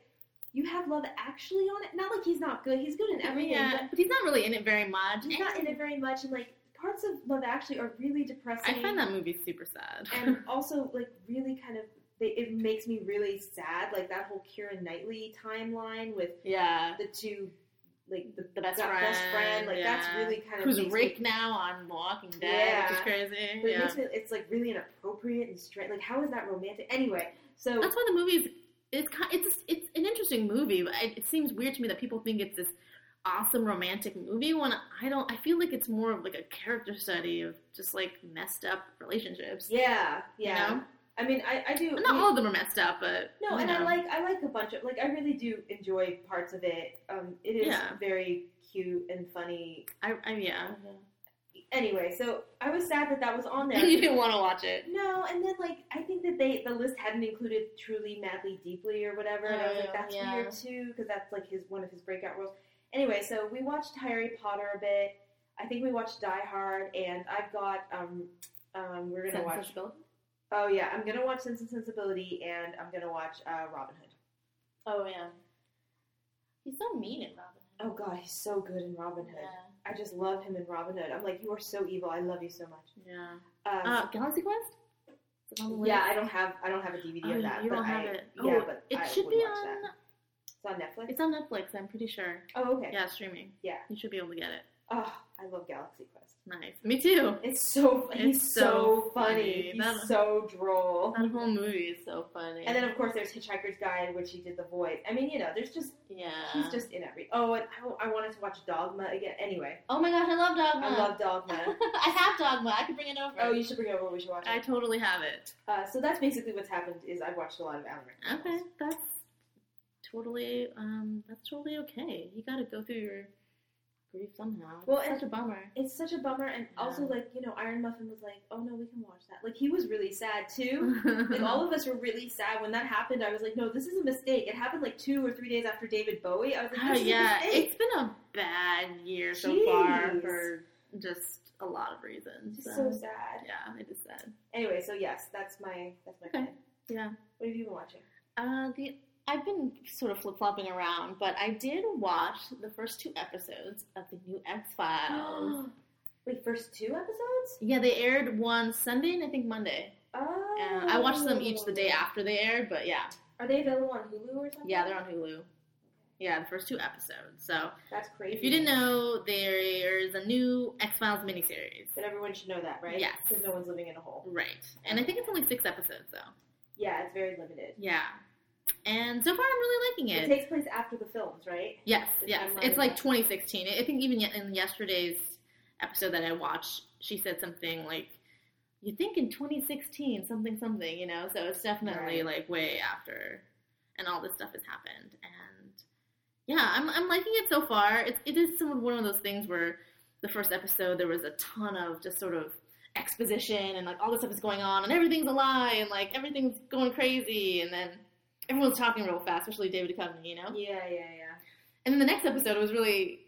Speaker 2: you have Love Actually on it? Not like he's not good. He's good in everything,
Speaker 1: Yeah, but he's not really in it very much.
Speaker 2: but he's not in it very much. And like parts of Love Actually are really depressing.
Speaker 1: I find that movie super sad.
Speaker 2: and also like really kind of. They, it makes me really sad, like that whole Kieran Knightley timeline with
Speaker 1: yeah.
Speaker 2: the two, like the
Speaker 1: The best
Speaker 2: that
Speaker 1: friend.
Speaker 2: best friend, like that's
Speaker 1: yeah.
Speaker 2: really kind of
Speaker 1: Who's
Speaker 2: makes me-
Speaker 1: Rick now on Walking Dead, which is
Speaker 2: Yeah.
Speaker 1: crazy.
Speaker 2: but it
Speaker 1: yeah.
Speaker 2: makes me, it's like really inappropriate and strange. Like, how is that romantic? Anyway, so
Speaker 1: That's why the movie is it's ki- it's it's an interesting movie, but it, it seems weird to me that people think it's this awesome romantic movie when I don't. I feel like it's more of like a character study of just like messed up relationships.
Speaker 2: yeah, yeah.
Speaker 1: You know?
Speaker 2: I mean, I, I do.
Speaker 1: And not all of them are messed up, but
Speaker 2: no,
Speaker 1: you
Speaker 2: and I
Speaker 1: know.
Speaker 2: like I like a bunch of like I really do enjoy parts of it. Um, it is
Speaker 1: Yeah.
Speaker 2: very cute and funny.
Speaker 1: I, I yeah.
Speaker 2: Anyway, so I was sad that that was on there.
Speaker 1: you didn't want to watch it.
Speaker 2: No, and then like I think that they the list hadn't included truly, madly, deeply or whatever, and I was
Speaker 1: Oh,
Speaker 2: like, that's
Speaker 1: yeah.
Speaker 2: weird too because that's like his one of his breakout roles. Anyway, so we watched Harry Potter a bit. I think we watched Die Hard, and I've got um um we're gonna
Speaker 1: Sense
Speaker 2: watch
Speaker 1: and Sensibility?
Speaker 2: oh yeah I'm gonna watch Sense and Sensibility, and I'm gonna watch uh, Robin Hood.
Speaker 1: Oh yeah. He's so mean in Robin. Hood.
Speaker 2: Oh god, he's so good in Robin Hood. I just love him in Robin Hood. I'm like, you are so evil. I love you so much.
Speaker 1: Yeah. yeah.
Speaker 2: Um,
Speaker 1: Uh, Galaxy Quest. Is it on the list?
Speaker 2: yeah, I don't have I don't have a DVD
Speaker 1: Oh,
Speaker 2: of that.
Speaker 1: you
Speaker 2: but
Speaker 1: don't have
Speaker 2: I,
Speaker 1: it.
Speaker 2: Yeah,
Speaker 1: Oh,
Speaker 2: but
Speaker 1: It
Speaker 2: I
Speaker 1: should
Speaker 2: would
Speaker 1: be
Speaker 2: watch
Speaker 1: on.
Speaker 2: That. It's on Netflix.
Speaker 1: It's on Netflix. I'm pretty sure.
Speaker 2: Oh, okay.
Speaker 1: Yeah, streaming.
Speaker 2: Yeah.
Speaker 1: You should be able to get it.
Speaker 2: Oh, I love Galaxy Quest.
Speaker 1: Nice. Me too.
Speaker 2: It's so
Speaker 1: It's
Speaker 2: he's
Speaker 1: so
Speaker 2: so
Speaker 1: funny.
Speaker 2: funny. He's
Speaker 1: That-
Speaker 2: so droll.
Speaker 1: That whole movie is so funny.
Speaker 2: And then of course there's Hitchhiker's Guide, which he did the voice. I mean, you know, there's just
Speaker 1: yeah,
Speaker 2: he's just in every. Oh, and I, I wanted to watch Dogma again. Anyway,
Speaker 1: Oh my gosh, I love Dogma.
Speaker 2: I love Dogma.
Speaker 1: I have Dogma. I could bring it over.
Speaker 2: oh, you should bring it over. We should watch
Speaker 1: I
Speaker 2: it.
Speaker 1: totally have it.
Speaker 2: Uh, so that's basically what's happened. Is I've watched a lot of Alan Rickman.
Speaker 1: Okay,
Speaker 2: films.
Speaker 1: that's totally um, that's totally okay. You got to go through your grief somehow.
Speaker 2: Well,
Speaker 1: it's
Speaker 2: and-
Speaker 1: such a bummer.
Speaker 2: It's such a bummer, and also
Speaker 1: Yeah.
Speaker 2: like you know, Iron Muffin was like, "Oh no, we can watch that." Like he was really sad
Speaker 1: Mm-hmm.
Speaker 2: too. Like all of us were really sad when that happened. I was like, "No, this is a mistake." It happened like two or three days after David Bowie. I was like,
Speaker 1: Oh,
Speaker 2: "This is
Speaker 1: yeah,
Speaker 2: a mistake."
Speaker 1: it's been a bad year so far
Speaker 2: Jeez.
Speaker 1: for just a lot of reasons.
Speaker 2: It's so sad.
Speaker 1: yeah, it is sad.
Speaker 2: Anyway, so yes, that's my that's my
Speaker 1: Okay.
Speaker 2: plan.
Speaker 1: Yeah.
Speaker 2: What have you been watching?
Speaker 1: Uh, the I've been sort of flip flopping around, but I did watch the first two episodes of the new X Files.
Speaker 2: Wait, first two episodes?
Speaker 1: yeah, they aired one Sunday and I think Monday.
Speaker 2: Oh,
Speaker 1: Uh, I watched them each the day after they aired, but yeah,
Speaker 2: Are they available on Hulu or something?
Speaker 1: yeah, they're on Hulu. Yeah, the first two episodes. So
Speaker 2: That's crazy.
Speaker 1: if you didn't know, there is a new X Files miniseries.
Speaker 2: but everyone should know that, right?
Speaker 1: Yeah.
Speaker 2: because no one's living in a hole.
Speaker 1: Right, and I think it's only six episodes though.
Speaker 2: Yeah, it's very limited.
Speaker 1: Yeah, and so far I'm really liking
Speaker 2: It
Speaker 1: it.
Speaker 2: takes place after the films, right?
Speaker 1: yes,
Speaker 2: the
Speaker 1: yes,
Speaker 2: timeline
Speaker 1: it's
Speaker 2: is
Speaker 1: like
Speaker 2: that-
Speaker 1: 2016. I I think even ye- in yesterday's episode that I watched, she said something like, "You think in 2016 something something," you know. So it's definitely
Speaker 2: Right.
Speaker 1: like way after, and all this stuff has happened. And yeah, I'm I'm liking it so far. It it is sort of one of those things where the first episode there was a ton of just sort of exposition and like all this stuff is going on and everything's a lie and like everything's going crazy and then everyone's talking real fast, especially David Duchovny, you know.
Speaker 2: Yeah, yeah, yeah.
Speaker 1: And then the next episode was really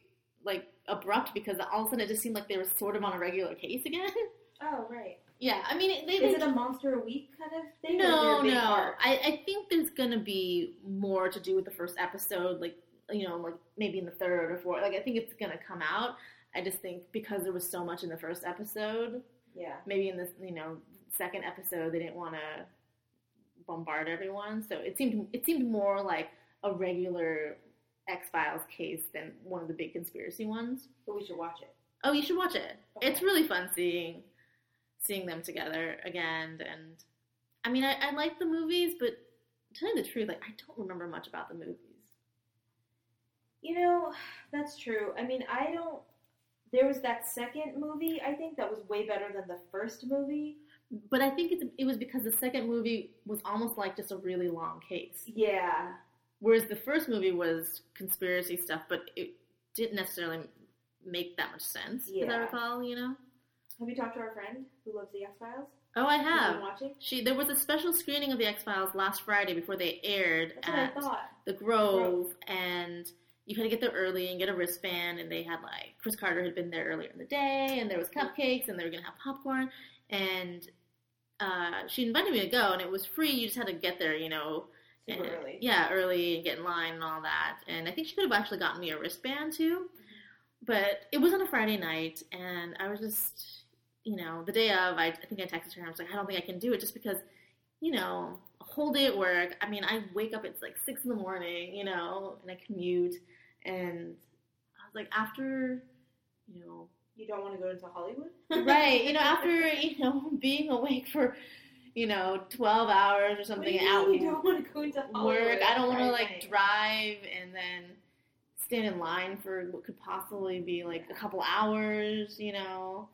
Speaker 1: like abrupt because all of a sudden it just seemed like they were sort of on a regular case again.
Speaker 2: Oh, right.
Speaker 1: yeah, I mean it- they.
Speaker 2: Is
Speaker 1: they
Speaker 2: it a monster a week kind of thing? or is there
Speaker 1: no,
Speaker 2: a big
Speaker 1: no.
Speaker 2: arc?
Speaker 1: I, I think there's gonna be more to do with the first episode, like you know, like maybe in the third or fourth. Like I think it's gonna come out. I just think because there was so much in the first episode,
Speaker 2: Yeah.
Speaker 1: maybe in this you know second episode they didn't want to bombard everyone so it seemed it seemed more like a regular x files case than one of the big conspiracy ones.
Speaker 2: But we should watch it.
Speaker 1: Oh, you should watch it it's
Speaker 2: Okay.
Speaker 1: really fun seeing seeing them together again and i mean i, I like the movies but to tell you the truth like i don't remember much about the movies
Speaker 2: You know, that's true. I mean, I don't. There was that second movie, I think, that was way better than the first movie.
Speaker 1: but i think it's, it was because the second movie was almost like just a really long case
Speaker 2: Yeah.
Speaker 1: Whereas the first movie was conspiracy stuff, but it didn't necessarily make that much sense, as I
Speaker 2: Yeah.
Speaker 1: recall, you know?
Speaker 2: Have you talked to our friend who loves the X Files?
Speaker 1: Oh, I
Speaker 2: Been
Speaker 1: have.
Speaker 2: watching.
Speaker 1: She there was a special screening of the X Files last Friday before they aired
Speaker 2: That's what I
Speaker 1: at
Speaker 2: thought.
Speaker 1: the Grove, and you had to get there early and get a wristband. And they had like Chris Carter had been there earlier in the day, and there was cupcakes, and they were gonna have popcorn. And uh, she invited me to go, and it was free. You just had to get there, you know,
Speaker 2: Super
Speaker 1: and-
Speaker 2: early.
Speaker 1: Eh, Yeah, early and get in line and all that. And I think she could have actually gotten me a wristband
Speaker 2: Mm-hmm.
Speaker 1: too. But it was on a Friday night, and I was just, you know, the day of, I, I think I texted her and I was like, I don't think I can do it just because, you know, a whole day at work. I mean, I wake up, it's like six in the morning, you know, and I commute. And I was like, after, you know,
Speaker 2: You don't want to go into Hollywood?
Speaker 1: right you know after you know being awake for you know 12 hours or
Speaker 2: What do
Speaker 1: something
Speaker 2: you
Speaker 1: out
Speaker 2: mean You don't want to go into Hollywood.
Speaker 1: work i don't want to
Speaker 2: Right,
Speaker 1: like
Speaker 2: right.
Speaker 1: drive and then stand in line for what could possibly be like a couple hours you know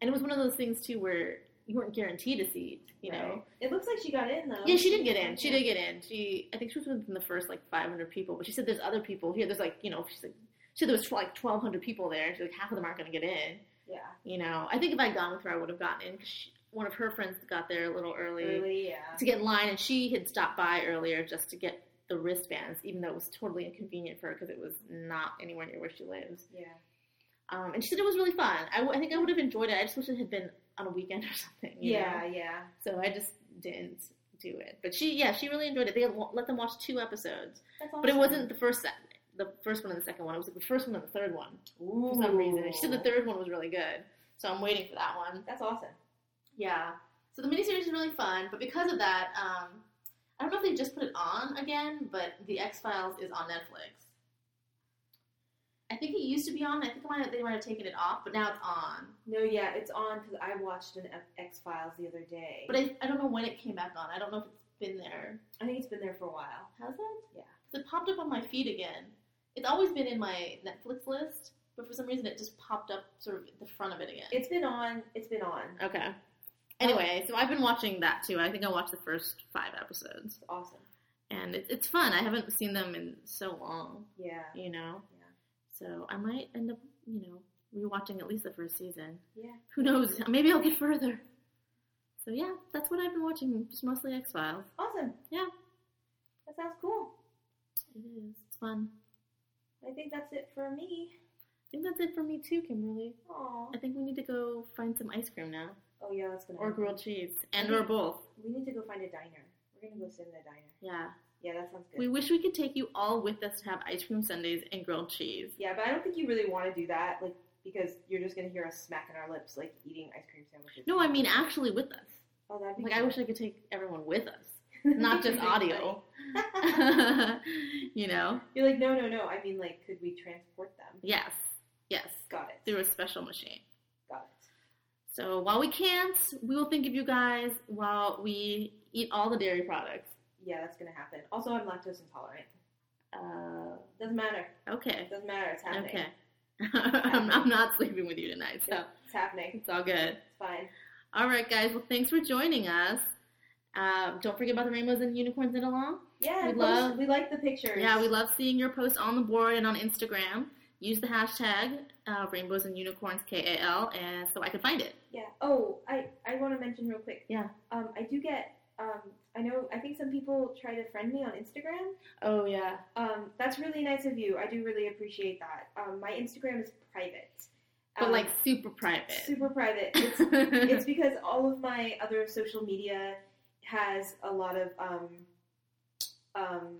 Speaker 1: and it was one of those things too where you weren't guaranteed a seat you know
Speaker 2: Right. It looks like she got in though.
Speaker 1: yeah she did get in she did get in she i think she was within the first like 500 people but she said there's other people here there's like you know she's like she said there was like 1200 people there she's like half of them aren't going to get in
Speaker 2: Yeah.
Speaker 1: you know, I think if I'd gone with her, I would have gotten in. 'cause she- One of her friends got there a little early,
Speaker 2: Early, yeah.
Speaker 1: to get in line, and she had stopped by earlier just to get the wristbands, even though it was totally inconvenient for her because it was not anywhere near where she lives.
Speaker 2: Yeah.
Speaker 1: Um, and she said it was really fun. I, w- I think I would have enjoyed it. I just wish it had been on a weekend or something. you
Speaker 2: Yeah,
Speaker 1: know?
Speaker 2: yeah.
Speaker 1: So I just didn't do it. But she, yeah, she really enjoyed it. They had wa- let them watch two episodes,
Speaker 2: That's
Speaker 1: but it
Speaker 2: awesome.
Speaker 1: wasn't the first set. The first one and the second one. It was like the first one and the third one for some reason. And She said the
Speaker 2: Ooh.
Speaker 1: third one was really good, so I'm waiting for that one.
Speaker 2: That's awesome.
Speaker 1: Yeah. So the miniseries is really fun, but because of that, um, I don't know if they just put it on again, but The X Files is on Netflix. I think it used to be on. I think I might they might have taken it off, but now it's on.
Speaker 2: No, yeah, it's on because I watched an X Files the other day.
Speaker 1: But I, I don't know when it came back on. I don't know if it's been there.
Speaker 2: I think it's been there for a while.
Speaker 1: Has it?
Speaker 2: Yeah.
Speaker 1: 'Cause it popped up on my feed again. It's always been in my Netflix list, but for some reason it just popped up sort of at the front of it again.
Speaker 2: It's been on. It's been on.
Speaker 1: okay. Anyway, so I've been watching that too. I think I watched the first five episodes.
Speaker 2: It's awesome.
Speaker 1: and it, it's fun. I haven't seen them in so long,
Speaker 2: Yeah.
Speaker 1: you know.
Speaker 2: Yeah.
Speaker 1: So I might end up, you know, rewatching at least the first season.
Speaker 2: Yeah.
Speaker 1: Who knows? Maybe I'll get further. So yeah, that's what I've been watching. Just mostly X Files.
Speaker 2: Awesome.
Speaker 1: Yeah.
Speaker 2: That sounds cool.
Speaker 1: It is. It's fun.
Speaker 2: I think that's it for me.
Speaker 1: I think that's it for me too, Kimberly.
Speaker 2: Aw.
Speaker 1: I think we need to go find some ice cream now,
Speaker 2: Oh yeah, that's gonna.
Speaker 1: or
Speaker 2: happen.
Speaker 1: grilled cheese, and or both.
Speaker 2: We need to go find a diner. We're gonna go sit in a diner.
Speaker 1: Yeah.
Speaker 2: Yeah, that sounds good.
Speaker 1: We wish we could take you all with us to have ice cream sundaes and grilled cheese.
Speaker 2: yeah, but I don't think you really want to do that, like because you're just gonna hear us smacking our lips, like eating ice cream sandwiches.
Speaker 1: No, I mean actually with us.
Speaker 2: Oh, that'd be
Speaker 1: Like I
Speaker 2: cool.
Speaker 1: wish I could take everyone with us. not just audio. you know?
Speaker 2: You're like, no, no, no. I mean, like, could we transport them?
Speaker 1: Yes. Yes.
Speaker 2: Got it.
Speaker 1: Through a special machine.
Speaker 2: Got it.
Speaker 1: So while we can't, we will think of you guys while we eat all the dairy products.
Speaker 2: yeah, that's gonna happen. Also, I'm lactose intolerant.
Speaker 1: Uh,
Speaker 2: Doesn't matter.
Speaker 1: okay.
Speaker 2: Doesn't matter. It's happening.
Speaker 1: Okay. I'm, I'm not sleeping with you tonight, so
Speaker 2: It's happening.
Speaker 1: it's all good.
Speaker 2: It's fine.
Speaker 1: All right, guys. Well, thanks for joining us. Um, don't forget about the rainbows and unicorns in along.
Speaker 2: Yeah,
Speaker 1: We
Speaker 2: post-
Speaker 1: love-
Speaker 2: we like the pictures.
Speaker 1: Yeah, we love seeing your posts on the board and on Instagram. Use the hashtag uh, rainbows and unicorns K A L, and so I can find it.
Speaker 2: Yeah. Oh, I I want to mention real quick.
Speaker 1: Yeah.
Speaker 2: Um, I do get um, I know I think some people try to friend me on Instagram.
Speaker 1: Oh yeah.
Speaker 2: Um, that's really nice of you. I do really appreciate that. Um, my Instagram is private,
Speaker 1: But
Speaker 2: Um,
Speaker 1: like super private.
Speaker 2: super private. It's, it's because all of my other social media has a lot of um, um,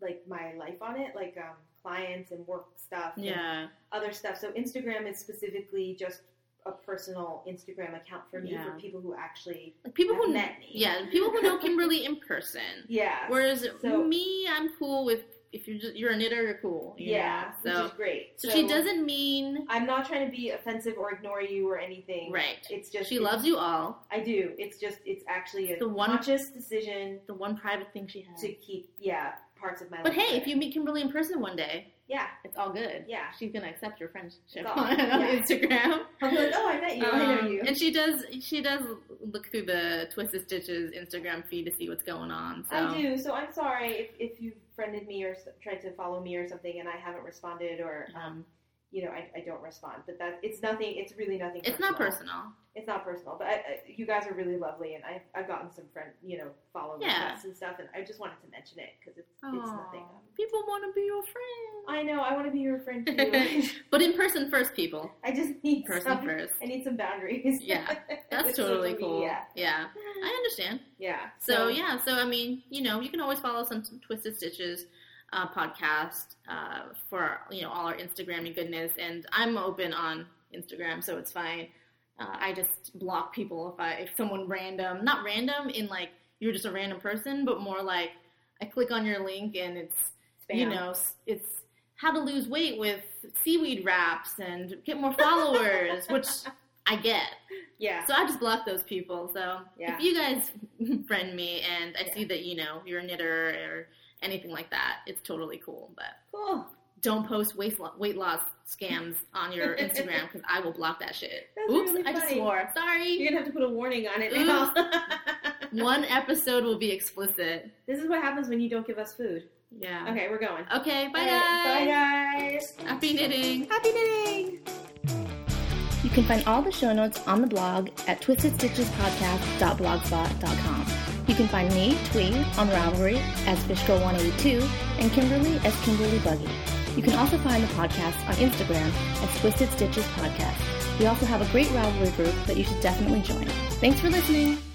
Speaker 2: like my life on it, like um, clients and work stuff. and
Speaker 1: yeah.
Speaker 2: other stuff. So Instagram is specifically just a personal Instagram account for me
Speaker 1: Yeah.
Speaker 2: for people who actually
Speaker 1: Like people
Speaker 2: have
Speaker 1: who
Speaker 2: met me.
Speaker 1: yeah people who know Kimberly in person.
Speaker 2: Yeah.
Speaker 1: Whereas
Speaker 2: So-
Speaker 1: me, I'm cool with if you're just, you're a knitter, you're cool. you
Speaker 2: yeah,
Speaker 1: know?
Speaker 2: which
Speaker 1: So
Speaker 2: is great.
Speaker 1: so she doesn't mean
Speaker 2: I'm not trying to be offensive or ignore you or anything.
Speaker 1: right.
Speaker 2: It's just
Speaker 1: She loves you all.
Speaker 2: I do. It's just it's actually a
Speaker 1: The one-
Speaker 2: conscious decision
Speaker 1: The one private thing she has.
Speaker 2: to keep yeah parts of my
Speaker 1: But
Speaker 2: life.
Speaker 1: hey, if
Speaker 2: private.
Speaker 1: you meet Kimberly in person one day,
Speaker 2: yeah
Speaker 1: it's all good.
Speaker 2: yeah
Speaker 1: She's gonna accept your friendship
Speaker 2: It's all-
Speaker 1: on, on
Speaker 2: yeah.
Speaker 1: Instagram.
Speaker 2: I'll be like oh I met you I know
Speaker 1: Um,
Speaker 2: you
Speaker 1: And she does she does look through the Twisted Stitches Instagram feed to see what's going on. So
Speaker 2: I do so I'm sorry if if you friended me or s- tried to follow me or something and I haven't responded or
Speaker 1: um,
Speaker 2: you know, I, I don't respond. But that it's nothing. It's really nothing.
Speaker 1: it's not personal.
Speaker 2: It's not personal. But I, I, you guys are really lovely, and I've I've gotten some friend, you know, follow
Speaker 1: Yeah.
Speaker 2: requests and stuff, and I just wanted to mention it because it's it's
Speaker 1: Aw,
Speaker 2: nothing.
Speaker 1: People want to be your friend,
Speaker 2: I know. I want to be your friend too.
Speaker 1: but in person first, people.
Speaker 2: I just need
Speaker 1: Person
Speaker 2: some.
Speaker 1: first.
Speaker 2: I need some boundaries.
Speaker 1: Yeah, that's
Speaker 2: With social
Speaker 1: totally cool.
Speaker 2: media.
Speaker 1: Yeah, I understand.
Speaker 2: Yeah.
Speaker 1: So, yeah, so I mean, you know, you can always follow some Twisted Stitches uh, podcast uh, for you know all our Instagrammy goodness, and I'm open on Instagram, so it's fine. Uh, I just block people if I if someone random, not random in like you're just a random person, but more like I click on your link and it's
Speaker 2: Spam.
Speaker 1: you know s- it's how to lose weight with seaweed wraps and get more followers, which I get.
Speaker 2: Yeah.
Speaker 1: So I just block those people. So
Speaker 2: Yeah.
Speaker 1: if you guys friend me and I
Speaker 2: Yeah.
Speaker 1: see that you know you're a knitter or anything like that, it's totally cool. But
Speaker 2: Cool.
Speaker 1: don't post weight lo- weight loss scams on your Instagram because I will block that shit.
Speaker 2: That's
Speaker 1: Oops,
Speaker 2: really
Speaker 1: I just
Speaker 2: funny.
Speaker 1: swore. Sorry.
Speaker 2: You're gonna have to put a warning on it.
Speaker 1: Ooh.
Speaker 2: now.
Speaker 1: Mm. One episode will be explicit.
Speaker 2: this is what happens when you don't give us food.
Speaker 1: Yeah.
Speaker 2: Okay, we're going.
Speaker 1: Okay. bye,
Speaker 2: All
Speaker 1: guys.
Speaker 2: right, Bye guys.
Speaker 1: Happy knitting.
Speaker 2: Happy knitting.
Speaker 3: You can find all the show notes on the blog at twistedstitchespodcast.blogspot.com. You can find me, Twee, on Ravelry as FishGirl182 and Kimberly as Kimberly Buggy. You can also find the podcast on Instagram as Twisted Stitches Podcast. We also have a great Ravelry group that you should definitely join. Thanks for listening!